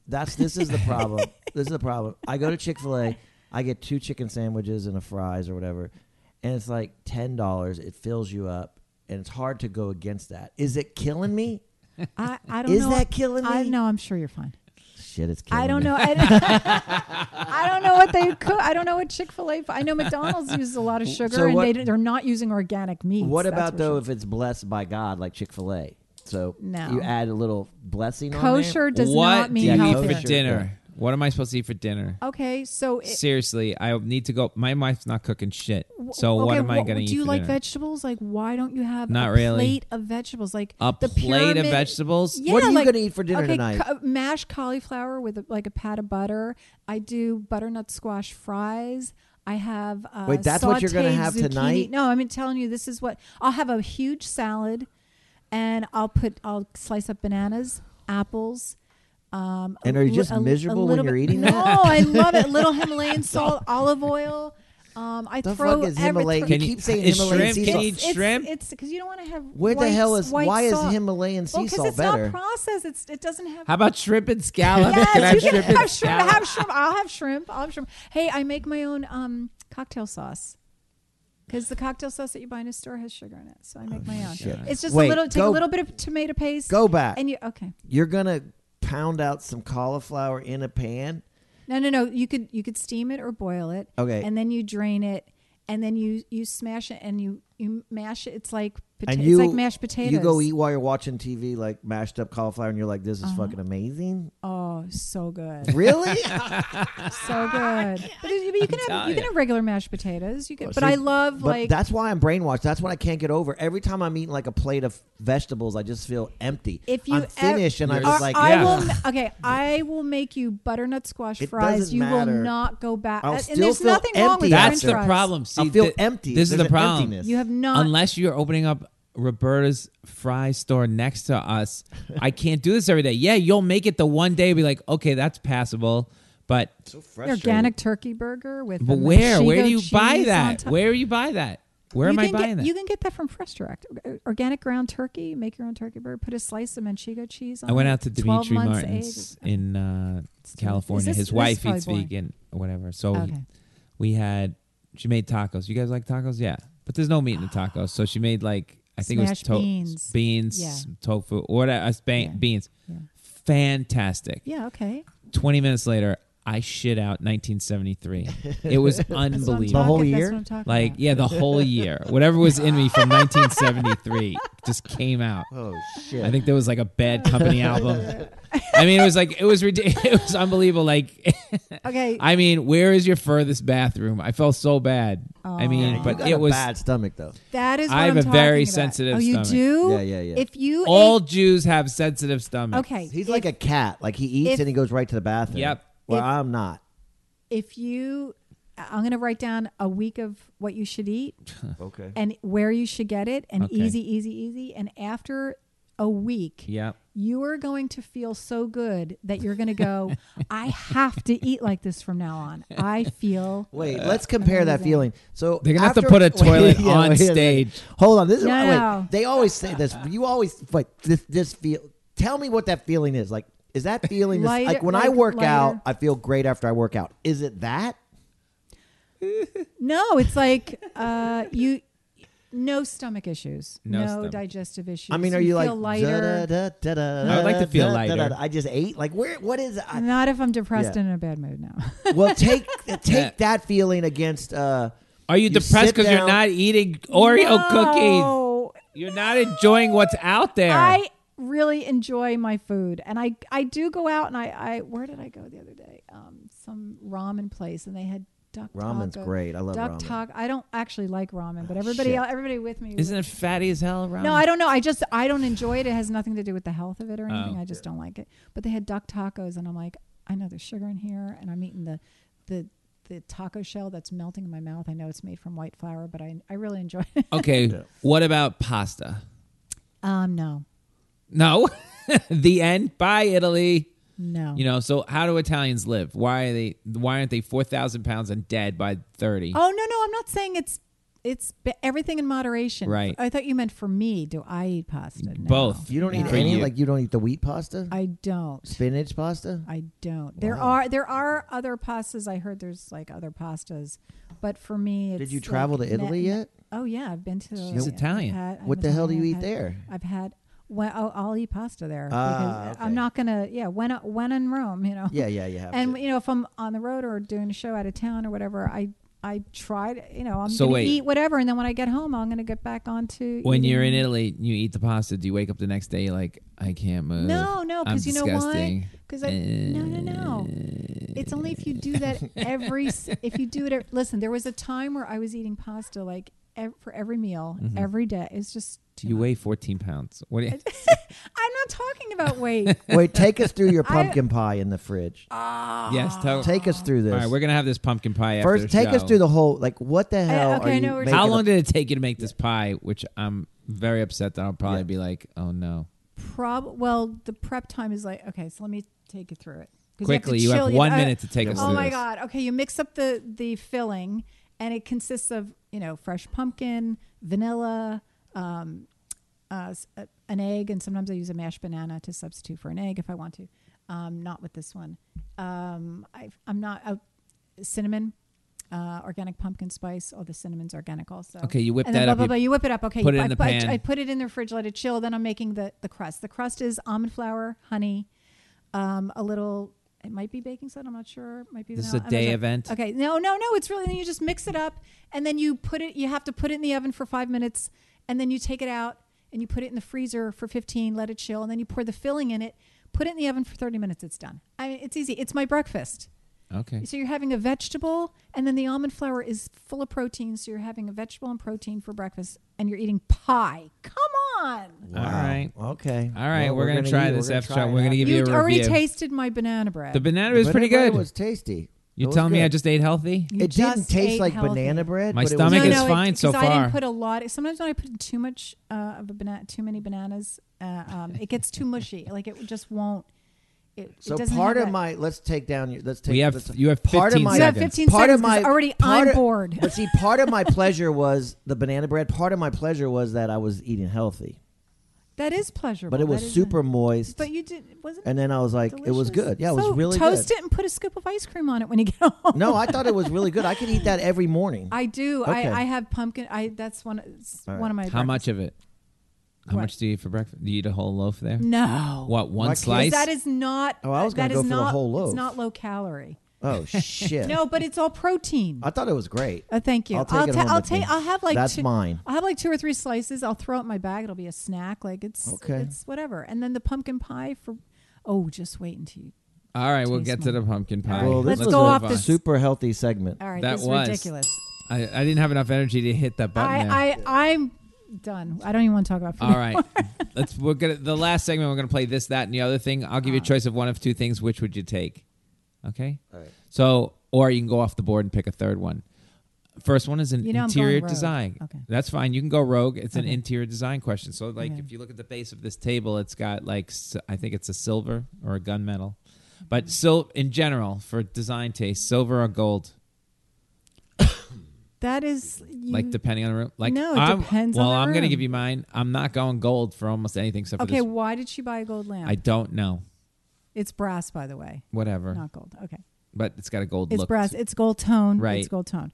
[SPEAKER 3] That's this is the
[SPEAKER 4] (laughs)
[SPEAKER 3] problem. this is the problem. I go to Chick Fil A, I get two chicken sandwiches and a fries or whatever, and it's like ten dollars. It fills you up, and it's hard to go against that. Is it killing me?
[SPEAKER 4] I, I don't
[SPEAKER 3] Is
[SPEAKER 4] know.
[SPEAKER 3] that killing
[SPEAKER 4] I
[SPEAKER 3] me?
[SPEAKER 4] know. I'm sure you're fine.
[SPEAKER 3] Shit, it's killing
[SPEAKER 4] I don't
[SPEAKER 3] me.
[SPEAKER 4] know. I don't, I don't (laughs) know what they cook. I don't know what Chick Fil A. I know McDonald's uses a lot of sugar,
[SPEAKER 3] So
[SPEAKER 4] and
[SPEAKER 3] what-
[SPEAKER 4] they, they're not using organic meats.
[SPEAKER 3] What
[SPEAKER 4] that's
[SPEAKER 3] about
[SPEAKER 4] for
[SPEAKER 3] though
[SPEAKER 4] sure.
[SPEAKER 3] if it's blessed by God like Chick Fil A? So
[SPEAKER 4] No.
[SPEAKER 3] you add a little blessing
[SPEAKER 4] kosher
[SPEAKER 3] on
[SPEAKER 4] does
[SPEAKER 2] what
[SPEAKER 4] not
[SPEAKER 2] do
[SPEAKER 4] mean
[SPEAKER 2] you
[SPEAKER 3] Yeah,
[SPEAKER 2] eat
[SPEAKER 4] healthier.
[SPEAKER 2] for
[SPEAKER 3] healthier.
[SPEAKER 2] dinner? What am I supposed to eat for dinner?
[SPEAKER 4] Okay, so Oh, it,
[SPEAKER 2] Seriously, I need to go. My wife's not cooking shit.
[SPEAKER 4] w-
[SPEAKER 2] So what
[SPEAKER 4] okay,
[SPEAKER 2] am I going to eat?
[SPEAKER 4] Do you
[SPEAKER 2] for
[SPEAKER 4] like
[SPEAKER 2] dinner?
[SPEAKER 4] vegetables? Like, why don't you have
[SPEAKER 2] Not
[SPEAKER 4] a
[SPEAKER 2] really.
[SPEAKER 4] plate of vegetables? Like
[SPEAKER 2] A
[SPEAKER 4] the
[SPEAKER 2] plate
[SPEAKER 4] pyramid-
[SPEAKER 2] of vegetables.
[SPEAKER 4] Yeah,
[SPEAKER 3] What are you
[SPEAKER 4] like-
[SPEAKER 3] gonna eat for dinner
[SPEAKER 4] okay,
[SPEAKER 3] tonight?
[SPEAKER 4] ca- mashed cauliflower with a, like a pat of butter. I do butternut squash fries. I have uh,
[SPEAKER 3] Wait, that's what you're gonna
[SPEAKER 4] sautéed
[SPEAKER 3] have
[SPEAKER 4] zucchini.
[SPEAKER 3] tonight?
[SPEAKER 4] No, I'm telling you, this is what I'll have a huge salad, and I'll put I'll slice up bananas, apples. Um,
[SPEAKER 3] And
[SPEAKER 4] a
[SPEAKER 3] are you
[SPEAKER 4] li-
[SPEAKER 3] just
[SPEAKER 4] a- a
[SPEAKER 3] miserable when
[SPEAKER 4] little
[SPEAKER 3] you're
[SPEAKER 4] bit-
[SPEAKER 3] eating
[SPEAKER 4] no,
[SPEAKER 3] that?
[SPEAKER 4] I love
[SPEAKER 3] (laughs)
[SPEAKER 4] it. Little Himalayan salt, olive oil. Um, I
[SPEAKER 3] The
[SPEAKER 4] throw
[SPEAKER 3] fuck is
[SPEAKER 4] every-
[SPEAKER 3] Himalayan?
[SPEAKER 2] Can
[SPEAKER 3] you
[SPEAKER 2] you-
[SPEAKER 3] keep saying
[SPEAKER 2] is
[SPEAKER 3] Himalayan
[SPEAKER 2] shrimp-
[SPEAKER 3] sea
[SPEAKER 2] can
[SPEAKER 3] salt.
[SPEAKER 2] you eat shrimp?
[SPEAKER 4] It's because you don't want to have
[SPEAKER 3] Where
[SPEAKER 4] white-
[SPEAKER 3] the hell is
[SPEAKER 4] white
[SPEAKER 3] why
[SPEAKER 4] salt.
[SPEAKER 3] is Himalayan sea
[SPEAKER 4] well, 'cause
[SPEAKER 3] salt
[SPEAKER 4] it's
[SPEAKER 3] better?
[SPEAKER 4] not processed. It's, it doesn't have.
[SPEAKER 2] How about shrimp and scallops?
[SPEAKER 4] yes,
[SPEAKER 2] can I
[SPEAKER 4] you
[SPEAKER 2] have
[SPEAKER 4] can
[SPEAKER 2] shrimp
[SPEAKER 4] have
[SPEAKER 2] and
[SPEAKER 4] shrimp.
[SPEAKER 2] scallops?
[SPEAKER 4] Have shrimp. I'll have shrimp. I'll have shrimp. Hey, I make my own um, cocktail sauce. Because the cocktail sauce that you buy in a store has sugar in it, so I make my own.
[SPEAKER 3] Oh shit.
[SPEAKER 4] It's just
[SPEAKER 3] Wait,
[SPEAKER 4] a little. Take
[SPEAKER 3] go-
[SPEAKER 4] a little bit of tomato paste.
[SPEAKER 3] Go back.
[SPEAKER 4] And you okay?
[SPEAKER 3] You're gonna pound out some cauliflower in a pan.
[SPEAKER 4] No, no, no. You could you could steam it or boil it.
[SPEAKER 3] Okay.
[SPEAKER 4] And then you drain it, and then you you smash it and you you mash it. It's like pota-
[SPEAKER 3] and you
[SPEAKER 4] it's like mashed potatoes.
[SPEAKER 3] You go eat while you're watching TV, like mashed up cauliflower, and you're like, "This is fucking amazing."
[SPEAKER 4] Uh-huh. Oh, so good, (laughs)
[SPEAKER 3] (laughs) Really?
[SPEAKER 4] so good. But you, but you can have you
[SPEAKER 2] telling
[SPEAKER 4] can
[SPEAKER 2] you.
[SPEAKER 4] have regular mashed potatoes. You can, but
[SPEAKER 3] See,
[SPEAKER 4] I love
[SPEAKER 3] but
[SPEAKER 4] like
[SPEAKER 3] that's why I'm brainwashed. That's what I can't get over. Every time I'm eating like a plate of vegetables, I just feel empty.
[SPEAKER 4] if you
[SPEAKER 3] I'm
[SPEAKER 4] ev-
[SPEAKER 3] finished, and I'm just
[SPEAKER 4] Or
[SPEAKER 3] like,
[SPEAKER 4] I
[SPEAKER 2] yeah.
[SPEAKER 4] will okay. I will make you butternut squash
[SPEAKER 3] It
[SPEAKER 4] fries.
[SPEAKER 3] doesn't
[SPEAKER 4] You
[SPEAKER 3] matter.
[SPEAKER 4] will not go back. Uh,
[SPEAKER 3] I'll
[SPEAKER 4] and
[SPEAKER 3] still
[SPEAKER 4] there's
[SPEAKER 3] feel
[SPEAKER 4] nothing wrong with
[SPEAKER 3] empty
[SPEAKER 2] That's
[SPEAKER 4] French
[SPEAKER 3] after.
[SPEAKER 2] the
[SPEAKER 4] fries.
[SPEAKER 2] problem. See,
[SPEAKER 3] I feel
[SPEAKER 2] thi-
[SPEAKER 3] empty.
[SPEAKER 2] This is
[SPEAKER 3] There's
[SPEAKER 2] the
[SPEAKER 3] an
[SPEAKER 2] problem.
[SPEAKER 3] emptiness.
[SPEAKER 4] You have not.
[SPEAKER 2] Unless you're opening up Roberta's fry store next to
[SPEAKER 3] (laughs)
[SPEAKER 2] us, I can't do this every day. Yeah, you'll make it the one day, be like, okay, that's passable, but
[SPEAKER 3] so
[SPEAKER 4] an
[SPEAKER 3] frustrated.
[SPEAKER 4] organic turkey burger with
[SPEAKER 2] but
[SPEAKER 4] a
[SPEAKER 2] where? Where
[SPEAKER 4] Manchego
[SPEAKER 2] do you buy
[SPEAKER 4] cheese on
[SPEAKER 2] that?
[SPEAKER 4] top.
[SPEAKER 2] Where do you buy that? Where
[SPEAKER 4] you
[SPEAKER 2] am I
[SPEAKER 4] can
[SPEAKER 2] buying
[SPEAKER 4] get,
[SPEAKER 2] that?
[SPEAKER 4] You can get that from Fresh Direct. O- Organic ground turkey. Make your own turkey burger. Put a slice of manchego cheese on.
[SPEAKER 2] I went
[SPEAKER 4] it,
[SPEAKER 2] out to
[SPEAKER 4] 12
[SPEAKER 2] Dimitri
[SPEAKER 4] months
[SPEAKER 2] Martin's
[SPEAKER 4] aged.
[SPEAKER 2] in uh, California.
[SPEAKER 4] this- this
[SPEAKER 2] His
[SPEAKER 4] is
[SPEAKER 2] wife
[SPEAKER 4] probably
[SPEAKER 2] eats
[SPEAKER 4] boring.
[SPEAKER 2] vegan Oh, or whatever. So
[SPEAKER 4] Okay.
[SPEAKER 2] we had she made tacos. You guys like tacos? Yeah, but there's no meat in the tacos. So she made like I think
[SPEAKER 4] Smashed
[SPEAKER 2] it was to-
[SPEAKER 4] beans.
[SPEAKER 2] beans,
[SPEAKER 4] Yeah.
[SPEAKER 2] tofu, or whatever, uh, span- beans.
[SPEAKER 4] Yeah.
[SPEAKER 2] Fantastic.
[SPEAKER 4] Yeah. Okay.
[SPEAKER 2] Twenty minutes later, I shit out 1973. It was
[SPEAKER 4] (laughs) That's what I'm
[SPEAKER 2] unbelievable.
[SPEAKER 3] The whole
[SPEAKER 4] talking-
[SPEAKER 3] year?
[SPEAKER 4] That's what I'm talking
[SPEAKER 2] Like,
[SPEAKER 4] about.
[SPEAKER 2] yeah, the whole year. Whatever was in me from 1973 just came out.
[SPEAKER 3] Oh shit!
[SPEAKER 2] I think there was like a Bad Company album. I mean, it was like, it was ridiculous. (laughs) It was unbelievable. Like,
[SPEAKER 4] Okay.
[SPEAKER 2] I mean, where is your furthest bathroom? I felt so bad. I mean,
[SPEAKER 3] you
[SPEAKER 2] but
[SPEAKER 3] got
[SPEAKER 2] it
[SPEAKER 3] a
[SPEAKER 2] was
[SPEAKER 3] bad stomach though.
[SPEAKER 4] that is. What
[SPEAKER 2] I have
[SPEAKER 4] am
[SPEAKER 2] a very
[SPEAKER 4] talking about.
[SPEAKER 2] sensitive
[SPEAKER 4] Oh, you
[SPEAKER 2] stomach.
[SPEAKER 4] do?
[SPEAKER 3] Yeah, yeah, yeah.
[SPEAKER 4] If you
[SPEAKER 2] all Jews have sensitive
[SPEAKER 4] ate,
[SPEAKER 2] stomachs.
[SPEAKER 4] okay,
[SPEAKER 3] He's like a cat. Like he eats
[SPEAKER 4] if-
[SPEAKER 3] and he goes right to the bathroom.
[SPEAKER 2] Yep.
[SPEAKER 3] Well,
[SPEAKER 4] If-
[SPEAKER 3] I'm not.
[SPEAKER 4] if you, I'm going to write down a week of what you should eat
[SPEAKER 3] Okay.
[SPEAKER 4] and where you should get it, and
[SPEAKER 2] Okay.
[SPEAKER 4] easy, easy, easy, and after a week,
[SPEAKER 2] Yep.
[SPEAKER 4] you are going to feel so good that you're going
[SPEAKER 2] (laughs)
[SPEAKER 4] to go, I have to eat like this from now on. I feel (laughs)
[SPEAKER 3] Wait, let's compare that feeling. So
[SPEAKER 2] They're gonna have to
[SPEAKER 3] after-
[SPEAKER 2] put a toilet
[SPEAKER 3] Yeah,
[SPEAKER 2] on
[SPEAKER 3] (laughs) wait a second.
[SPEAKER 2] stage.
[SPEAKER 3] Hold on, this is
[SPEAKER 4] No.
[SPEAKER 3] wait. They always say this. You always wait. This this feel. Tell me what that feeling is. Like, is that feeling this-
[SPEAKER 4] Lighter-
[SPEAKER 3] like when I
[SPEAKER 4] like
[SPEAKER 3] work out,
[SPEAKER 4] lighter.
[SPEAKER 3] I feel great after I work out. Is it that?
[SPEAKER 4] no. It's like uh, you, no stomach issues,
[SPEAKER 2] No
[SPEAKER 4] no,
[SPEAKER 2] stomach.
[SPEAKER 4] digestive issues.
[SPEAKER 3] I mean, are you, like
[SPEAKER 4] feel lighter?
[SPEAKER 3] da, da, da, da,
[SPEAKER 2] I would like to feel
[SPEAKER 3] da, da, da,
[SPEAKER 2] lighter.
[SPEAKER 3] da. I just ate. Like, where? What is? I,
[SPEAKER 4] Not if I'm depressed
[SPEAKER 3] Yeah.
[SPEAKER 4] and in a bad mood (laughs) now.
[SPEAKER 3] well, take take that feeling against. uh
[SPEAKER 2] Are you,
[SPEAKER 3] You
[SPEAKER 2] depressed
[SPEAKER 3] sit
[SPEAKER 2] because you're
[SPEAKER 3] down-
[SPEAKER 2] not eating Oreo cookies?
[SPEAKER 4] No.
[SPEAKER 2] You're not enjoying what's out there.
[SPEAKER 4] I really enjoy my food, and I I do go out and I I where did I go the other day? Um, some ramen place, and they had duck.
[SPEAKER 3] Ramen's
[SPEAKER 4] taco.
[SPEAKER 3] great. I love
[SPEAKER 4] duck
[SPEAKER 3] ramen. Ah,
[SPEAKER 4] taco. I don't actually like ramen, but everybody
[SPEAKER 3] shit.
[SPEAKER 4] el everybody with me
[SPEAKER 2] Isn't it um, fatty as hell around?
[SPEAKER 4] No, I don't know. I just I don't enjoy it. It has nothing to do with the health of it or anything.
[SPEAKER 2] Oh.
[SPEAKER 4] I just don't like it. But they had duck tacos, and I'm like, I know there's sugar in here, and I'm eating the the the taco shell that's melting in my mouth. I know it's made from white flour, but I I really enjoy it. (laughs)
[SPEAKER 2] Okay. What about pasta?
[SPEAKER 4] Um, no,
[SPEAKER 2] No. (laughs) the end. Bye, Italy.
[SPEAKER 4] no.
[SPEAKER 2] You know, so how do Italians live? Why are they? Why aren't they four thousand pounds and dead by thirty?
[SPEAKER 4] Oh no, no, I'm not saying it's it's b- everything in moderation.
[SPEAKER 2] Right.
[SPEAKER 4] I thought you meant for me. Do I eat pasta? No.
[SPEAKER 2] Both.
[SPEAKER 3] You don't eat
[SPEAKER 2] For
[SPEAKER 3] any.
[SPEAKER 2] you.
[SPEAKER 3] Like, you don't eat the wheat pasta,
[SPEAKER 4] I don't.
[SPEAKER 3] spinach pasta.
[SPEAKER 4] I don't. There are there are other pastas. I heard there's like other pastas, but for me, it's
[SPEAKER 3] Did you travel
[SPEAKER 4] like
[SPEAKER 3] to Italy
[SPEAKER 4] me-
[SPEAKER 3] yet?
[SPEAKER 4] Oh yeah, I've been to.
[SPEAKER 2] She's
[SPEAKER 4] I've
[SPEAKER 2] Italian.
[SPEAKER 4] had- I'm
[SPEAKER 3] What the hell do
[SPEAKER 4] Italian.
[SPEAKER 3] you
[SPEAKER 4] I've
[SPEAKER 3] eat
[SPEAKER 4] had-
[SPEAKER 3] there?
[SPEAKER 4] I've had. Well, I'll, I'll eat pasta there
[SPEAKER 3] Ah,
[SPEAKER 4] because
[SPEAKER 3] okay.
[SPEAKER 4] I'm not gonna. Yeah, when I- when in Rome, you know.
[SPEAKER 3] Yeah, yeah, you have.
[SPEAKER 4] And
[SPEAKER 3] to.
[SPEAKER 4] you know, if I'm on the road or doing a show out of town or whatever, I I tried. You know, I'm
[SPEAKER 2] So
[SPEAKER 4] gonna
[SPEAKER 2] wait.
[SPEAKER 4] eat whatever, and then when I get home, I'm gonna get back onto
[SPEAKER 2] when
[SPEAKER 4] eating-
[SPEAKER 2] you're in Italy, you eat the pasta. Do you wake up the next day like I can't move?
[SPEAKER 4] No, no,
[SPEAKER 2] I'm
[SPEAKER 4] because you know
[SPEAKER 2] disgusting.
[SPEAKER 4] why? Because I no, no, no. It's only if you do that every.
[SPEAKER 3] (laughs)
[SPEAKER 4] s- if you do it, ev- listen. There was a time where I was eating pasta like ev- for every meal,
[SPEAKER 3] Mm-hmm.
[SPEAKER 4] every day. It's just too
[SPEAKER 2] You
[SPEAKER 4] much.
[SPEAKER 2] weigh fourteen pounds. What?
[SPEAKER 4] (laughs)
[SPEAKER 2] Do you, (laughs)
[SPEAKER 4] I'm not talking about weight.
[SPEAKER 3] Wait, take us through your
[SPEAKER 4] (laughs) I- Uh-huh.
[SPEAKER 3] pumpkin pie in the fridge.
[SPEAKER 2] yes. Tell,
[SPEAKER 3] Take us through this.
[SPEAKER 2] All right, we're gonna have this pumpkin pie after
[SPEAKER 3] First,
[SPEAKER 2] the
[SPEAKER 3] take us
[SPEAKER 2] show.
[SPEAKER 3] through the whole like what the hell
[SPEAKER 4] Uh, okay,
[SPEAKER 3] are
[SPEAKER 4] I
[SPEAKER 3] you?
[SPEAKER 4] know we're-
[SPEAKER 3] making
[SPEAKER 2] How
[SPEAKER 3] up-
[SPEAKER 2] long did it take you to make this pie? Which I'm very upset that I'll probably
[SPEAKER 3] Yeah.
[SPEAKER 2] be like, oh no.
[SPEAKER 4] Prob well, the prep time is like okay. So let me take you through it 'Cause
[SPEAKER 2] Quickly, you have
[SPEAKER 4] chill-
[SPEAKER 2] one
[SPEAKER 4] I-
[SPEAKER 2] minute to take us
[SPEAKER 4] Oh
[SPEAKER 2] through
[SPEAKER 4] my
[SPEAKER 2] this.
[SPEAKER 4] god! Okay, you mix up the the filling, and it consists of you know fresh pumpkin, vanilla, um, uh, s- uh, an egg, and sometimes I use a mashed banana to substitute for an egg if I want to. Um, not with this one. Um, I, I'm not uh, cinnamon. Uh, organic pumpkin spice. Oh, the cinnamon's organic also.
[SPEAKER 2] Okay, you whip
[SPEAKER 4] And then
[SPEAKER 2] that
[SPEAKER 4] blah,
[SPEAKER 2] up,
[SPEAKER 4] Blah,
[SPEAKER 2] you
[SPEAKER 4] blah, you whip it up. Okay,
[SPEAKER 2] put it
[SPEAKER 4] I,
[SPEAKER 2] in the
[SPEAKER 4] I-
[SPEAKER 2] pan.
[SPEAKER 4] I put it in the fridge, let it chill. Then I'm making the the crust. The crust is almond flour, honey, um, a little. It might be baking soda. I'm not sure. It might be.
[SPEAKER 2] This is a
[SPEAKER 4] vanilla. I'm not
[SPEAKER 2] day
[SPEAKER 4] sure.
[SPEAKER 2] event?
[SPEAKER 4] Okay. No, no, no. It's really. Then you just mix it up, and then you put it. You have to put it in the oven for five minutes, and then you take it out and you put it in the freezer for 15. Let it chill, and then you pour the filling in it. Put it in the oven for 30 minutes. It's done. I mean, it's easy. It's my breakfast.
[SPEAKER 2] Okay.
[SPEAKER 4] So you're having a vegetable, and then the almond flour is full of protein. So you're having a vegetable and protein for breakfast, and you're eating pie. Come on!
[SPEAKER 2] All right.
[SPEAKER 3] Okay.
[SPEAKER 2] All right,
[SPEAKER 3] Well,
[SPEAKER 2] we're, gonna, try
[SPEAKER 3] eat,
[SPEAKER 2] this
[SPEAKER 3] gonna
[SPEAKER 2] after
[SPEAKER 3] try
[SPEAKER 2] show.
[SPEAKER 3] it
[SPEAKER 2] We're gonna
[SPEAKER 3] out.
[SPEAKER 2] give you,
[SPEAKER 4] You
[SPEAKER 2] a
[SPEAKER 4] already
[SPEAKER 2] review.
[SPEAKER 4] tasted my banana bread.
[SPEAKER 2] the banana was
[SPEAKER 3] But
[SPEAKER 2] pretty
[SPEAKER 3] everybody
[SPEAKER 2] good.
[SPEAKER 3] was tasty.
[SPEAKER 2] You're
[SPEAKER 3] It was
[SPEAKER 2] telling me I
[SPEAKER 3] good.
[SPEAKER 2] just ate healthy?
[SPEAKER 4] You
[SPEAKER 3] it didn't
[SPEAKER 4] just
[SPEAKER 3] taste
[SPEAKER 4] ate
[SPEAKER 3] like
[SPEAKER 4] healthy.
[SPEAKER 3] banana bread.
[SPEAKER 2] My
[SPEAKER 3] but it was
[SPEAKER 2] stomach
[SPEAKER 3] good.
[SPEAKER 2] is
[SPEAKER 4] it-
[SPEAKER 2] fine so
[SPEAKER 4] 'cause I
[SPEAKER 2] far.
[SPEAKER 4] didn't put a lot. Sometimes when I put in too much uh, of a banana, too many bananas, uh, um, it gets too mushy. Like it just won't. It, it
[SPEAKER 3] So
[SPEAKER 4] doesn't
[SPEAKER 3] part
[SPEAKER 4] have
[SPEAKER 3] of
[SPEAKER 4] that-
[SPEAKER 3] my let's take down. your- Let's take.
[SPEAKER 2] We have-
[SPEAKER 3] let's-
[SPEAKER 2] you have
[SPEAKER 3] part of
[SPEAKER 2] 15
[SPEAKER 3] my.
[SPEAKER 2] You have seconds.
[SPEAKER 4] 15
[SPEAKER 3] part of
[SPEAKER 4] seconds 'cause
[SPEAKER 3] my-
[SPEAKER 4] already
[SPEAKER 3] part
[SPEAKER 4] I'm
[SPEAKER 3] of-
[SPEAKER 4] bored.
[SPEAKER 3] But see,
[SPEAKER 4] (laughs)
[SPEAKER 3] part of my pleasure was the banana bread. Part of my pleasure was that I was eating healthy,
[SPEAKER 4] that is pleasurable.
[SPEAKER 3] but it was
[SPEAKER 4] That is
[SPEAKER 3] super
[SPEAKER 4] nice.
[SPEAKER 3] moist.
[SPEAKER 4] But you did wasn't. it
[SPEAKER 3] and then I was like, it
[SPEAKER 4] delicious?
[SPEAKER 3] was good. Yeah, it was
[SPEAKER 4] So
[SPEAKER 3] really
[SPEAKER 4] toast
[SPEAKER 3] good.
[SPEAKER 4] it and put a scoop of ice cream on it when you get (laughs) home.
[SPEAKER 3] No, I thought it was really good. I could eat that every morning.
[SPEAKER 4] I do.
[SPEAKER 3] Okay.
[SPEAKER 4] I, I have pumpkin. I that's one it's
[SPEAKER 3] All right.
[SPEAKER 4] one of my.
[SPEAKER 2] How much
[SPEAKER 4] breakfasts.
[SPEAKER 2] of it? How
[SPEAKER 4] What?
[SPEAKER 2] much do you eat for breakfast? Do you eat a whole loaf there?
[SPEAKER 4] No.
[SPEAKER 2] What one
[SPEAKER 3] Why can't-
[SPEAKER 2] slice?
[SPEAKER 4] That is not.
[SPEAKER 3] Oh, I was gonna
[SPEAKER 4] that
[SPEAKER 3] go
[SPEAKER 4] is
[SPEAKER 3] for the
[SPEAKER 4] not,
[SPEAKER 3] whole loaf.
[SPEAKER 4] It's not low calorie.
[SPEAKER 3] Oh
[SPEAKER 4] (laughs)
[SPEAKER 3] shit!
[SPEAKER 4] No, but it's all protein.
[SPEAKER 3] I thought it was great.
[SPEAKER 4] Uh, thank you.
[SPEAKER 3] I'll take it
[SPEAKER 4] ta-
[SPEAKER 3] home
[SPEAKER 4] I'll
[SPEAKER 3] with me.
[SPEAKER 4] take. I'll have like
[SPEAKER 3] That's
[SPEAKER 4] two,
[SPEAKER 3] mine.
[SPEAKER 4] I'll have like two or three slices. I'll throw it in my bag. It'll be a snack. Like it's
[SPEAKER 3] Okay.
[SPEAKER 4] It's whatever. And then the pumpkin pie for. Oh, just wait until you.
[SPEAKER 2] All right, we'll
[SPEAKER 4] Taste
[SPEAKER 2] get to
[SPEAKER 4] mine.
[SPEAKER 2] the pumpkin pie.
[SPEAKER 4] All right,
[SPEAKER 3] Well, this
[SPEAKER 4] let's
[SPEAKER 3] was
[SPEAKER 4] go
[SPEAKER 2] move
[SPEAKER 3] a
[SPEAKER 4] off
[SPEAKER 2] on.
[SPEAKER 4] this-
[SPEAKER 3] super healthy segment.
[SPEAKER 4] All right,
[SPEAKER 2] That
[SPEAKER 4] this is
[SPEAKER 2] was-
[SPEAKER 4] ridiculous.
[SPEAKER 2] I, I didn't have enough energy to hit that button. there.
[SPEAKER 4] I, I I'm done. I don't even want to talk about food.
[SPEAKER 2] All
[SPEAKER 4] (laughs)
[SPEAKER 2] right. Let's we're gonna the last segment we're gonna play this, that, and the other thing. I'll give
[SPEAKER 4] Ah.
[SPEAKER 2] you a choice of one of two things. Which would you take? Okay? All right. So or you can go off the board and pick a third one. First one is an
[SPEAKER 4] You know I'm going
[SPEAKER 2] interior
[SPEAKER 4] rogue.
[SPEAKER 2] design.
[SPEAKER 4] Okay.
[SPEAKER 2] That's fine. You can go rogue. It's an
[SPEAKER 4] Okay.
[SPEAKER 2] interior design question. So like
[SPEAKER 4] Okay.
[SPEAKER 2] if you look at the base of this table, it's got like s- I think it's a silver or a gunmetal.
[SPEAKER 4] Mm-hmm.
[SPEAKER 2] But sil- in general for design taste, silver or gold,
[SPEAKER 4] That is you,
[SPEAKER 2] like depending on the room. Like
[SPEAKER 4] No, it
[SPEAKER 2] I'm,
[SPEAKER 4] depends on
[SPEAKER 2] Well,
[SPEAKER 4] the
[SPEAKER 2] I'm gonna
[SPEAKER 4] room.
[SPEAKER 2] give you mine. I'm not going gold for almost anything except
[SPEAKER 4] Okay,
[SPEAKER 2] for this.
[SPEAKER 4] why did she buy a gold lamp?
[SPEAKER 2] I don't know.
[SPEAKER 4] it's brass, by the way,
[SPEAKER 2] Whatever.
[SPEAKER 4] not gold. Okay,
[SPEAKER 2] but it's got a gold
[SPEAKER 4] it's
[SPEAKER 2] look.
[SPEAKER 4] brass. It's gold tone.
[SPEAKER 2] Right.
[SPEAKER 4] It's gold tone.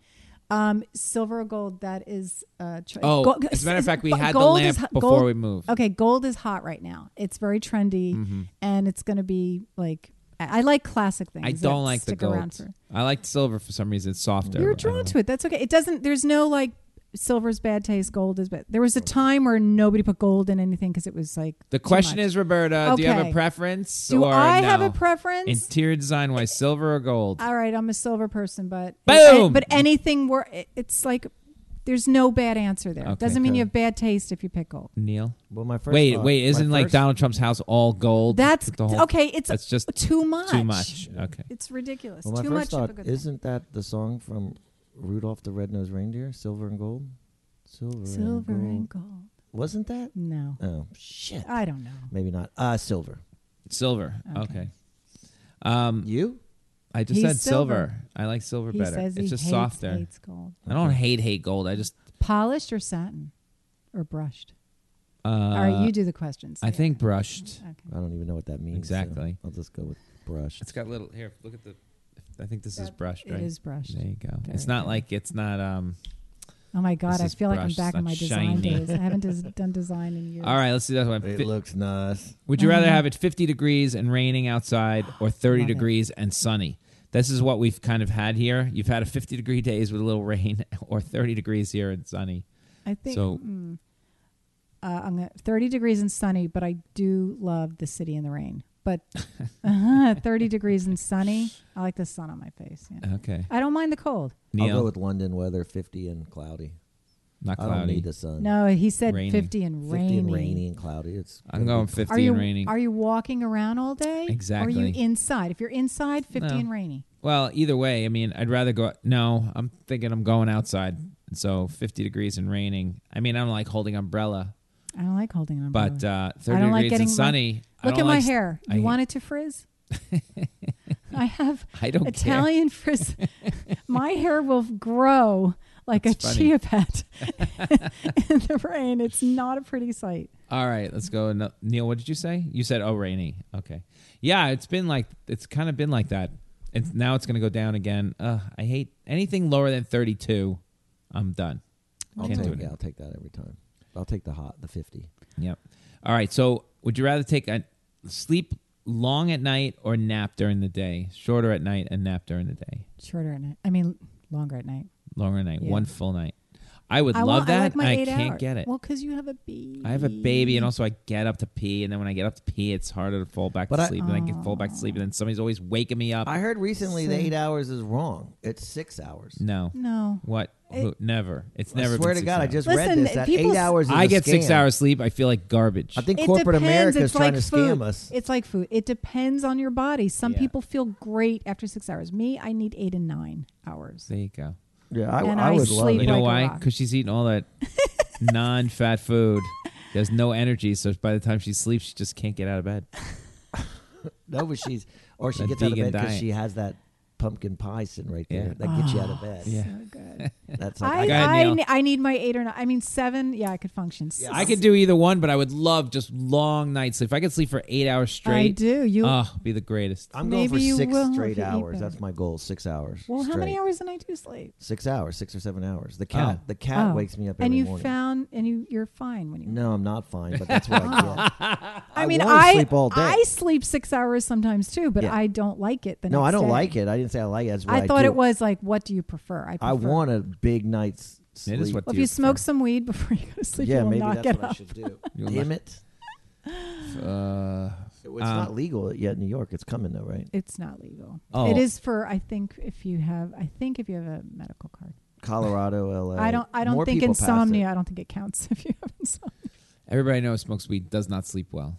[SPEAKER 4] Um, silver or gold? That is. Uh, cho-
[SPEAKER 2] Oh,
[SPEAKER 4] gold-
[SPEAKER 2] as a matter of fact, we
[SPEAKER 4] but
[SPEAKER 2] had the
[SPEAKER 4] gold is
[SPEAKER 2] lamp
[SPEAKER 4] hot-
[SPEAKER 2] before
[SPEAKER 4] gold-
[SPEAKER 2] we moved. Mm-hmm.
[SPEAKER 4] Okay, gold is hot right now. It's very trendy, and it's going to be like I, I like classic things.
[SPEAKER 2] I
[SPEAKER 4] that
[SPEAKER 2] don't like the
[SPEAKER 4] stick
[SPEAKER 2] gold.
[SPEAKER 4] around for-
[SPEAKER 2] I like silver for some reason. It's softer.
[SPEAKER 4] You're drawn to it. That's okay. It doesn't. There's no like silver's bad taste, gold is bad. There was a time where nobody put gold in anything because it was like
[SPEAKER 2] The
[SPEAKER 4] too
[SPEAKER 2] question
[SPEAKER 4] much.
[SPEAKER 2] is, Roberta, do you have a
[SPEAKER 4] Okay.
[SPEAKER 2] preference?
[SPEAKER 4] do
[SPEAKER 2] or
[SPEAKER 4] I
[SPEAKER 2] no?
[SPEAKER 4] have a preference?
[SPEAKER 2] Interior design wise, silver or gold?
[SPEAKER 4] All right, I'm a silver person, but
[SPEAKER 2] Boom!
[SPEAKER 4] but anything where it- it's like there's no bad answer there.
[SPEAKER 2] Okay.
[SPEAKER 4] doesn't mean
[SPEAKER 3] Okay.
[SPEAKER 4] you have bad taste if you pick gold.
[SPEAKER 2] Neil.
[SPEAKER 3] Well, my first
[SPEAKER 2] Wait,
[SPEAKER 3] thought-
[SPEAKER 2] wait!
[SPEAKER 3] my
[SPEAKER 2] Isn't like
[SPEAKER 3] first-
[SPEAKER 2] Donald Trump's house all gold?
[SPEAKER 4] That's
[SPEAKER 2] The whole-
[SPEAKER 4] okay. It's
[SPEAKER 2] that's just
[SPEAKER 4] too much.
[SPEAKER 2] too much. Okay.
[SPEAKER 4] It's ridiculous.
[SPEAKER 3] Well, my
[SPEAKER 4] too
[SPEAKER 3] first
[SPEAKER 4] much. of
[SPEAKER 3] thought
[SPEAKER 4] a good thing.
[SPEAKER 3] isn't that the song from Rudolph the Red-Nosed Reindeer, Silver and Gold? Silver,
[SPEAKER 4] silver
[SPEAKER 3] and gold.
[SPEAKER 4] and gold. Mm.
[SPEAKER 3] Wasn't that?
[SPEAKER 4] No,
[SPEAKER 3] Oh shit!
[SPEAKER 4] I don't know.
[SPEAKER 3] Maybe not. Uh silver.
[SPEAKER 2] Silver. Okay.
[SPEAKER 4] Okay.
[SPEAKER 2] Um,
[SPEAKER 3] You?
[SPEAKER 2] I just
[SPEAKER 4] He's
[SPEAKER 2] said silver.
[SPEAKER 4] silver.
[SPEAKER 2] I like silver
[SPEAKER 4] He
[SPEAKER 2] better.
[SPEAKER 4] says he
[SPEAKER 2] it's just
[SPEAKER 4] hates,
[SPEAKER 2] softer.
[SPEAKER 4] hates gold.
[SPEAKER 2] I don't hate hate gold. I just.
[SPEAKER 4] Polished or satin, or brushed.
[SPEAKER 2] Uh,
[SPEAKER 4] All right, you do the questions.
[SPEAKER 2] I think brushed.
[SPEAKER 3] I don't even know what that means. so
[SPEAKER 2] Exactly.
[SPEAKER 3] I'll just go with brush.
[SPEAKER 2] It's got little here. Look at the. I think this is
[SPEAKER 4] That-
[SPEAKER 2] brushed,
[SPEAKER 4] It
[SPEAKER 2] right?
[SPEAKER 4] is brushed.
[SPEAKER 2] There you go.
[SPEAKER 4] Very
[SPEAKER 2] it's not
[SPEAKER 4] good.
[SPEAKER 2] like it's not. Um.
[SPEAKER 4] Oh my
[SPEAKER 2] This
[SPEAKER 4] god, I
[SPEAKER 2] is
[SPEAKER 4] feel like I'm
[SPEAKER 2] brushed,
[SPEAKER 4] back in my
[SPEAKER 2] it's
[SPEAKER 4] design
[SPEAKER 2] shiny.
[SPEAKER 4] days. I
[SPEAKER 2] (laughs)
[SPEAKER 4] haven't des- done design in years.
[SPEAKER 2] All right, let's do that one. Fi-
[SPEAKER 3] It looks nice.
[SPEAKER 2] Would you rather have it 50 degrees and raining
[SPEAKER 4] (gasps)
[SPEAKER 2] outside, or 30
[SPEAKER 4] Mm-hmm. Love it.
[SPEAKER 2] degrees and sunny? This is what we've kind of had here. You've had a 50 degree days with a little rain, (laughs) or 30 degrees here and sunny.
[SPEAKER 4] I think
[SPEAKER 2] So-
[SPEAKER 4] mm, uh, I'm gonna, 30 degrees and sunny, but I do love the city in the rain.
[SPEAKER 2] (laughs)
[SPEAKER 4] But uh 30 degrees and sunny, I like the sun on my face. Yeah.
[SPEAKER 2] Okay,
[SPEAKER 4] I don't mind the cold.
[SPEAKER 2] Neil,
[SPEAKER 3] I'll go with London weather, fifty and cloudy.
[SPEAKER 2] not
[SPEAKER 3] I don't
[SPEAKER 2] cloudy.
[SPEAKER 3] need the sun.
[SPEAKER 4] No, he said
[SPEAKER 2] Rainy.
[SPEAKER 4] 50 and
[SPEAKER 3] 50
[SPEAKER 4] rainy.
[SPEAKER 3] and rainy and cloudy. It's
[SPEAKER 2] I'm
[SPEAKER 3] gonna
[SPEAKER 2] going
[SPEAKER 3] be
[SPEAKER 2] 50
[SPEAKER 4] Are you
[SPEAKER 2] and raining.
[SPEAKER 4] are you walking around all day? Or are
[SPEAKER 2] Exactly.
[SPEAKER 4] you inside? If you're inside, 50
[SPEAKER 2] No.
[SPEAKER 4] and rainy.
[SPEAKER 2] well, either way, I mean, I'd rather go. No, I'm thinking I'm going outside. So 50 degrees and raining. I mean, I don't like holding umbrella,
[SPEAKER 4] I don't like holding an umbrella.
[SPEAKER 2] but uh, 30
[SPEAKER 4] Mm. I don't like
[SPEAKER 2] degrees
[SPEAKER 4] getting
[SPEAKER 2] and
[SPEAKER 4] my-
[SPEAKER 2] sunny. I
[SPEAKER 4] Look
[SPEAKER 2] don't
[SPEAKER 4] at my
[SPEAKER 2] like-
[SPEAKER 4] hair.
[SPEAKER 2] I
[SPEAKER 4] You want it
[SPEAKER 2] (laughs)
[SPEAKER 4] to frizz? I have
[SPEAKER 2] I don't care. (laughs)
[SPEAKER 4] Italian frizz. my hair will grow like
[SPEAKER 2] That's
[SPEAKER 4] a
[SPEAKER 2] funny. (laughs)
[SPEAKER 4] chia pet in the rain. It's not a pretty sight.
[SPEAKER 2] All right, let's go. No- Neil, what did you say? You said, oh, rainy. Okay. Yeah, it's been like, it's kind of been like that. And now it's going to go down again. Ugh, I hate anything lower than 32. I'm done.
[SPEAKER 3] I'll
[SPEAKER 2] Can't do
[SPEAKER 3] take
[SPEAKER 2] it.
[SPEAKER 3] yeah, I'll take that every time. I'll take the hot, the fifty.
[SPEAKER 2] Yep. All right. So, would you rather take a sleep long at night or nap during the day? Shorter at night and nap during the day.
[SPEAKER 4] Shorter at night. I mean, longer at night.
[SPEAKER 2] Longer at night,
[SPEAKER 4] Yeah.
[SPEAKER 2] one full night. I would
[SPEAKER 4] I
[SPEAKER 2] love
[SPEAKER 4] want-
[SPEAKER 2] that.
[SPEAKER 4] I, like my eight
[SPEAKER 2] can't
[SPEAKER 4] hour.
[SPEAKER 2] get it.
[SPEAKER 4] Well, because you have a baby.
[SPEAKER 2] I have a baby,
[SPEAKER 3] Mm.
[SPEAKER 2] and also I get up to pee, and then when I get up to pee, it's harder to fall back
[SPEAKER 3] But
[SPEAKER 2] to
[SPEAKER 3] I-
[SPEAKER 2] sleep, and I can fall back to sleep, and then somebody's always waking me up.
[SPEAKER 3] I heard recently the
[SPEAKER 4] So-
[SPEAKER 3] eight hours is wrong. It's six hours.
[SPEAKER 2] no,
[SPEAKER 4] No.
[SPEAKER 2] what? Who? Never. It's never.
[SPEAKER 3] I swear
[SPEAKER 2] been
[SPEAKER 3] to
[SPEAKER 2] six
[SPEAKER 3] God, I
[SPEAKER 2] hours.
[SPEAKER 3] just read
[SPEAKER 4] Listen,
[SPEAKER 3] this. That
[SPEAKER 4] people
[SPEAKER 3] eight
[SPEAKER 4] s-
[SPEAKER 3] hours. Is
[SPEAKER 2] I
[SPEAKER 3] a
[SPEAKER 2] get six
[SPEAKER 3] scam.
[SPEAKER 2] hours sleep. I feel like garbage.
[SPEAKER 3] I think
[SPEAKER 4] It
[SPEAKER 3] corporate
[SPEAKER 4] depends.
[SPEAKER 3] America is
[SPEAKER 4] It's
[SPEAKER 3] trying
[SPEAKER 4] like
[SPEAKER 3] to scam
[SPEAKER 4] food.
[SPEAKER 3] us.
[SPEAKER 4] It's like food. It depends on your body. Some
[SPEAKER 2] Yeah.
[SPEAKER 4] people feel great after six hours. Me, I need eight and nine hours.
[SPEAKER 2] there you go.
[SPEAKER 3] yeah, I,
[SPEAKER 4] and
[SPEAKER 3] I
[SPEAKER 4] I
[SPEAKER 3] would love
[SPEAKER 4] sleep
[SPEAKER 3] it.
[SPEAKER 2] You know
[SPEAKER 4] like a
[SPEAKER 2] why?
[SPEAKER 4] rock.
[SPEAKER 2] Because she's eating all
[SPEAKER 3] (laughs)
[SPEAKER 2] that non-fat food. There's no energy, so by the time she sleeps, she just can't get out of
[SPEAKER 3] (laughs)
[SPEAKER 2] bed.
[SPEAKER 3] No, but she's or she
[SPEAKER 2] That
[SPEAKER 3] gets out of
[SPEAKER 2] vegan
[SPEAKER 3] bed because
[SPEAKER 2] diet.
[SPEAKER 3] she has that pumpkin pie sitting right there
[SPEAKER 2] Yeah.
[SPEAKER 3] that gets you out of bed.
[SPEAKER 2] Yeah.
[SPEAKER 4] So good.
[SPEAKER 3] That's
[SPEAKER 4] Ah. I,
[SPEAKER 3] like,
[SPEAKER 2] Go ahead,
[SPEAKER 4] I,
[SPEAKER 2] Neil.
[SPEAKER 4] ne- I need my eight or nine. I mean, seven. Yeah, I could function.
[SPEAKER 3] Yeah,
[SPEAKER 2] I could do either one, but I would love just long nights. sleep. If I could sleep for eight hours straight,
[SPEAKER 4] do. You-
[SPEAKER 2] oh, be the greatest.
[SPEAKER 3] I, am going for
[SPEAKER 4] Maybe you
[SPEAKER 3] six
[SPEAKER 4] will if
[SPEAKER 3] straight
[SPEAKER 4] you eat
[SPEAKER 3] hours.
[SPEAKER 4] better.
[SPEAKER 3] That's my goal. Six hours.
[SPEAKER 4] Well, how many
[SPEAKER 3] straight.
[SPEAKER 4] hours a night do you sleep?
[SPEAKER 3] Six hours, six or seven hours. The cat,
[SPEAKER 2] Oh.
[SPEAKER 3] the cat
[SPEAKER 4] Oh.
[SPEAKER 3] wakes me up every
[SPEAKER 4] And you
[SPEAKER 3] morning.
[SPEAKER 4] found, and you you're fine when you.
[SPEAKER 3] no, I'm not fine, but that's what I
[SPEAKER 4] (laughs)
[SPEAKER 3] get.
[SPEAKER 4] I mean,
[SPEAKER 3] wanna
[SPEAKER 4] I
[SPEAKER 3] sleep all day.
[SPEAKER 4] I sleep six hours sometimes too, but
[SPEAKER 3] Yeah.
[SPEAKER 4] I don't like it. The
[SPEAKER 3] No, I
[SPEAKER 4] next
[SPEAKER 3] don't
[SPEAKER 4] day.
[SPEAKER 3] like it. I didn't say I like it. That's what
[SPEAKER 4] I,
[SPEAKER 3] I,
[SPEAKER 4] thought
[SPEAKER 3] do.
[SPEAKER 4] it was like, what do you prefer? I prefer.
[SPEAKER 3] I want a big night's
[SPEAKER 2] It
[SPEAKER 3] sleep.
[SPEAKER 2] is what
[SPEAKER 4] Well, if
[SPEAKER 2] do
[SPEAKER 4] you smoke some weed (laughs) before you go to sleep,
[SPEAKER 3] yeah,
[SPEAKER 4] you will
[SPEAKER 3] maybe
[SPEAKER 4] not
[SPEAKER 3] that's
[SPEAKER 4] get
[SPEAKER 3] what
[SPEAKER 4] up.
[SPEAKER 3] I
[SPEAKER 2] (laughs)
[SPEAKER 3] should do.
[SPEAKER 2] You'll
[SPEAKER 3] Damn it!
[SPEAKER 2] Uh,
[SPEAKER 3] It's not legal yet in New York. It's coming though, right?
[SPEAKER 4] It's not legal.
[SPEAKER 2] Oh.
[SPEAKER 4] It is for I think if you have I think if you have a medical card.
[SPEAKER 3] Colorado, L.A.
[SPEAKER 4] I don't I don't
[SPEAKER 3] More
[SPEAKER 4] think
[SPEAKER 3] people pass it.
[SPEAKER 4] insomnia. I don't think it counts (laughs) if you have insomnia.
[SPEAKER 2] everybody I know who smokes weed does not sleep well.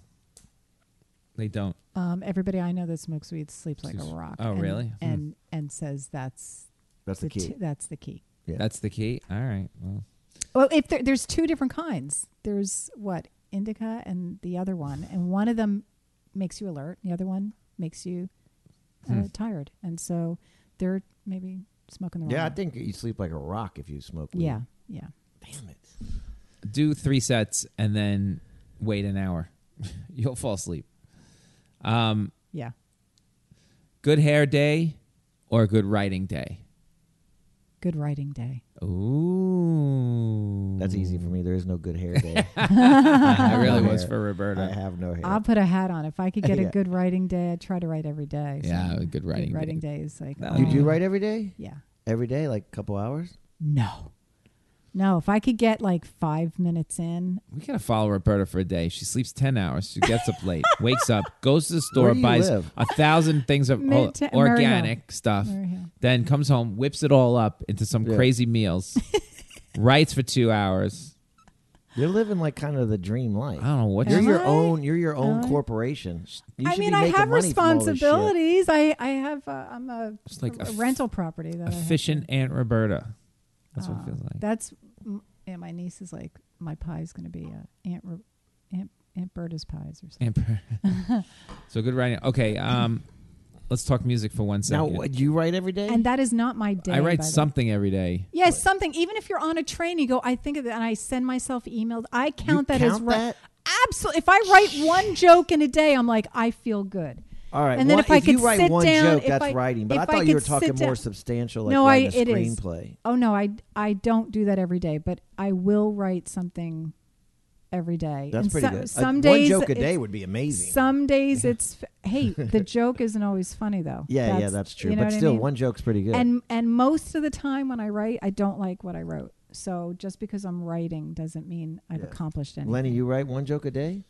[SPEAKER 2] They don't.
[SPEAKER 4] Um, everybody I know that smokes weed sleeps like a
[SPEAKER 2] Sleeps-
[SPEAKER 4] rock.
[SPEAKER 2] oh,
[SPEAKER 4] and-
[SPEAKER 2] really? Hmm.
[SPEAKER 4] And and says that's
[SPEAKER 3] That's the key.
[SPEAKER 4] t- that's the key.
[SPEAKER 3] Yeah.
[SPEAKER 2] That's the key. All right. Well,
[SPEAKER 4] Well, if there, there's two different kinds, there's what indica and the other one, and one of them makes you alert, and the other one makes you uh,
[SPEAKER 3] Hmm.
[SPEAKER 4] tired, and so they're maybe smoking the wrong.
[SPEAKER 3] Yeah, I
[SPEAKER 4] one.
[SPEAKER 3] think you sleep like a rock if you smoke. Weed.
[SPEAKER 4] Yeah, yeah.
[SPEAKER 3] Damn it.
[SPEAKER 2] do three sets and then wait an hour. (laughs) You'll fall asleep. Um,
[SPEAKER 4] Yeah.
[SPEAKER 2] good hair day or good writing day?
[SPEAKER 4] Good writing day.
[SPEAKER 2] Ooh.
[SPEAKER 3] That's easy for me. There is no good
[SPEAKER 2] (laughs)
[SPEAKER 4] (laughs)
[SPEAKER 3] hair day.
[SPEAKER 2] I really was
[SPEAKER 3] Hair.
[SPEAKER 2] for
[SPEAKER 3] I
[SPEAKER 2] Roberta.
[SPEAKER 3] have no hair.
[SPEAKER 4] I'll put a hat on. If I could get
[SPEAKER 3] (laughs) Yeah.
[SPEAKER 4] a good writing day, I'd try to write every day.
[SPEAKER 2] Yeah, a good writing day.
[SPEAKER 4] good writing day. is like
[SPEAKER 2] You
[SPEAKER 3] you
[SPEAKER 4] oh,
[SPEAKER 3] do write every day?
[SPEAKER 4] Yeah.
[SPEAKER 3] Every day, like a couple hours?
[SPEAKER 4] No. No, if I could get like five minutes in,
[SPEAKER 3] (laughs)
[SPEAKER 2] We gotta follow Roberta for a day. She sleeps ten hours. She gets up late, wakes up, goes to the
[SPEAKER 3] (laughs) Where
[SPEAKER 2] store,
[SPEAKER 3] do you
[SPEAKER 2] buys
[SPEAKER 3] live?
[SPEAKER 2] a thousand things of
[SPEAKER 4] Mid-
[SPEAKER 2] oh,
[SPEAKER 4] to- Murray Hill.
[SPEAKER 2] organic stuff,
[SPEAKER 4] Murray Hill.
[SPEAKER 2] then comes home, whips it all up into some
[SPEAKER 3] Yeah.
[SPEAKER 2] crazy
[SPEAKER 3] (laughs)
[SPEAKER 2] meals, writes for two hours.
[SPEAKER 3] You're living like kind of the dream life.
[SPEAKER 2] I don't know what
[SPEAKER 3] You're
[SPEAKER 4] Am
[SPEAKER 2] you-
[SPEAKER 3] your
[SPEAKER 4] I?
[SPEAKER 3] own. You're your own
[SPEAKER 4] Am I?
[SPEAKER 3] corporation. You
[SPEAKER 4] I
[SPEAKER 3] should
[SPEAKER 4] mean,
[SPEAKER 3] be
[SPEAKER 4] I
[SPEAKER 3] making
[SPEAKER 4] have
[SPEAKER 3] money from all this shit.
[SPEAKER 4] responsibilities. I, I have, uh, I'm a,
[SPEAKER 2] It's like
[SPEAKER 4] a,
[SPEAKER 2] a f-
[SPEAKER 4] rental Ah, property that I have.
[SPEAKER 2] efficient Aunt Roberta. That's what it feels like.
[SPEAKER 4] Uh, That's, m- and my niece is like, my pie is going to be uh, Aunt, Ro- Aunt, Aunt Berta's pies or something.
[SPEAKER 2] Aunt Ber- so good writing. Okay, um, let's talk music for one
[SPEAKER 3] Now,
[SPEAKER 2] second.
[SPEAKER 3] what, you write every day?
[SPEAKER 4] And that is not my day.
[SPEAKER 2] I
[SPEAKER 4] by
[SPEAKER 2] write
[SPEAKER 4] the way.
[SPEAKER 2] something every day.
[SPEAKER 4] Yes, something. Even if you're on a train, you go, I think of that, and I send myself emails. I count that as
[SPEAKER 3] count
[SPEAKER 4] right.
[SPEAKER 3] that?
[SPEAKER 4] Absolutely. If I write one joke in a day, I'm like, I feel good.
[SPEAKER 3] All right.
[SPEAKER 4] And then
[SPEAKER 3] well,
[SPEAKER 4] if I could
[SPEAKER 3] you write
[SPEAKER 4] sit
[SPEAKER 3] one
[SPEAKER 4] down,
[SPEAKER 3] joke,
[SPEAKER 4] if
[SPEAKER 3] that's
[SPEAKER 4] I-
[SPEAKER 3] writing. But
[SPEAKER 4] if
[SPEAKER 3] I
[SPEAKER 4] I
[SPEAKER 3] thought you were
[SPEAKER 4] could sit
[SPEAKER 3] talking more
[SPEAKER 4] down-
[SPEAKER 3] substantial, like
[SPEAKER 4] no, I
[SPEAKER 3] writing a
[SPEAKER 4] it is.
[SPEAKER 3] screenplay.
[SPEAKER 4] Oh no, I I don't do that every day, but I will write something every day.
[SPEAKER 3] That's
[SPEAKER 4] And
[SPEAKER 3] pretty
[SPEAKER 4] so-
[SPEAKER 3] good. Uh,
[SPEAKER 4] Some days,
[SPEAKER 3] one joke a
[SPEAKER 4] it's-
[SPEAKER 3] day would be amazing.
[SPEAKER 4] Some days it's f- hey,
[SPEAKER 3] (laughs)
[SPEAKER 4] the joke isn't always funny though.
[SPEAKER 3] yeah, yeah, that's true.
[SPEAKER 4] you know
[SPEAKER 3] but
[SPEAKER 4] what I
[SPEAKER 3] still,
[SPEAKER 4] mean?
[SPEAKER 3] one joke's pretty good.
[SPEAKER 4] And and most of the time when I write, I don't like what I wrote. So just because I'm writing doesn't mean I've
[SPEAKER 3] Yeah.
[SPEAKER 4] accomplished anything.
[SPEAKER 3] Lenny, you write one joke a day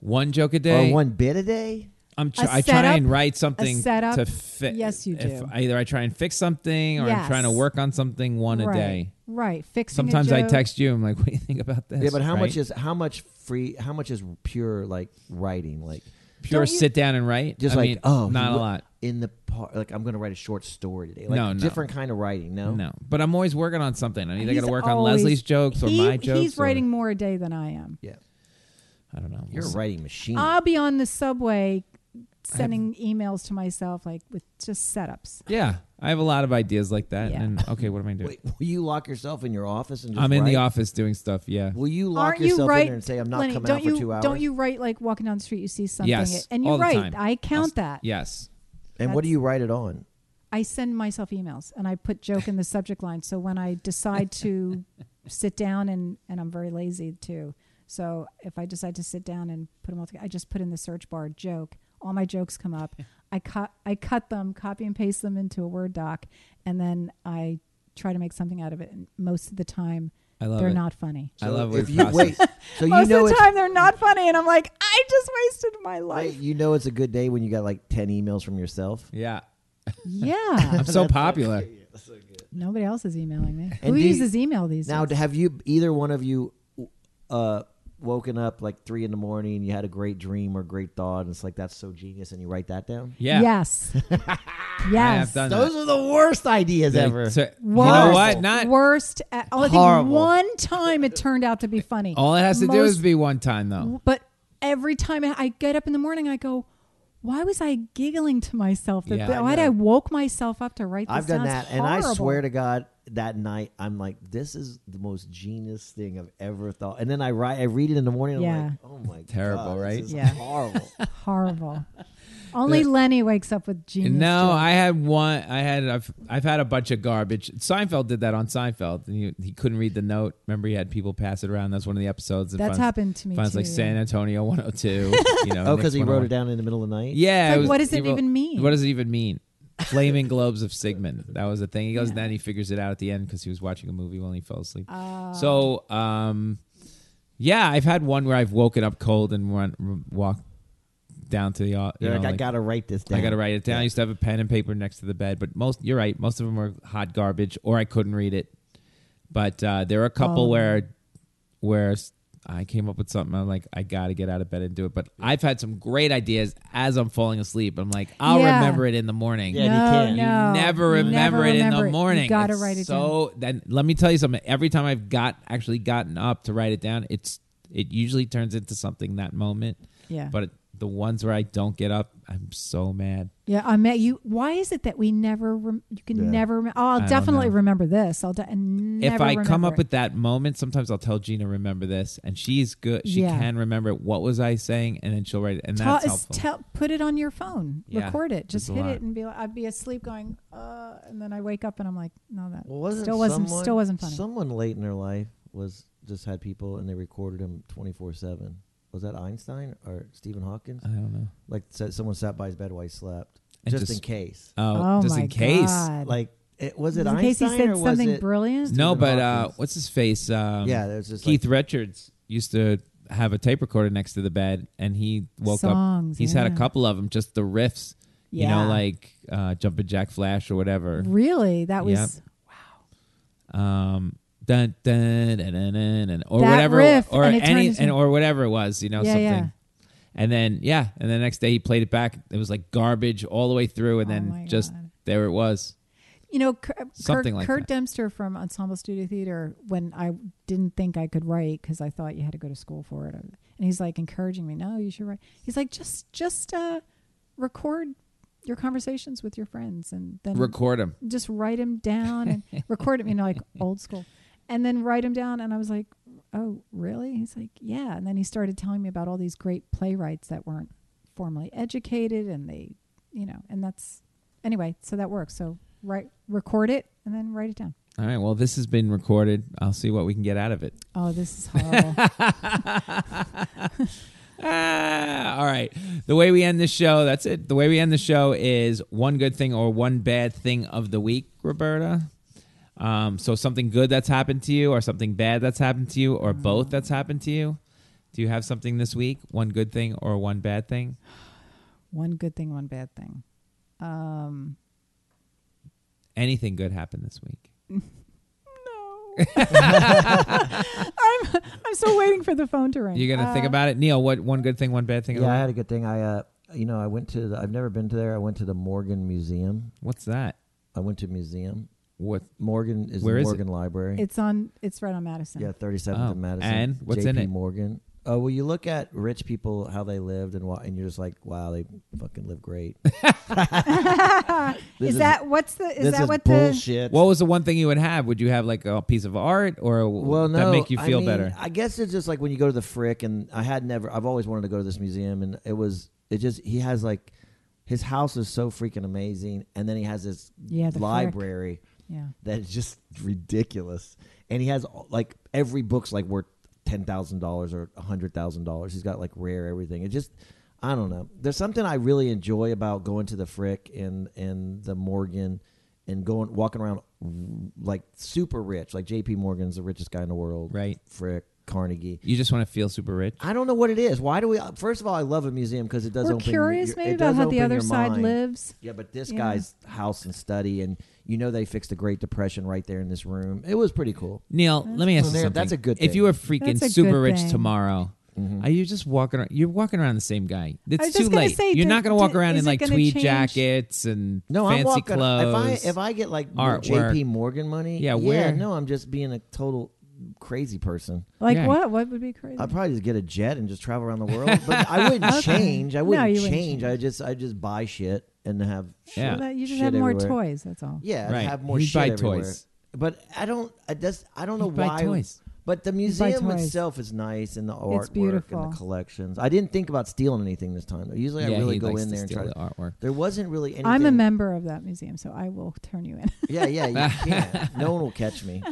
[SPEAKER 2] One joke a day.
[SPEAKER 3] or one bit a day?
[SPEAKER 2] I'm tr-
[SPEAKER 4] A
[SPEAKER 2] I try
[SPEAKER 4] setup-
[SPEAKER 2] and write something
[SPEAKER 4] setup.
[SPEAKER 2] to fit.
[SPEAKER 4] Yes, you do.
[SPEAKER 2] either I try and fix something or I'm
[SPEAKER 4] Yes.
[SPEAKER 2] trying to work on something one
[SPEAKER 4] right,
[SPEAKER 2] a day.
[SPEAKER 4] Right. Fixing a
[SPEAKER 2] Sometimes I
[SPEAKER 4] joke.
[SPEAKER 2] text you. I'm like, (laughs) "What do you think about this?"
[SPEAKER 3] Yeah, but how much
[SPEAKER 2] right?
[SPEAKER 3] is how much free? How much is pure like writing? Like
[SPEAKER 2] pure
[SPEAKER 4] Don't you-
[SPEAKER 2] sit down and write?
[SPEAKER 3] just
[SPEAKER 2] I
[SPEAKER 3] like
[SPEAKER 2] mean,
[SPEAKER 3] oh,
[SPEAKER 2] not a
[SPEAKER 3] wh-
[SPEAKER 2] lot.
[SPEAKER 3] in the part. Like I'm gonna write a short story today. Like
[SPEAKER 2] No, no.
[SPEAKER 3] different kind of writing. No,
[SPEAKER 2] No, but I'm always working on something. I either got
[SPEAKER 4] He's
[SPEAKER 2] to work on
[SPEAKER 4] always-
[SPEAKER 2] Leslie's jokes or
[SPEAKER 4] he-
[SPEAKER 2] my jokes.
[SPEAKER 4] He's
[SPEAKER 2] or-
[SPEAKER 4] writing more a day than I am.
[SPEAKER 3] Yeah,
[SPEAKER 2] I don't know. We'll
[SPEAKER 3] you're a
[SPEAKER 2] see.
[SPEAKER 3] writing machine.
[SPEAKER 4] I'll be on the subway sending emails to myself like with just setups.
[SPEAKER 2] Yeah, I have a lot of ideas like that.
[SPEAKER 4] Yeah.
[SPEAKER 2] And okay, what am I doing?
[SPEAKER 3] Wait, will you lock yourself in your office and just
[SPEAKER 2] I'm in the
[SPEAKER 3] write?
[SPEAKER 2] office doing stuff. Yeah.
[SPEAKER 3] Will you lock
[SPEAKER 4] Aren't you
[SPEAKER 3] yourself in
[SPEAKER 4] right?
[SPEAKER 3] there and say I'm not
[SPEAKER 4] Lenny,
[SPEAKER 3] coming
[SPEAKER 4] don't
[SPEAKER 3] out
[SPEAKER 4] you
[SPEAKER 3] for two hours?
[SPEAKER 4] don't you write like walking down the street you see something
[SPEAKER 2] yes.
[SPEAKER 4] and you're
[SPEAKER 2] all the
[SPEAKER 4] right.
[SPEAKER 2] time.
[SPEAKER 4] I
[SPEAKER 2] I'll
[SPEAKER 4] count
[SPEAKER 2] s-
[SPEAKER 4] that.
[SPEAKER 2] Yes.
[SPEAKER 3] And what do
[SPEAKER 4] That's-
[SPEAKER 3] you write it on?
[SPEAKER 4] I send myself emails and I put joke in the subject line. So when I decide
[SPEAKER 3] (laughs)
[SPEAKER 4] to sit down and and I'm very lazy too. So if I decide to sit down and put them all together, I just put in the search bar joke. All my jokes come
[SPEAKER 3] (laughs)
[SPEAKER 4] up. I cut I cut them, copy and paste them into a Word doc, and then I try to make something out of it. And most of the time,
[SPEAKER 2] I love
[SPEAKER 4] they're
[SPEAKER 2] it.
[SPEAKER 4] not funny.
[SPEAKER 2] I love
[SPEAKER 3] if
[SPEAKER 2] what
[SPEAKER 3] you wait.
[SPEAKER 4] (laughs)
[SPEAKER 3] So you
[SPEAKER 4] most
[SPEAKER 3] know
[SPEAKER 4] of the
[SPEAKER 3] it's (laughs)
[SPEAKER 4] time they're not funny and i'm like i just wasted my
[SPEAKER 3] wait,
[SPEAKER 4] life
[SPEAKER 3] you know it's a good day when you got like ten emails from yourself. (laughs)
[SPEAKER 2] Yeah.
[SPEAKER 4] yeah
[SPEAKER 2] I'm so popular.
[SPEAKER 4] nobody else is emailing me who
[SPEAKER 3] And do you-
[SPEAKER 4] uses email these
[SPEAKER 3] Now,
[SPEAKER 4] days
[SPEAKER 3] have you either one of you uh, woken up like three in the morning? You had a great dream or great thought, and it's like that's so genius, and you write that down.
[SPEAKER 2] Yeah. (laughs)
[SPEAKER 4] yes
[SPEAKER 2] I have
[SPEAKER 4] yes
[SPEAKER 2] done that.
[SPEAKER 3] Those are the worst ideas
[SPEAKER 2] Like,
[SPEAKER 3] ever.
[SPEAKER 2] so- you
[SPEAKER 4] Worst,
[SPEAKER 2] know what? Not
[SPEAKER 4] worst. At, oh, I think
[SPEAKER 3] Horrible.
[SPEAKER 4] one time it turned out to be funny.
[SPEAKER 2] all it has to do is
[SPEAKER 4] Most-
[SPEAKER 2] be one time though.
[SPEAKER 4] But every time I get up in the morning, I go, "Why was I giggling to myself? That
[SPEAKER 2] Yeah, I
[SPEAKER 4] why did
[SPEAKER 2] know.
[SPEAKER 4] I woke myself up to write this?"
[SPEAKER 3] I've done
[SPEAKER 4] down?
[SPEAKER 3] that,
[SPEAKER 4] It's
[SPEAKER 3] and I
[SPEAKER 4] horrible."
[SPEAKER 3] swear to God, that night I'm like, this is the most genius thing I've ever thought. And then I write, I read it in the morning.
[SPEAKER 4] Yeah.
[SPEAKER 3] I'm like, oh my
[SPEAKER 2] Terrible,
[SPEAKER 3] God,
[SPEAKER 2] right?
[SPEAKER 3] This is (laughs)
[SPEAKER 4] Yeah.
[SPEAKER 3] horrible.
[SPEAKER 2] (laughs)
[SPEAKER 4] Horrible. Only Lenny wakes up with genius.
[SPEAKER 2] No,
[SPEAKER 4] joke.
[SPEAKER 2] I had one. I had I've I've had a bunch of garbage. Seinfeld did that on Seinfeld, and he, he couldn't read the note. Remember, he had people pass it around. That's one of the episodes. And
[SPEAKER 4] That's
[SPEAKER 2] finds-
[SPEAKER 4] happened to me
[SPEAKER 2] Finds
[SPEAKER 4] too,
[SPEAKER 2] like
[SPEAKER 4] yeah.
[SPEAKER 2] San Antonio 102.
[SPEAKER 4] (laughs)
[SPEAKER 2] you know,
[SPEAKER 3] oh,
[SPEAKER 2] Nick's
[SPEAKER 3] because he wrote
[SPEAKER 2] 101.
[SPEAKER 3] it down in the middle of the night.
[SPEAKER 2] Yeah.
[SPEAKER 4] It's like,
[SPEAKER 2] was-
[SPEAKER 4] what does
[SPEAKER 2] he
[SPEAKER 4] it even mean?
[SPEAKER 2] What does it even mean?
[SPEAKER 4] (laughs)
[SPEAKER 2] Flaming globes of Sigmund. That was the thing. He goes, and then he figures it out at the end because he was watching a movie while he fell asleep.
[SPEAKER 4] Oh.
[SPEAKER 2] So, um, yeah, I've had one where I've woken up cold and run, r- walked down to the. au- You
[SPEAKER 3] You're
[SPEAKER 2] know,
[SPEAKER 3] like, I
[SPEAKER 2] like-
[SPEAKER 3] gotta write this down.
[SPEAKER 2] I got to write it down. I
[SPEAKER 3] Yeah.
[SPEAKER 2] used to have a pen and paper next to the bed, but most you're right. Most of them were hot garbage, or I couldn't read it. But uh, there are a couple
[SPEAKER 4] Oh.
[SPEAKER 2] where where s- I came up with something. I'm like, I got to get out of bed and do it. But I've had some great ideas as I'm falling asleep. I'm like, I'll
[SPEAKER 4] Yeah.
[SPEAKER 2] remember it in the morning.
[SPEAKER 3] Yeah, you
[SPEAKER 4] no,
[SPEAKER 3] can't. You
[SPEAKER 4] no.
[SPEAKER 2] Never remember
[SPEAKER 4] Never
[SPEAKER 2] it in
[SPEAKER 4] remember
[SPEAKER 2] the morning.
[SPEAKER 4] You gotta
[SPEAKER 2] It's
[SPEAKER 4] write it down.
[SPEAKER 2] so, then let me tell you something. Every time I've got actually gotten up to write it down, it's it usually turns into something that moment.
[SPEAKER 4] Yeah.
[SPEAKER 2] But the ones where I don't get up, I'm so mad.
[SPEAKER 4] Yeah, I met you. Why is it that we never? Rem- you can
[SPEAKER 3] Yeah.
[SPEAKER 4] never. Rem- oh, I'll
[SPEAKER 2] don't
[SPEAKER 4] definitely
[SPEAKER 2] know.
[SPEAKER 4] remember this. I'll de- and
[SPEAKER 2] if
[SPEAKER 4] never
[SPEAKER 2] I come
[SPEAKER 4] remember
[SPEAKER 2] up
[SPEAKER 4] it.
[SPEAKER 2] with that moment, sometimes I'll tell Gina, remember this, and she's good. She
[SPEAKER 4] Yeah.
[SPEAKER 2] can remember it. what was I saying, and then she'll write it, and
[SPEAKER 4] Ta-
[SPEAKER 2] that's
[SPEAKER 4] is
[SPEAKER 2] helpful.
[SPEAKER 4] tell- put it on your phone.
[SPEAKER 2] Yeah,
[SPEAKER 4] Record it.
[SPEAKER 2] it's
[SPEAKER 4] Just
[SPEAKER 2] a
[SPEAKER 4] hit
[SPEAKER 2] lot.
[SPEAKER 4] it and be. like, I'd be asleep going, uh, and then I wake up and I'm like, no, that
[SPEAKER 3] Well, wasn't
[SPEAKER 4] still wasn't
[SPEAKER 3] someone-
[SPEAKER 4] still wasn't funny.
[SPEAKER 3] Someone late in their life was just had people and they recorded him twenty four seven. Was that Einstein or Stephen Hawking?
[SPEAKER 2] I don't know.
[SPEAKER 3] Like said, someone sat by his bed while he slept,
[SPEAKER 2] Uh-huh. And
[SPEAKER 3] just,
[SPEAKER 2] just-
[SPEAKER 3] in case.
[SPEAKER 2] Oh, just
[SPEAKER 4] my
[SPEAKER 2] in case.
[SPEAKER 4] God.
[SPEAKER 3] Like, it, was it
[SPEAKER 4] Just in
[SPEAKER 3] Einstein
[SPEAKER 4] case he
[SPEAKER 3] or
[SPEAKER 4] said
[SPEAKER 3] was
[SPEAKER 4] something
[SPEAKER 3] it-
[SPEAKER 4] brilliant.
[SPEAKER 2] No,
[SPEAKER 3] Stephen
[SPEAKER 2] but uh,
[SPEAKER 3] Hawking's.
[SPEAKER 2] what's his face? Um,
[SPEAKER 3] Yeah, there's just
[SPEAKER 2] Keith
[SPEAKER 3] like-
[SPEAKER 2] Richards used to have a tape recorder next to the bed, and he woke
[SPEAKER 4] Songs,
[SPEAKER 2] up. He's had a
[SPEAKER 4] yeah.
[SPEAKER 2] couple of them, just the riffs. You
[SPEAKER 4] Yeah.
[SPEAKER 2] know, like uh, Jumpin' Jack Flash or whatever.
[SPEAKER 4] Really, that was.
[SPEAKER 2] Yep. um dun dun dun dun, dun, dun or
[SPEAKER 4] That
[SPEAKER 2] whatever
[SPEAKER 4] riff,
[SPEAKER 2] or
[SPEAKER 4] and it turned
[SPEAKER 2] any
[SPEAKER 4] into-
[SPEAKER 2] and or whatever it was you know
[SPEAKER 4] Yeah,
[SPEAKER 2] something
[SPEAKER 4] yeah.
[SPEAKER 2] and then yeah and the next day he played it back it was like garbage all the way through and
[SPEAKER 4] Oh
[SPEAKER 2] then
[SPEAKER 4] my
[SPEAKER 2] just
[SPEAKER 4] God.
[SPEAKER 2] there it was
[SPEAKER 4] You know, Kurt,
[SPEAKER 2] Something
[SPEAKER 4] Kurt,
[SPEAKER 2] like
[SPEAKER 4] Kurt Dempster from Ensemble Studio Theater, when I didn't think I could write because I thought you had to go to school for it, and he's like encouraging me, "No, you should write." He's like, "Just, just uh, record your conversations with your friends, and then
[SPEAKER 2] record him
[SPEAKER 4] just write them down (laughs) and record them, you know, like old school, and then write them down." And I was like, "Oh, really?" He's like, "Yeah." And then he started telling me about all these great playwrights that weren't formally educated, and they, you know, and that's anyway. So that works. So write, record it, and then write it down.
[SPEAKER 2] all right well this has been recorded i'll see what we can get out of it
[SPEAKER 4] Oh, this (laughs) is horrible.
[SPEAKER 2] Ah, all right. The way we end this show, that's it. The way we end the show is one good thing or one bad thing of the week, Roberta. Um, so something good that's happened to you, or something bad that's happened to you, or both that's happened to you. Do you have something this week? One good thing or one bad thing?
[SPEAKER 4] one good thing, one bad thing. Um,
[SPEAKER 2] Anything good happened this week?
[SPEAKER 4] no. (laughs) I'm I'm still waiting for the phone to ring.
[SPEAKER 2] You're gonna think
[SPEAKER 4] Uh,
[SPEAKER 2] about it, Neil. What one good thing, one bad thing? of the
[SPEAKER 3] Yeah, I
[SPEAKER 2] week?
[SPEAKER 3] had a good thing. I, uh, you know, I went to. The, I've never been to there. I went to the Morgan Museum.
[SPEAKER 2] What's that?
[SPEAKER 3] I went to museum.
[SPEAKER 2] What?
[SPEAKER 3] Morgan is
[SPEAKER 2] Where
[SPEAKER 3] the
[SPEAKER 2] is it?
[SPEAKER 3] Morgan Library.
[SPEAKER 4] It's on. It's right on Madison.
[SPEAKER 3] yeah, 37th
[SPEAKER 2] Oh,
[SPEAKER 3] and Madison.
[SPEAKER 2] and what's
[SPEAKER 3] JP
[SPEAKER 2] in it?
[SPEAKER 3] Morgan. Oh well, you look at rich people how they lived and why, and you're just like, wow, they fucking live
[SPEAKER 2] (laughs)
[SPEAKER 4] (laughs)
[SPEAKER 3] great.
[SPEAKER 4] is, that what's the? Is
[SPEAKER 3] this
[SPEAKER 4] that
[SPEAKER 3] is
[SPEAKER 4] what the?
[SPEAKER 3] bullshit?
[SPEAKER 2] What was the one thing you would have? Would you have like a piece of art, or
[SPEAKER 3] well,
[SPEAKER 2] would
[SPEAKER 3] no,
[SPEAKER 2] that make you
[SPEAKER 3] I
[SPEAKER 2] feel
[SPEAKER 3] mean,
[SPEAKER 2] better?
[SPEAKER 3] I guess it's just like when you go to the Frick, and I had never, I've always wanted to go to this museum, and it was, it just, he has like, his house is so freaking amazing, and then he has this
[SPEAKER 4] Yeah, the Frick.
[SPEAKER 3] library
[SPEAKER 4] Yeah.
[SPEAKER 3] that is just ridiculous, and he has like every book's like worth ten thousand dollars or hundred thousand dollars. He's got like rare everything. It just. I don't know. There's something I really enjoy about going to the Frick and and the Morgan and going walking around like super rich. Like JP Morgan's the richest guy in the world.
[SPEAKER 2] Right.
[SPEAKER 3] Frick, Carnegie.
[SPEAKER 2] You just want to feel super rich.
[SPEAKER 3] I don't know what it is. Why do we? First of all, I love a museum because it does
[SPEAKER 4] We're
[SPEAKER 3] open. your-
[SPEAKER 4] curious
[SPEAKER 3] your-
[SPEAKER 4] maybe
[SPEAKER 3] it
[SPEAKER 4] about
[SPEAKER 3] does
[SPEAKER 4] how the
[SPEAKER 3] open
[SPEAKER 4] other
[SPEAKER 3] your
[SPEAKER 4] side
[SPEAKER 3] mind.
[SPEAKER 4] lives.
[SPEAKER 3] Yeah, but this
[SPEAKER 4] Yeah.
[SPEAKER 3] guy's house and study, and you know they fixed the Great Depression right there in this room. It was pretty cool.
[SPEAKER 2] Neil, let me ask you
[SPEAKER 3] There-
[SPEAKER 2] something.
[SPEAKER 3] that's a
[SPEAKER 2] If
[SPEAKER 3] good thing. Mm-hmm.
[SPEAKER 2] you were freaking
[SPEAKER 4] That's a
[SPEAKER 2] super
[SPEAKER 4] good
[SPEAKER 2] rich
[SPEAKER 4] thing.
[SPEAKER 2] tomorrow, are you just walking around? You're walking around the same guy. It's
[SPEAKER 4] I was
[SPEAKER 2] too
[SPEAKER 4] just gonna
[SPEAKER 2] late.
[SPEAKER 4] say,
[SPEAKER 2] you're
[SPEAKER 4] do-
[SPEAKER 2] not going to walk
[SPEAKER 4] do-
[SPEAKER 2] around
[SPEAKER 4] is
[SPEAKER 2] in
[SPEAKER 4] it
[SPEAKER 2] like
[SPEAKER 4] gonna
[SPEAKER 2] tweed
[SPEAKER 4] change?
[SPEAKER 2] jackets and
[SPEAKER 3] No, I'm
[SPEAKER 2] fancy
[SPEAKER 3] walking.
[SPEAKER 2] clothes.
[SPEAKER 3] If I if I get like
[SPEAKER 2] artwork.
[SPEAKER 3] JP Morgan money,
[SPEAKER 2] Yeah,
[SPEAKER 3] yeah,
[SPEAKER 2] where-
[SPEAKER 3] no, I'm just being a total crazy person.
[SPEAKER 4] Like
[SPEAKER 2] Yeah.
[SPEAKER 4] what? What would be crazy?
[SPEAKER 3] I'd probably just get a jet and just travel around the world.
[SPEAKER 2] (laughs)
[SPEAKER 3] But I wouldn't change. I
[SPEAKER 4] No,
[SPEAKER 3] wouldn't,
[SPEAKER 4] you
[SPEAKER 3] change.
[SPEAKER 4] wouldn't change.
[SPEAKER 3] I just I just buy shit and have shit,
[SPEAKER 2] Yeah.
[SPEAKER 4] Well, that- you just
[SPEAKER 3] shit
[SPEAKER 4] have more
[SPEAKER 3] everywhere.
[SPEAKER 4] toys. That's all.
[SPEAKER 3] Yeah, I'd
[SPEAKER 2] right,
[SPEAKER 3] have more
[SPEAKER 2] He'd
[SPEAKER 3] shit
[SPEAKER 2] buy
[SPEAKER 3] everywhere.
[SPEAKER 2] toys.
[SPEAKER 3] But I don't. I just. I don't know
[SPEAKER 2] You buy
[SPEAKER 3] why.
[SPEAKER 2] toys.
[SPEAKER 3] But the
[SPEAKER 4] buy
[SPEAKER 3] museum
[SPEAKER 4] toys.
[SPEAKER 3] itself is nice, and the artwork
[SPEAKER 4] beautiful.
[SPEAKER 3] and the collections. I didn't think about stealing anything this time. though. Usually,
[SPEAKER 2] Yeah,
[SPEAKER 3] I really
[SPEAKER 2] he
[SPEAKER 3] go
[SPEAKER 2] likes
[SPEAKER 3] in
[SPEAKER 2] to
[SPEAKER 3] there and
[SPEAKER 2] steal
[SPEAKER 3] try.
[SPEAKER 2] the artwork.
[SPEAKER 3] There wasn't really anything.
[SPEAKER 4] I'm a member of that museum, so I will turn you in. (laughs)
[SPEAKER 3] Yeah, yeah, you
[SPEAKER 2] (laughs)
[SPEAKER 3] can't. No one will catch me.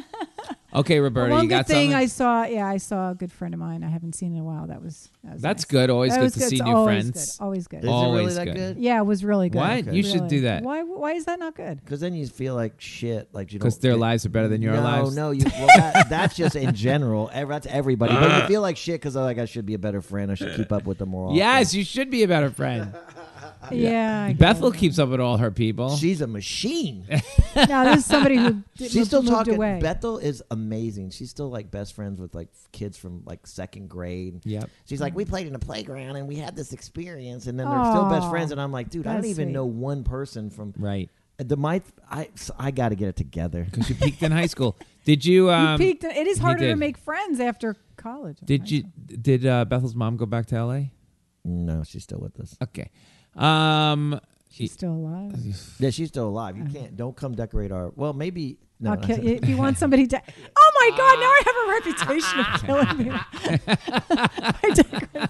[SPEAKER 2] Okay, Roberta,
[SPEAKER 4] One
[SPEAKER 2] you
[SPEAKER 4] good
[SPEAKER 2] got
[SPEAKER 4] thing
[SPEAKER 2] something.
[SPEAKER 4] I saw, yeah, I saw a good friend of mine I haven't seen in a while. That was, that was
[SPEAKER 2] That's
[SPEAKER 4] nice.
[SPEAKER 2] good. Always
[SPEAKER 4] That
[SPEAKER 2] good
[SPEAKER 4] was
[SPEAKER 2] to see
[SPEAKER 4] It's
[SPEAKER 2] new
[SPEAKER 4] always
[SPEAKER 2] friends.
[SPEAKER 4] Good. Always good.
[SPEAKER 3] Is
[SPEAKER 2] Always
[SPEAKER 3] it really
[SPEAKER 2] good.
[SPEAKER 3] that good?
[SPEAKER 4] Yeah, it was really good.
[SPEAKER 2] What? You should
[SPEAKER 4] Really.
[SPEAKER 2] do that.
[SPEAKER 4] Why? Why is that not good?
[SPEAKER 3] Because then you feel like shit. Like you don't.
[SPEAKER 2] Because their
[SPEAKER 3] get-
[SPEAKER 2] lives are better than your
[SPEAKER 3] no,
[SPEAKER 2] lives. (laughs)
[SPEAKER 3] No, you. Well, that, that's just in general. Ev- That's everybody. But you feel like shit because like I should be a better friend. I should keep up with them more.
[SPEAKER 2] Yes, you should be a better
[SPEAKER 3] (laughs)
[SPEAKER 2] friend.
[SPEAKER 3] Uh,
[SPEAKER 4] Yeah, I
[SPEAKER 2] Bethel
[SPEAKER 4] guess.
[SPEAKER 2] keeps up with all her people.
[SPEAKER 3] often. she's a machine.
[SPEAKER 4] No, this is somebody
[SPEAKER 3] (laughs)
[SPEAKER 4] who did,
[SPEAKER 3] She's still
[SPEAKER 4] moved
[SPEAKER 3] talking.
[SPEAKER 4] away.
[SPEAKER 3] Bethel is amazing. She's still like best friends with like kids from like second grade.
[SPEAKER 2] Yep.
[SPEAKER 3] She's like, we played in a playground and we had this experience, and then they're still best
[SPEAKER 4] Mm. Aw,
[SPEAKER 3] friends. And I'm like, dude, I
[SPEAKER 4] that's
[SPEAKER 3] don't even
[SPEAKER 4] sweet.
[SPEAKER 3] know one person from Uh,
[SPEAKER 2] right.
[SPEAKER 3] the my. I I got to get it together.
[SPEAKER 2] Because you peaked in high school. Did you?
[SPEAKER 4] You
[SPEAKER 2] Um,
[SPEAKER 4] peaked. It is
[SPEAKER 2] he
[SPEAKER 4] harder to
[SPEAKER 2] did.
[SPEAKER 4] make friends after college.
[SPEAKER 2] Did you? Did uh, Bethel's mom go back to L.A.?
[SPEAKER 3] No, she's still with us.
[SPEAKER 2] Okay. Um,
[SPEAKER 4] She's still alive.
[SPEAKER 3] Yeah, she's still alive. You can't. Don't come decorate our. Well, maybe. No,
[SPEAKER 4] Uh. I'll
[SPEAKER 3] no. (laughs)
[SPEAKER 4] kill you if you want somebody to. Oh my God! Now I (laughs) have a reputation of killing people.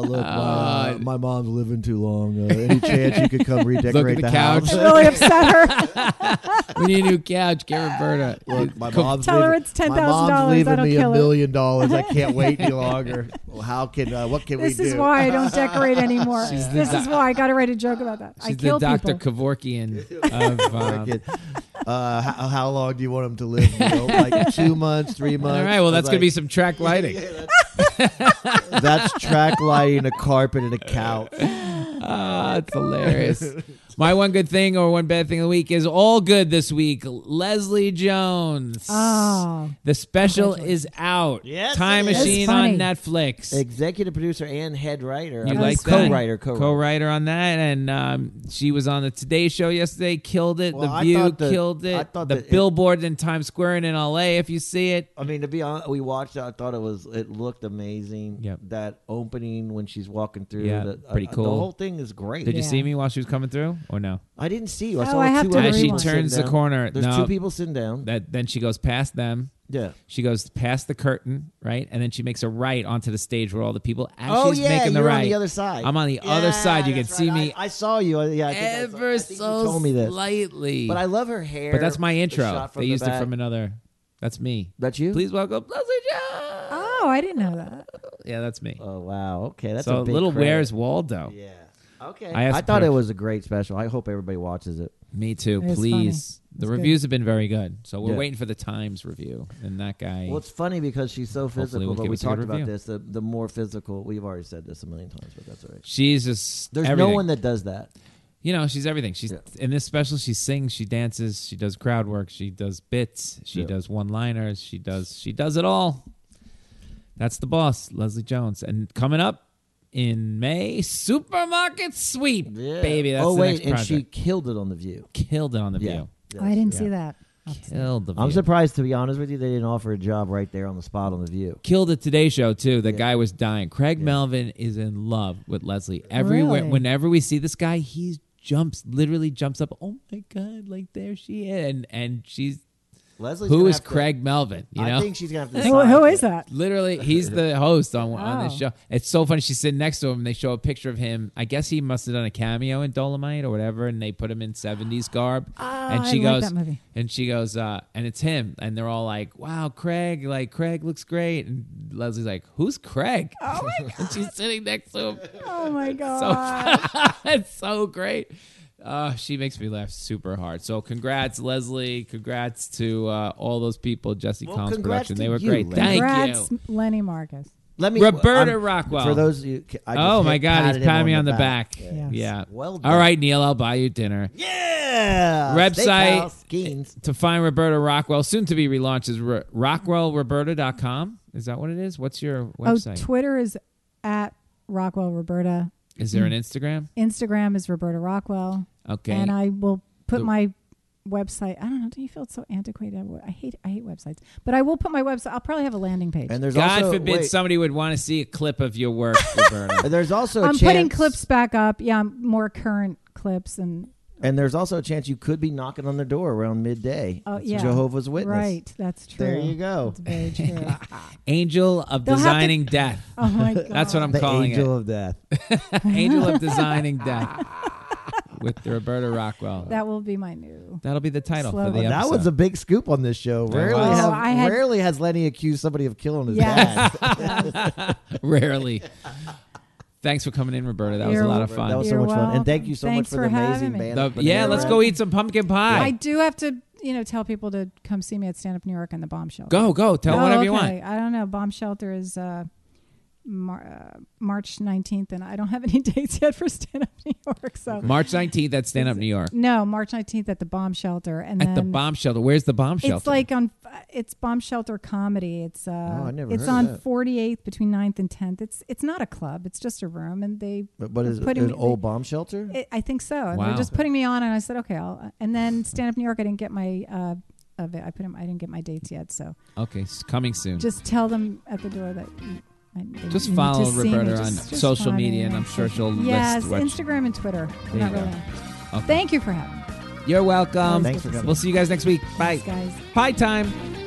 [SPEAKER 2] (laughs)
[SPEAKER 3] look, my, uh, my mom's living too long. Uh, any chance you
[SPEAKER 2] (laughs)
[SPEAKER 3] could come redecorate
[SPEAKER 2] the couch.
[SPEAKER 4] I really upset her.
[SPEAKER 2] (laughs) we need a new couch. Get Roberta.
[SPEAKER 5] Look, my
[SPEAKER 2] Cool.
[SPEAKER 5] mom's
[SPEAKER 4] Tell her
[SPEAKER 5] leaving-
[SPEAKER 4] it's
[SPEAKER 5] My
[SPEAKER 4] $10,000, I
[SPEAKER 5] mom's leaving
[SPEAKER 4] don't
[SPEAKER 5] me a
[SPEAKER 4] kill her.
[SPEAKER 5] million dollars. I can't wait
[SPEAKER 4] (laughs)
[SPEAKER 5] any longer. Well, how can uh, what can
[SPEAKER 4] This
[SPEAKER 5] we do?
[SPEAKER 4] is why
[SPEAKER 5] (laughs)
[SPEAKER 4] I don't decorate anymore.
[SPEAKER 2] She's the
[SPEAKER 4] this
[SPEAKER 2] doc-
[SPEAKER 4] is why I got to write a joke about that. I
[SPEAKER 2] She's the
[SPEAKER 4] kill
[SPEAKER 2] Dr.
[SPEAKER 4] people.
[SPEAKER 2] Kevorkian of. Um,
[SPEAKER 5] Kid, Uh, how, how long do you want him to live? You know,
[SPEAKER 4] (laughs)
[SPEAKER 5] like two months, three months.
[SPEAKER 2] all right. Well, that's
[SPEAKER 5] Like,
[SPEAKER 2] gonna be some track lighting. (laughs)
[SPEAKER 5] that's track lighting, a carpet, and a couch.
[SPEAKER 2] Ah, it's hilarious. My one good thing or one bad thing of the week is all good this week. Leslie Jones.
[SPEAKER 4] Oh.
[SPEAKER 2] The special is out.
[SPEAKER 3] Yes,
[SPEAKER 2] Time
[SPEAKER 3] it is.
[SPEAKER 2] Machine
[SPEAKER 4] That's
[SPEAKER 2] on
[SPEAKER 4] funny.
[SPEAKER 2] Netflix.
[SPEAKER 3] Executive producer and head writer.
[SPEAKER 2] You
[SPEAKER 3] I mean,
[SPEAKER 2] like that?
[SPEAKER 3] co-writer, co-writer.
[SPEAKER 2] co-writer on that, and um, she was on the Today Show yesterday. Killed it.
[SPEAKER 3] Well,
[SPEAKER 2] the
[SPEAKER 3] I
[SPEAKER 2] View
[SPEAKER 3] thought that-
[SPEAKER 2] killed
[SPEAKER 3] I
[SPEAKER 2] it. The
[SPEAKER 3] thought that it-
[SPEAKER 2] billboard in Times Square and in L.A. If you see it,
[SPEAKER 3] I mean, to be honest, we watched it. I thought it was it looked amazing.
[SPEAKER 2] Yep.
[SPEAKER 3] That opening when she's walking through.
[SPEAKER 2] Yeah,
[SPEAKER 3] the,
[SPEAKER 2] pretty
[SPEAKER 3] uh,
[SPEAKER 2] cool.
[SPEAKER 3] The whole thing is great.
[SPEAKER 2] did you
[SPEAKER 4] Yeah.
[SPEAKER 2] see me while she was coming through or no?
[SPEAKER 3] I didn't see you. I
[SPEAKER 4] Oh,
[SPEAKER 3] saw
[SPEAKER 4] I have
[SPEAKER 3] two
[SPEAKER 4] to
[SPEAKER 3] other
[SPEAKER 4] As she
[SPEAKER 3] people sitting
[SPEAKER 2] turns the
[SPEAKER 3] down.
[SPEAKER 2] corner,
[SPEAKER 3] There's
[SPEAKER 2] no.
[SPEAKER 3] two people sitting down.
[SPEAKER 2] That then she goes past them.
[SPEAKER 3] yeah.
[SPEAKER 2] She goes past the curtain, right, and then she makes a right onto the stage where all the people. As
[SPEAKER 3] oh
[SPEAKER 2] she's
[SPEAKER 3] yeah,
[SPEAKER 2] making the
[SPEAKER 3] you're
[SPEAKER 2] right,
[SPEAKER 3] on the other side.
[SPEAKER 2] I'm on the other
[SPEAKER 3] Yeah,
[SPEAKER 2] side. You can
[SPEAKER 3] that's
[SPEAKER 2] see
[SPEAKER 3] right.
[SPEAKER 2] me
[SPEAKER 3] I, I saw you. I- Yeah, I think I saw-
[SPEAKER 2] ever
[SPEAKER 3] I think
[SPEAKER 2] so
[SPEAKER 3] you told me this.
[SPEAKER 2] slightly.
[SPEAKER 3] But I love her hair.
[SPEAKER 2] But that's my
[SPEAKER 3] the
[SPEAKER 2] intro.
[SPEAKER 3] shot from
[SPEAKER 2] They
[SPEAKER 3] the
[SPEAKER 2] used it
[SPEAKER 3] back.
[SPEAKER 2] from another. That's me.
[SPEAKER 3] That's you.
[SPEAKER 2] Please welcome Leslie Jones.
[SPEAKER 4] Oh, I didn't know that.
[SPEAKER 2] Yeah, that's me.
[SPEAKER 3] Oh wow. Okay, that's
[SPEAKER 2] so
[SPEAKER 3] a big
[SPEAKER 2] little
[SPEAKER 3] credit.
[SPEAKER 2] where's Waldo?
[SPEAKER 3] Yeah. Okay.
[SPEAKER 2] I
[SPEAKER 3] I,
[SPEAKER 2] asked
[SPEAKER 3] thought
[SPEAKER 2] her-
[SPEAKER 3] it was a great special. I hope everybody watches it.
[SPEAKER 2] Me too.
[SPEAKER 4] It was
[SPEAKER 2] Please.
[SPEAKER 4] funny.
[SPEAKER 2] The
[SPEAKER 4] It was good.
[SPEAKER 2] reviews have been very good, so we're
[SPEAKER 3] Yeah.
[SPEAKER 2] waiting for the Times review. And that guy.
[SPEAKER 3] Well, it's funny because she's so physical,
[SPEAKER 2] we'll
[SPEAKER 3] but
[SPEAKER 2] give
[SPEAKER 3] we
[SPEAKER 2] us a good
[SPEAKER 3] talked about
[SPEAKER 2] review.
[SPEAKER 3] this. The, the more physical, we've already said this a million times, but that's all right.
[SPEAKER 2] she's just.
[SPEAKER 3] There's
[SPEAKER 2] everything.
[SPEAKER 3] no one that does that.
[SPEAKER 2] You know, she's everything. She's
[SPEAKER 3] Yeah.
[SPEAKER 2] in this special. She sings. She dances. She does crowd work. She does bits. She
[SPEAKER 3] Yeah.
[SPEAKER 2] does one-liners. She does. She does it all. That's the boss, Leslie Jones. And coming up in May, supermarket sweep, baby. That's
[SPEAKER 3] oh
[SPEAKER 2] the
[SPEAKER 3] wait,
[SPEAKER 2] next
[SPEAKER 3] and
[SPEAKER 2] project.
[SPEAKER 3] she killed it on the View.
[SPEAKER 2] killed it on the
[SPEAKER 3] Yeah.
[SPEAKER 2] view.
[SPEAKER 3] Yes.
[SPEAKER 4] I didn't see that.
[SPEAKER 2] Killed the view.
[SPEAKER 3] I'm surprised, to be honest with you, they didn't offer a job right there on the spot on the View.
[SPEAKER 2] Killed the Today Show too. The guy was dying. Craig Melvin is in love with Leslie. Everywhere,
[SPEAKER 4] Really?
[SPEAKER 2] whenever we see this guy, he jumps, literally jumps up. Oh my god! Like there she is, and and she's
[SPEAKER 3] Leslie,
[SPEAKER 2] who is Craig Melvin? You know,
[SPEAKER 3] I think she's gonna have to.
[SPEAKER 4] Who,
[SPEAKER 3] decide.
[SPEAKER 4] who is that?
[SPEAKER 3] (laughs)
[SPEAKER 2] Literally, he's the host on on this
[SPEAKER 4] Wow.
[SPEAKER 2] show. It's so funny. She's sitting next to him. And they show a picture of him. I guess he must have done a cameo in Dolomite or whatever, and they put him in seventies
[SPEAKER 4] (gasps)
[SPEAKER 2] garb. and
[SPEAKER 4] Oh, I
[SPEAKER 2] she
[SPEAKER 4] like
[SPEAKER 2] goes,
[SPEAKER 4] that movie.
[SPEAKER 2] and she goes, uh, and it's him. And they're all like, "Wow, Craig! Like Craig looks great." And Leslie's like, "Who's Craig?" Oh my god! (laughs) and she's sitting next to
[SPEAKER 4] (laughs)
[SPEAKER 2] him.
[SPEAKER 4] Oh my
[SPEAKER 2] So (laughs)
[SPEAKER 4] God!
[SPEAKER 2] it's so great. Uh, she makes me laugh super hard. So congrats, Leslie. Congrats to uh, all those people, Jesse
[SPEAKER 3] Well,
[SPEAKER 2] Collins
[SPEAKER 3] congrats
[SPEAKER 2] Production.
[SPEAKER 3] to
[SPEAKER 2] They were
[SPEAKER 3] you,
[SPEAKER 2] great.
[SPEAKER 3] Leslie.
[SPEAKER 2] Thank
[SPEAKER 4] Congrats,
[SPEAKER 2] you.
[SPEAKER 4] Lenny Marcus.
[SPEAKER 3] Let me.
[SPEAKER 2] Roberta
[SPEAKER 3] I'm-
[SPEAKER 2] Rockwell.
[SPEAKER 3] For those, of you, I just
[SPEAKER 2] Oh
[SPEAKER 3] hit-
[SPEAKER 2] my God,
[SPEAKER 3] patted
[SPEAKER 2] he's
[SPEAKER 3] him
[SPEAKER 2] patting me on the back.
[SPEAKER 4] Yes.
[SPEAKER 2] Yeah.
[SPEAKER 3] Well
[SPEAKER 2] All
[SPEAKER 3] done.
[SPEAKER 2] right, Neil, I'll buy you dinner.
[SPEAKER 3] Yeah.
[SPEAKER 2] Website-
[SPEAKER 3] Steakhouse, Keens.
[SPEAKER 2] To find Roberta Rockwell, soon to be relaunched, is ro- rockwellroberta.com. Is that what it is? What's your
[SPEAKER 4] Oh,
[SPEAKER 2] website?
[SPEAKER 4] Twitter is at Rockwell Roberta.
[SPEAKER 2] is there an Instagram?
[SPEAKER 4] Instagram is Roberta Rockwell.
[SPEAKER 2] Okay.
[SPEAKER 4] mm. And uh, I will put
[SPEAKER 2] The-
[SPEAKER 4] my website. I don't know. Do you feel it's so antiquated? I hate. I hate websites. But I will put my website. I'll probably have a landing page.
[SPEAKER 3] And there's
[SPEAKER 2] God
[SPEAKER 3] also
[SPEAKER 2] forbid
[SPEAKER 3] wait,
[SPEAKER 2] somebody would want to see a clip of your
[SPEAKER 4] (laughs)
[SPEAKER 2] work, Roberta.
[SPEAKER 3] There's also. a
[SPEAKER 4] I'm putting
[SPEAKER 3] chance-
[SPEAKER 4] clips back up. Yeah, more current clips and
[SPEAKER 3] And there's also a chance you could be knocking on their door around midday.
[SPEAKER 4] Oh,
[SPEAKER 3] It's
[SPEAKER 4] yeah.
[SPEAKER 3] Jehovah's Witness.
[SPEAKER 4] Right. That's true.
[SPEAKER 3] There you go.
[SPEAKER 4] That's very
[SPEAKER 2] (laughs)
[SPEAKER 4] true.
[SPEAKER 2] Angel of
[SPEAKER 4] They'll have to-
[SPEAKER 2] Designing Death.
[SPEAKER 4] oh my god.
[SPEAKER 2] That's what I'm
[SPEAKER 3] the
[SPEAKER 2] calling
[SPEAKER 3] angel of death.
[SPEAKER 2] it. Angel
[SPEAKER 4] (laughs)
[SPEAKER 2] of Designing Death with Roberta Rockwell.
[SPEAKER 4] That will be my new.
[SPEAKER 2] That'll be the title (laughs) for
[SPEAKER 4] Slow-
[SPEAKER 2] the
[SPEAKER 4] Oh,
[SPEAKER 2] episode.
[SPEAKER 5] That was a big scoop on this show.
[SPEAKER 2] There
[SPEAKER 5] Rarely,
[SPEAKER 2] was.
[SPEAKER 5] have,
[SPEAKER 4] Oh, I had-
[SPEAKER 5] rarely has Lenny accused somebody of killing his
[SPEAKER 4] Yes.
[SPEAKER 5] dad.
[SPEAKER 2] (laughs) Rarely. Thanks for coming in, Roberta. That was a lot of fun.
[SPEAKER 3] That was so
[SPEAKER 4] You're
[SPEAKER 3] much fun.
[SPEAKER 4] welcome.
[SPEAKER 3] And thank you so
[SPEAKER 4] Thanks
[SPEAKER 3] much for,
[SPEAKER 4] for
[SPEAKER 3] the amazing
[SPEAKER 4] having me.
[SPEAKER 3] band.
[SPEAKER 2] The-
[SPEAKER 3] of
[SPEAKER 2] yeah,
[SPEAKER 3] Panera.
[SPEAKER 2] let's go eat some pumpkin pie.
[SPEAKER 4] I do have to, you know, tell people to come see me at Stand Up New York and the Bomb Shelter.
[SPEAKER 2] go, go. Tell
[SPEAKER 4] Oh,
[SPEAKER 2] whatever you
[SPEAKER 4] okay.
[SPEAKER 2] want.
[SPEAKER 4] I don't know. Bomb Shelter is uh, Mar- uh, March 19th, and I don't have any (laughs) dates yet for Stand Up New York. So
[SPEAKER 2] March 19th at Stand Up New York.
[SPEAKER 4] no, March 19th at the Bomb Shelter, and
[SPEAKER 2] At
[SPEAKER 4] then
[SPEAKER 2] the bomb shelter. Where's the bomb shelter?
[SPEAKER 4] it's like on it's Bomb Shelter comedy. It's uh,
[SPEAKER 5] Oh, I never
[SPEAKER 4] it's
[SPEAKER 5] heard of
[SPEAKER 4] on
[SPEAKER 5] that.
[SPEAKER 4] 48th between 9th and 10th. It's it's not a club. It's just a room, and they
[SPEAKER 3] But, but is it
[SPEAKER 4] Putting
[SPEAKER 3] an
[SPEAKER 4] me-
[SPEAKER 3] old bomb shelter?
[SPEAKER 4] It, I think so. And
[SPEAKER 2] Wow.
[SPEAKER 4] they're just putting me on, and I said, okay. I'll, and then stand up New York. I didn't get my. Uh, of it. I put 'em- I didn't get my dates yet, so
[SPEAKER 2] okay, it's coming soon. Just,
[SPEAKER 4] just tell them at the door that. You, I, they need
[SPEAKER 2] follow
[SPEAKER 4] to see me.
[SPEAKER 2] Roberta
[SPEAKER 4] Just-
[SPEAKER 2] on
[SPEAKER 4] just
[SPEAKER 2] social
[SPEAKER 4] find me
[SPEAKER 2] media, and I'm
[SPEAKER 4] on
[SPEAKER 2] sure
[SPEAKER 4] social-
[SPEAKER 2] she'll
[SPEAKER 4] Yes,
[SPEAKER 2] list what
[SPEAKER 4] Instagram and Twitter.
[SPEAKER 2] There
[SPEAKER 4] Not
[SPEAKER 2] you go.
[SPEAKER 4] really.
[SPEAKER 2] Okay.
[SPEAKER 4] Thank you for having me,
[SPEAKER 2] You're welcome.
[SPEAKER 4] Thanks for
[SPEAKER 3] coming.
[SPEAKER 2] We'll see you guys next week. Bye.
[SPEAKER 4] guys.
[SPEAKER 2] Pie time.